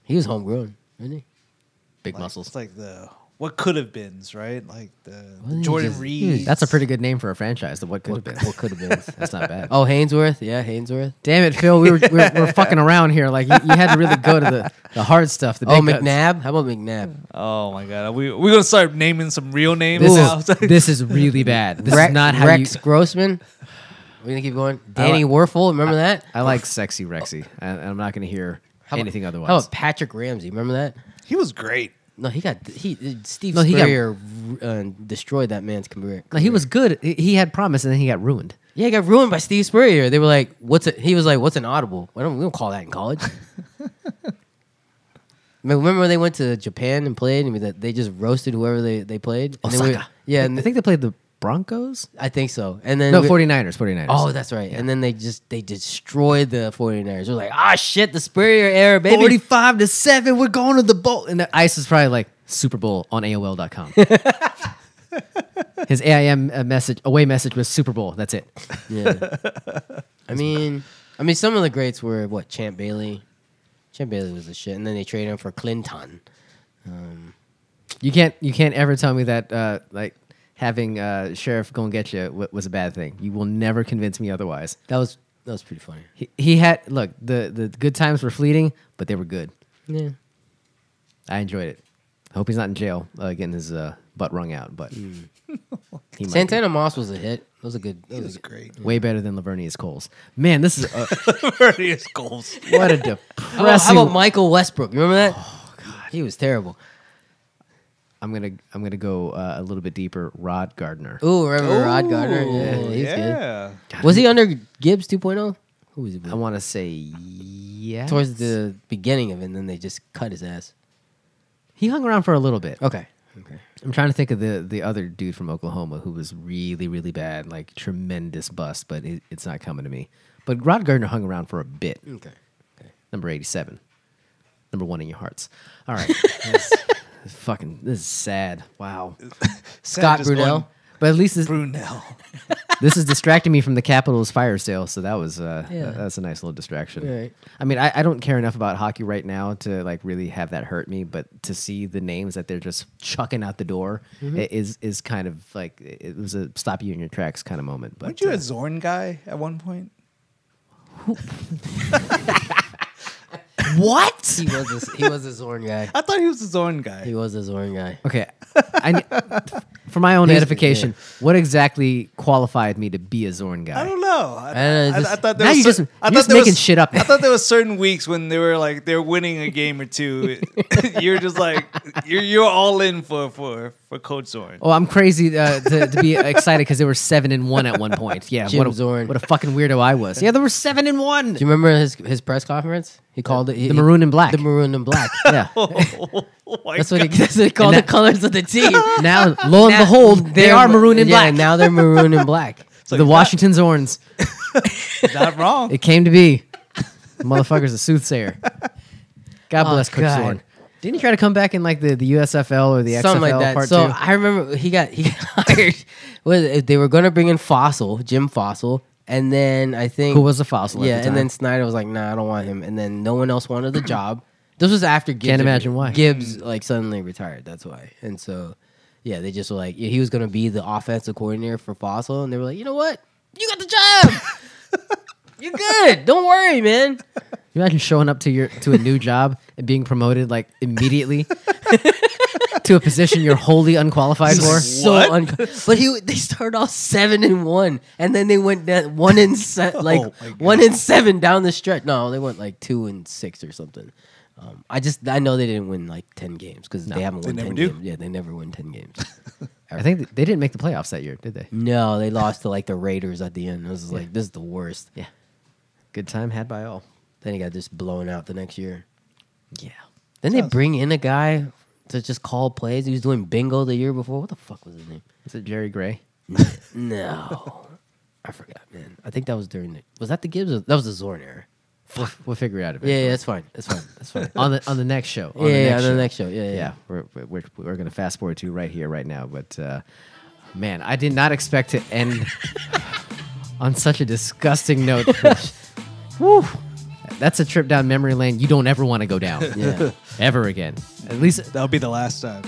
[SPEAKER 2] He was homegrown, wasn't he? Big
[SPEAKER 3] Like,
[SPEAKER 2] muscles.
[SPEAKER 3] It's like the what could have beens, right? Like the
[SPEAKER 2] Wasn't he
[SPEAKER 3] Jordan
[SPEAKER 2] just- he was-
[SPEAKER 3] Reed.
[SPEAKER 1] Hmm, That's a pretty good name for a franchise. The what could have been.
[SPEAKER 2] What could have been?
[SPEAKER 1] That's not bad.
[SPEAKER 2] Oh, Hainsworth, yeah, Hainsworth.
[SPEAKER 1] damn it, Phil. We were, we were, we were fucking around here. Like you, you had to really go to the, the hard stuff. The
[SPEAKER 2] Oh,
[SPEAKER 1] big guns.
[SPEAKER 2] McNabb. How about McNabb?
[SPEAKER 3] Oh my god, are we we're gonna start naming some real names
[SPEAKER 1] This
[SPEAKER 3] now.
[SPEAKER 1] is, this is really bad. This
[SPEAKER 2] Rex,
[SPEAKER 1] is not how
[SPEAKER 2] Rex
[SPEAKER 1] you.
[SPEAKER 2] Grossman. We're gonna keep going.
[SPEAKER 1] I
[SPEAKER 2] Danny
[SPEAKER 1] like-
[SPEAKER 2] Werfel, remember that?
[SPEAKER 1] I like sexy Rexy, and and I'm not going to hear
[SPEAKER 2] How about- oh,
[SPEAKER 1] anything otherwise.
[SPEAKER 2] How about Patrick Ramsey? Remember that?
[SPEAKER 3] he was great.
[SPEAKER 2] No, he got he Steve
[SPEAKER 1] No, he got-
[SPEAKER 2] Spurrier uh, destroyed that man's career.
[SPEAKER 1] Like he was good. He- He had promise, and then he got ruined.
[SPEAKER 2] Yeah, he got ruined by Steve Spurrier. They were like, "What's it?" He was like, "What's an audible?" We don't, we don't call that in college. Man, Remember when they went to Japan and played, and that they just roasted whoever they, they played. And they were-
[SPEAKER 1] Osaka.
[SPEAKER 2] yeah,
[SPEAKER 1] Oh, I-
[SPEAKER 2] and
[SPEAKER 1] I think they played the Broncos.
[SPEAKER 2] I think so. And then
[SPEAKER 1] No,
[SPEAKER 2] we-
[SPEAKER 1] 49ers, 49ers.
[SPEAKER 2] Oh, that's right. And then they just they destroyed the 49ers. They're like, ah, shit, the Spurrier era, baby.
[SPEAKER 1] 45 to 7. We're going to the bowl. And the ice is probably like Super Bowl on AOL.com. His AIM uh, message, away message was Super Bowl. That's it.
[SPEAKER 2] Yeah. I mean, I mean, some of the greats were what Champ Bailey. Champ Bailey was the shit, and then they traded him for Clinton.
[SPEAKER 1] You can't you can't ever tell me that uh, like having uh, sheriff go and get you w- was a bad thing. You will never convince me otherwise.
[SPEAKER 2] That was that was pretty funny.
[SPEAKER 1] He, he had look the the good times were fleeting, but they were good.
[SPEAKER 2] Yeah.
[SPEAKER 1] I enjoyed it. I hope he's not in jail uh, getting his uh, butt wrung out, but
[SPEAKER 2] Mm.
[SPEAKER 1] he might be.
[SPEAKER 2] Santana Moss was a hit. That was a good. That
[SPEAKER 3] It
[SPEAKER 2] was a
[SPEAKER 3] was
[SPEAKER 2] good-
[SPEAKER 3] great.
[SPEAKER 1] way better than Lavernius Coles. Man, this is a,
[SPEAKER 3] Various goals.
[SPEAKER 1] what a
[SPEAKER 2] Oh, How about, how
[SPEAKER 1] depressing.
[SPEAKER 2] about Michael Westbrook? You remember that? Oh god, he was terrible.
[SPEAKER 1] I'm gonna I'm gonna go uh, a little bit deeper. Rod Gardner.
[SPEAKER 2] Ooh, remember Rod Gardner?
[SPEAKER 3] Ooh,
[SPEAKER 2] Yeah, he's
[SPEAKER 3] yeah.
[SPEAKER 2] good. Was he under Gibbs 2.0? Who was he?
[SPEAKER 1] I
[SPEAKER 2] With?
[SPEAKER 1] want to say yeah.
[SPEAKER 2] Towards the beginning of it, and then they just cut his ass.
[SPEAKER 1] he hung around for a little bit.
[SPEAKER 2] Okay. Okay.
[SPEAKER 1] I'm trying to think of the the other dude from Oklahoma who was really really bad, like tremendous bust, but it, it's not coming to me. But Rod Gardner hung around for a bit.
[SPEAKER 2] Okay. Okay.
[SPEAKER 1] Number 87. Number one in your hearts. All right. This- this fucking this is sad. Wow.
[SPEAKER 2] Scott
[SPEAKER 3] just going-
[SPEAKER 2] Brunel.
[SPEAKER 1] But at least this,
[SPEAKER 3] Brunel.
[SPEAKER 1] this is distracting me from the Capitals fire sale, so that was uh,
[SPEAKER 2] Yeah.
[SPEAKER 1] that- that's a nice little distraction.
[SPEAKER 2] Right.
[SPEAKER 1] I mean, I, I don't care enough about hockey right now to like really have that hurt me, but to see the names that they're just chucking out the door
[SPEAKER 2] Mm-hmm.
[SPEAKER 1] i- is is kind of like it was a stop you in your tracks kind of moment. But
[SPEAKER 3] Weren't you
[SPEAKER 1] uh,
[SPEAKER 3] a Zorn guy at one point?
[SPEAKER 1] what?
[SPEAKER 2] He was a, he was a Zorn guy.
[SPEAKER 3] I thought he was a Zorn guy.
[SPEAKER 2] He was a Zorn guy.
[SPEAKER 1] Okay, I, ne- for my own
[SPEAKER 2] Here's-
[SPEAKER 1] edification, what exactly qualified me to be a Zorn guy?
[SPEAKER 3] I don't know. I,
[SPEAKER 2] don't know,
[SPEAKER 3] I-
[SPEAKER 2] just-
[SPEAKER 3] I thought there
[SPEAKER 1] now
[SPEAKER 3] was
[SPEAKER 1] you're
[SPEAKER 3] cer-
[SPEAKER 1] just-
[SPEAKER 3] I
[SPEAKER 1] you're
[SPEAKER 3] thought
[SPEAKER 1] just
[SPEAKER 3] there
[SPEAKER 1] making
[SPEAKER 3] was-
[SPEAKER 1] shit up
[SPEAKER 3] I
[SPEAKER 1] now.
[SPEAKER 3] thought there was certain weeks when they were like they're winning a game or two. you're just like you're you're all in for for for Coach Zorn.
[SPEAKER 1] Oh, I'm crazy uh, to, to be excited because they were seven and one at one point. Yeah,
[SPEAKER 2] Jim
[SPEAKER 1] what a,
[SPEAKER 2] Zorn.
[SPEAKER 1] what a fucking weirdo I was. Yeah, they were seven and one.
[SPEAKER 2] Do you remember his his press conference? He called it he-
[SPEAKER 1] The maroon and black.
[SPEAKER 2] The maroon and black.
[SPEAKER 1] yeah.
[SPEAKER 3] Oh my
[SPEAKER 2] That's what, he,
[SPEAKER 3] God.
[SPEAKER 2] that's what he called
[SPEAKER 1] And that-
[SPEAKER 2] the colors of the team.
[SPEAKER 1] Now, lo and
[SPEAKER 2] Now
[SPEAKER 1] behold, they
[SPEAKER 2] they're-
[SPEAKER 1] are maroon and
[SPEAKER 2] yeah,
[SPEAKER 1] black.
[SPEAKER 2] Now they're maroon and black.
[SPEAKER 1] the Washington Zorns.
[SPEAKER 3] not wrong.
[SPEAKER 1] It came to be. The motherfucker's a soothsayer. God
[SPEAKER 2] Oh,
[SPEAKER 1] bless Coach
[SPEAKER 2] God.
[SPEAKER 1] Zorn. Didn't he try to come back in like the, the USFL or the XFL
[SPEAKER 2] Something like that.
[SPEAKER 1] part
[SPEAKER 2] so
[SPEAKER 1] two?
[SPEAKER 2] I remember he got he got hired. Was it- they were going to bring in Fossil, Jim Fossil, and then I think
[SPEAKER 1] Who was a fossil? at
[SPEAKER 2] yeah,
[SPEAKER 1] the time.
[SPEAKER 2] and then Snyder was like, "Nah, I don't want him." And then no one else wanted the job. This was after Gibbs.
[SPEAKER 1] imagine why.
[SPEAKER 2] Gibbs like suddenly retired. That's why. And so, yeah, they just were like, yeah, he was gonna be the offensive coordinator for Fossil, and they were like, you know what, you got the job. You're good. Don't worry, man.
[SPEAKER 1] you imagine showing up to your to a new job and being promoted like immediately to a position you're wholly unqualified for.
[SPEAKER 2] So un- but he they started off seven and one, and then they went down one and se- like
[SPEAKER 3] Oh my God.
[SPEAKER 2] one and seven down the stretch. No, they went like two and six or something. Um, I just I know they didn't win like ten games because they haven't won
[SPEAKER 3] never
[SPEAKER 2] ten
[SPEAKER 3] do.
[SPEAKER 2] games. Yeah, they never win ten games.
[SPEAKER 1] I think th- they didn't make the playoffs that year, did they?
[SPEAKER 2] no, they lost to like the Raiders at the end. I was just like, this is the worst.
[SPEAKER 1] Yeah. Good time had by all.
[SPEAKER 2] Then he got just blown out the next year.
[SPEAKER 1] Yeah.
[SPEAKER 2] Then they bring in a guy to just call plays. He was doing bingo the year before. What the fuck was his name?
[SPEAKER 1] Is it Jerry Gray?
[SPEAKER 2] No, I forgot, man. I think that was during the. Was that the Gibbs? Or, that was the Zorn era.
[SPEAKER 1] We'll, we'll figure it out.
[SPEAKER 2] Yeah,
[SPEAKER 1] eventually.
[SPEAKER 2] yeah, that's fine. That's fine. That's fine.
[SPEAKER 1] on the on the next show.
[SPEAKER 2] yeah, yeah, on the next show. Yeah, yeah.
[SPEAKER 1] Yeah, we're we're, we're going to fast forward to right here, right now. But uh, man, I did not expect to end on such a disgusting note. Woo. That's a trip down memory lane you don't ever want to go down
[SPEAKER 2] yeah.
[SPEAKER 1] ever again. At least,
[SPEAKER 3] That'll be the last time.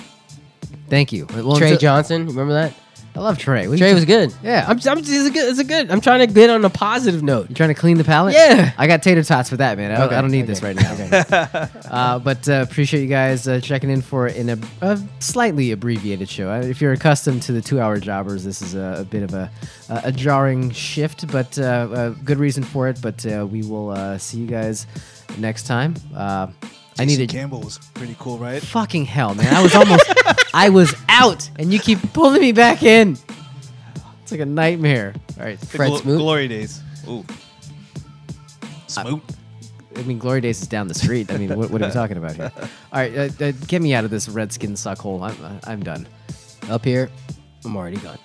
[SPEAKER 1] thank you. Well,
[SPEAKER 2] Trey
[SPEAKER 1] until-
[SPEAKER 2] Johnson, remember that?
[SPEAKER 1] I love Trey. What are you
[SPEAKER 2] Trey
[SPEAKER 1] tr-
[SPEAKER 2] was good.
[SPEAKER 1] Yeah.
[SPEAKER 2] I'm. I'm it's a good. It's a good. I'm trying to get on a positive note.
[SPEAKER 1] You trying to clean the palate?
[SPEAKER 2] Yeah.
[SPEAKER 1] I got tater tots for that, man. I, don't-
[SPEAKER 2] Okay,
[SPEAKER 1] I don't need
[SPEAKER 2] okay,
[SPEAKER 1] this right now. uh, but uh, appreciate you guys uh, checking in for in a, a slightly abbreviated show. Uh, If you're accustomed to the two-hour jobbers, this is a, a bit of a, a a jarring shift, but uh, a good reason for it. But uh, we will uh, see you guys next time. Uh, I
[SPEAKER 3] Jason
[SPEAKER 1] needed
[SPEAKER 3] Campbell was pretty cool, right?
[SPEAKER 1] fucking hell, man. I was almost I was out and you keep pulling me back in. It's like a nightmare. All right.
[SPEAKER 3] The
[SPEAKER 2] Fred
[SPEAKER 3] glo-
[SPEAKER 2] Smoot?
[SPEAKER 3] Glory days. Ooh. Smoot.
[SPEAKER 1] I mean, Glory Days is down the street. I mean, what, what are we talking about here? All right, uh, uh, get me out of this Redskin suck hole. I'm, uh, I'm done.
[SPEAKER 2] Up here, I'm already gone.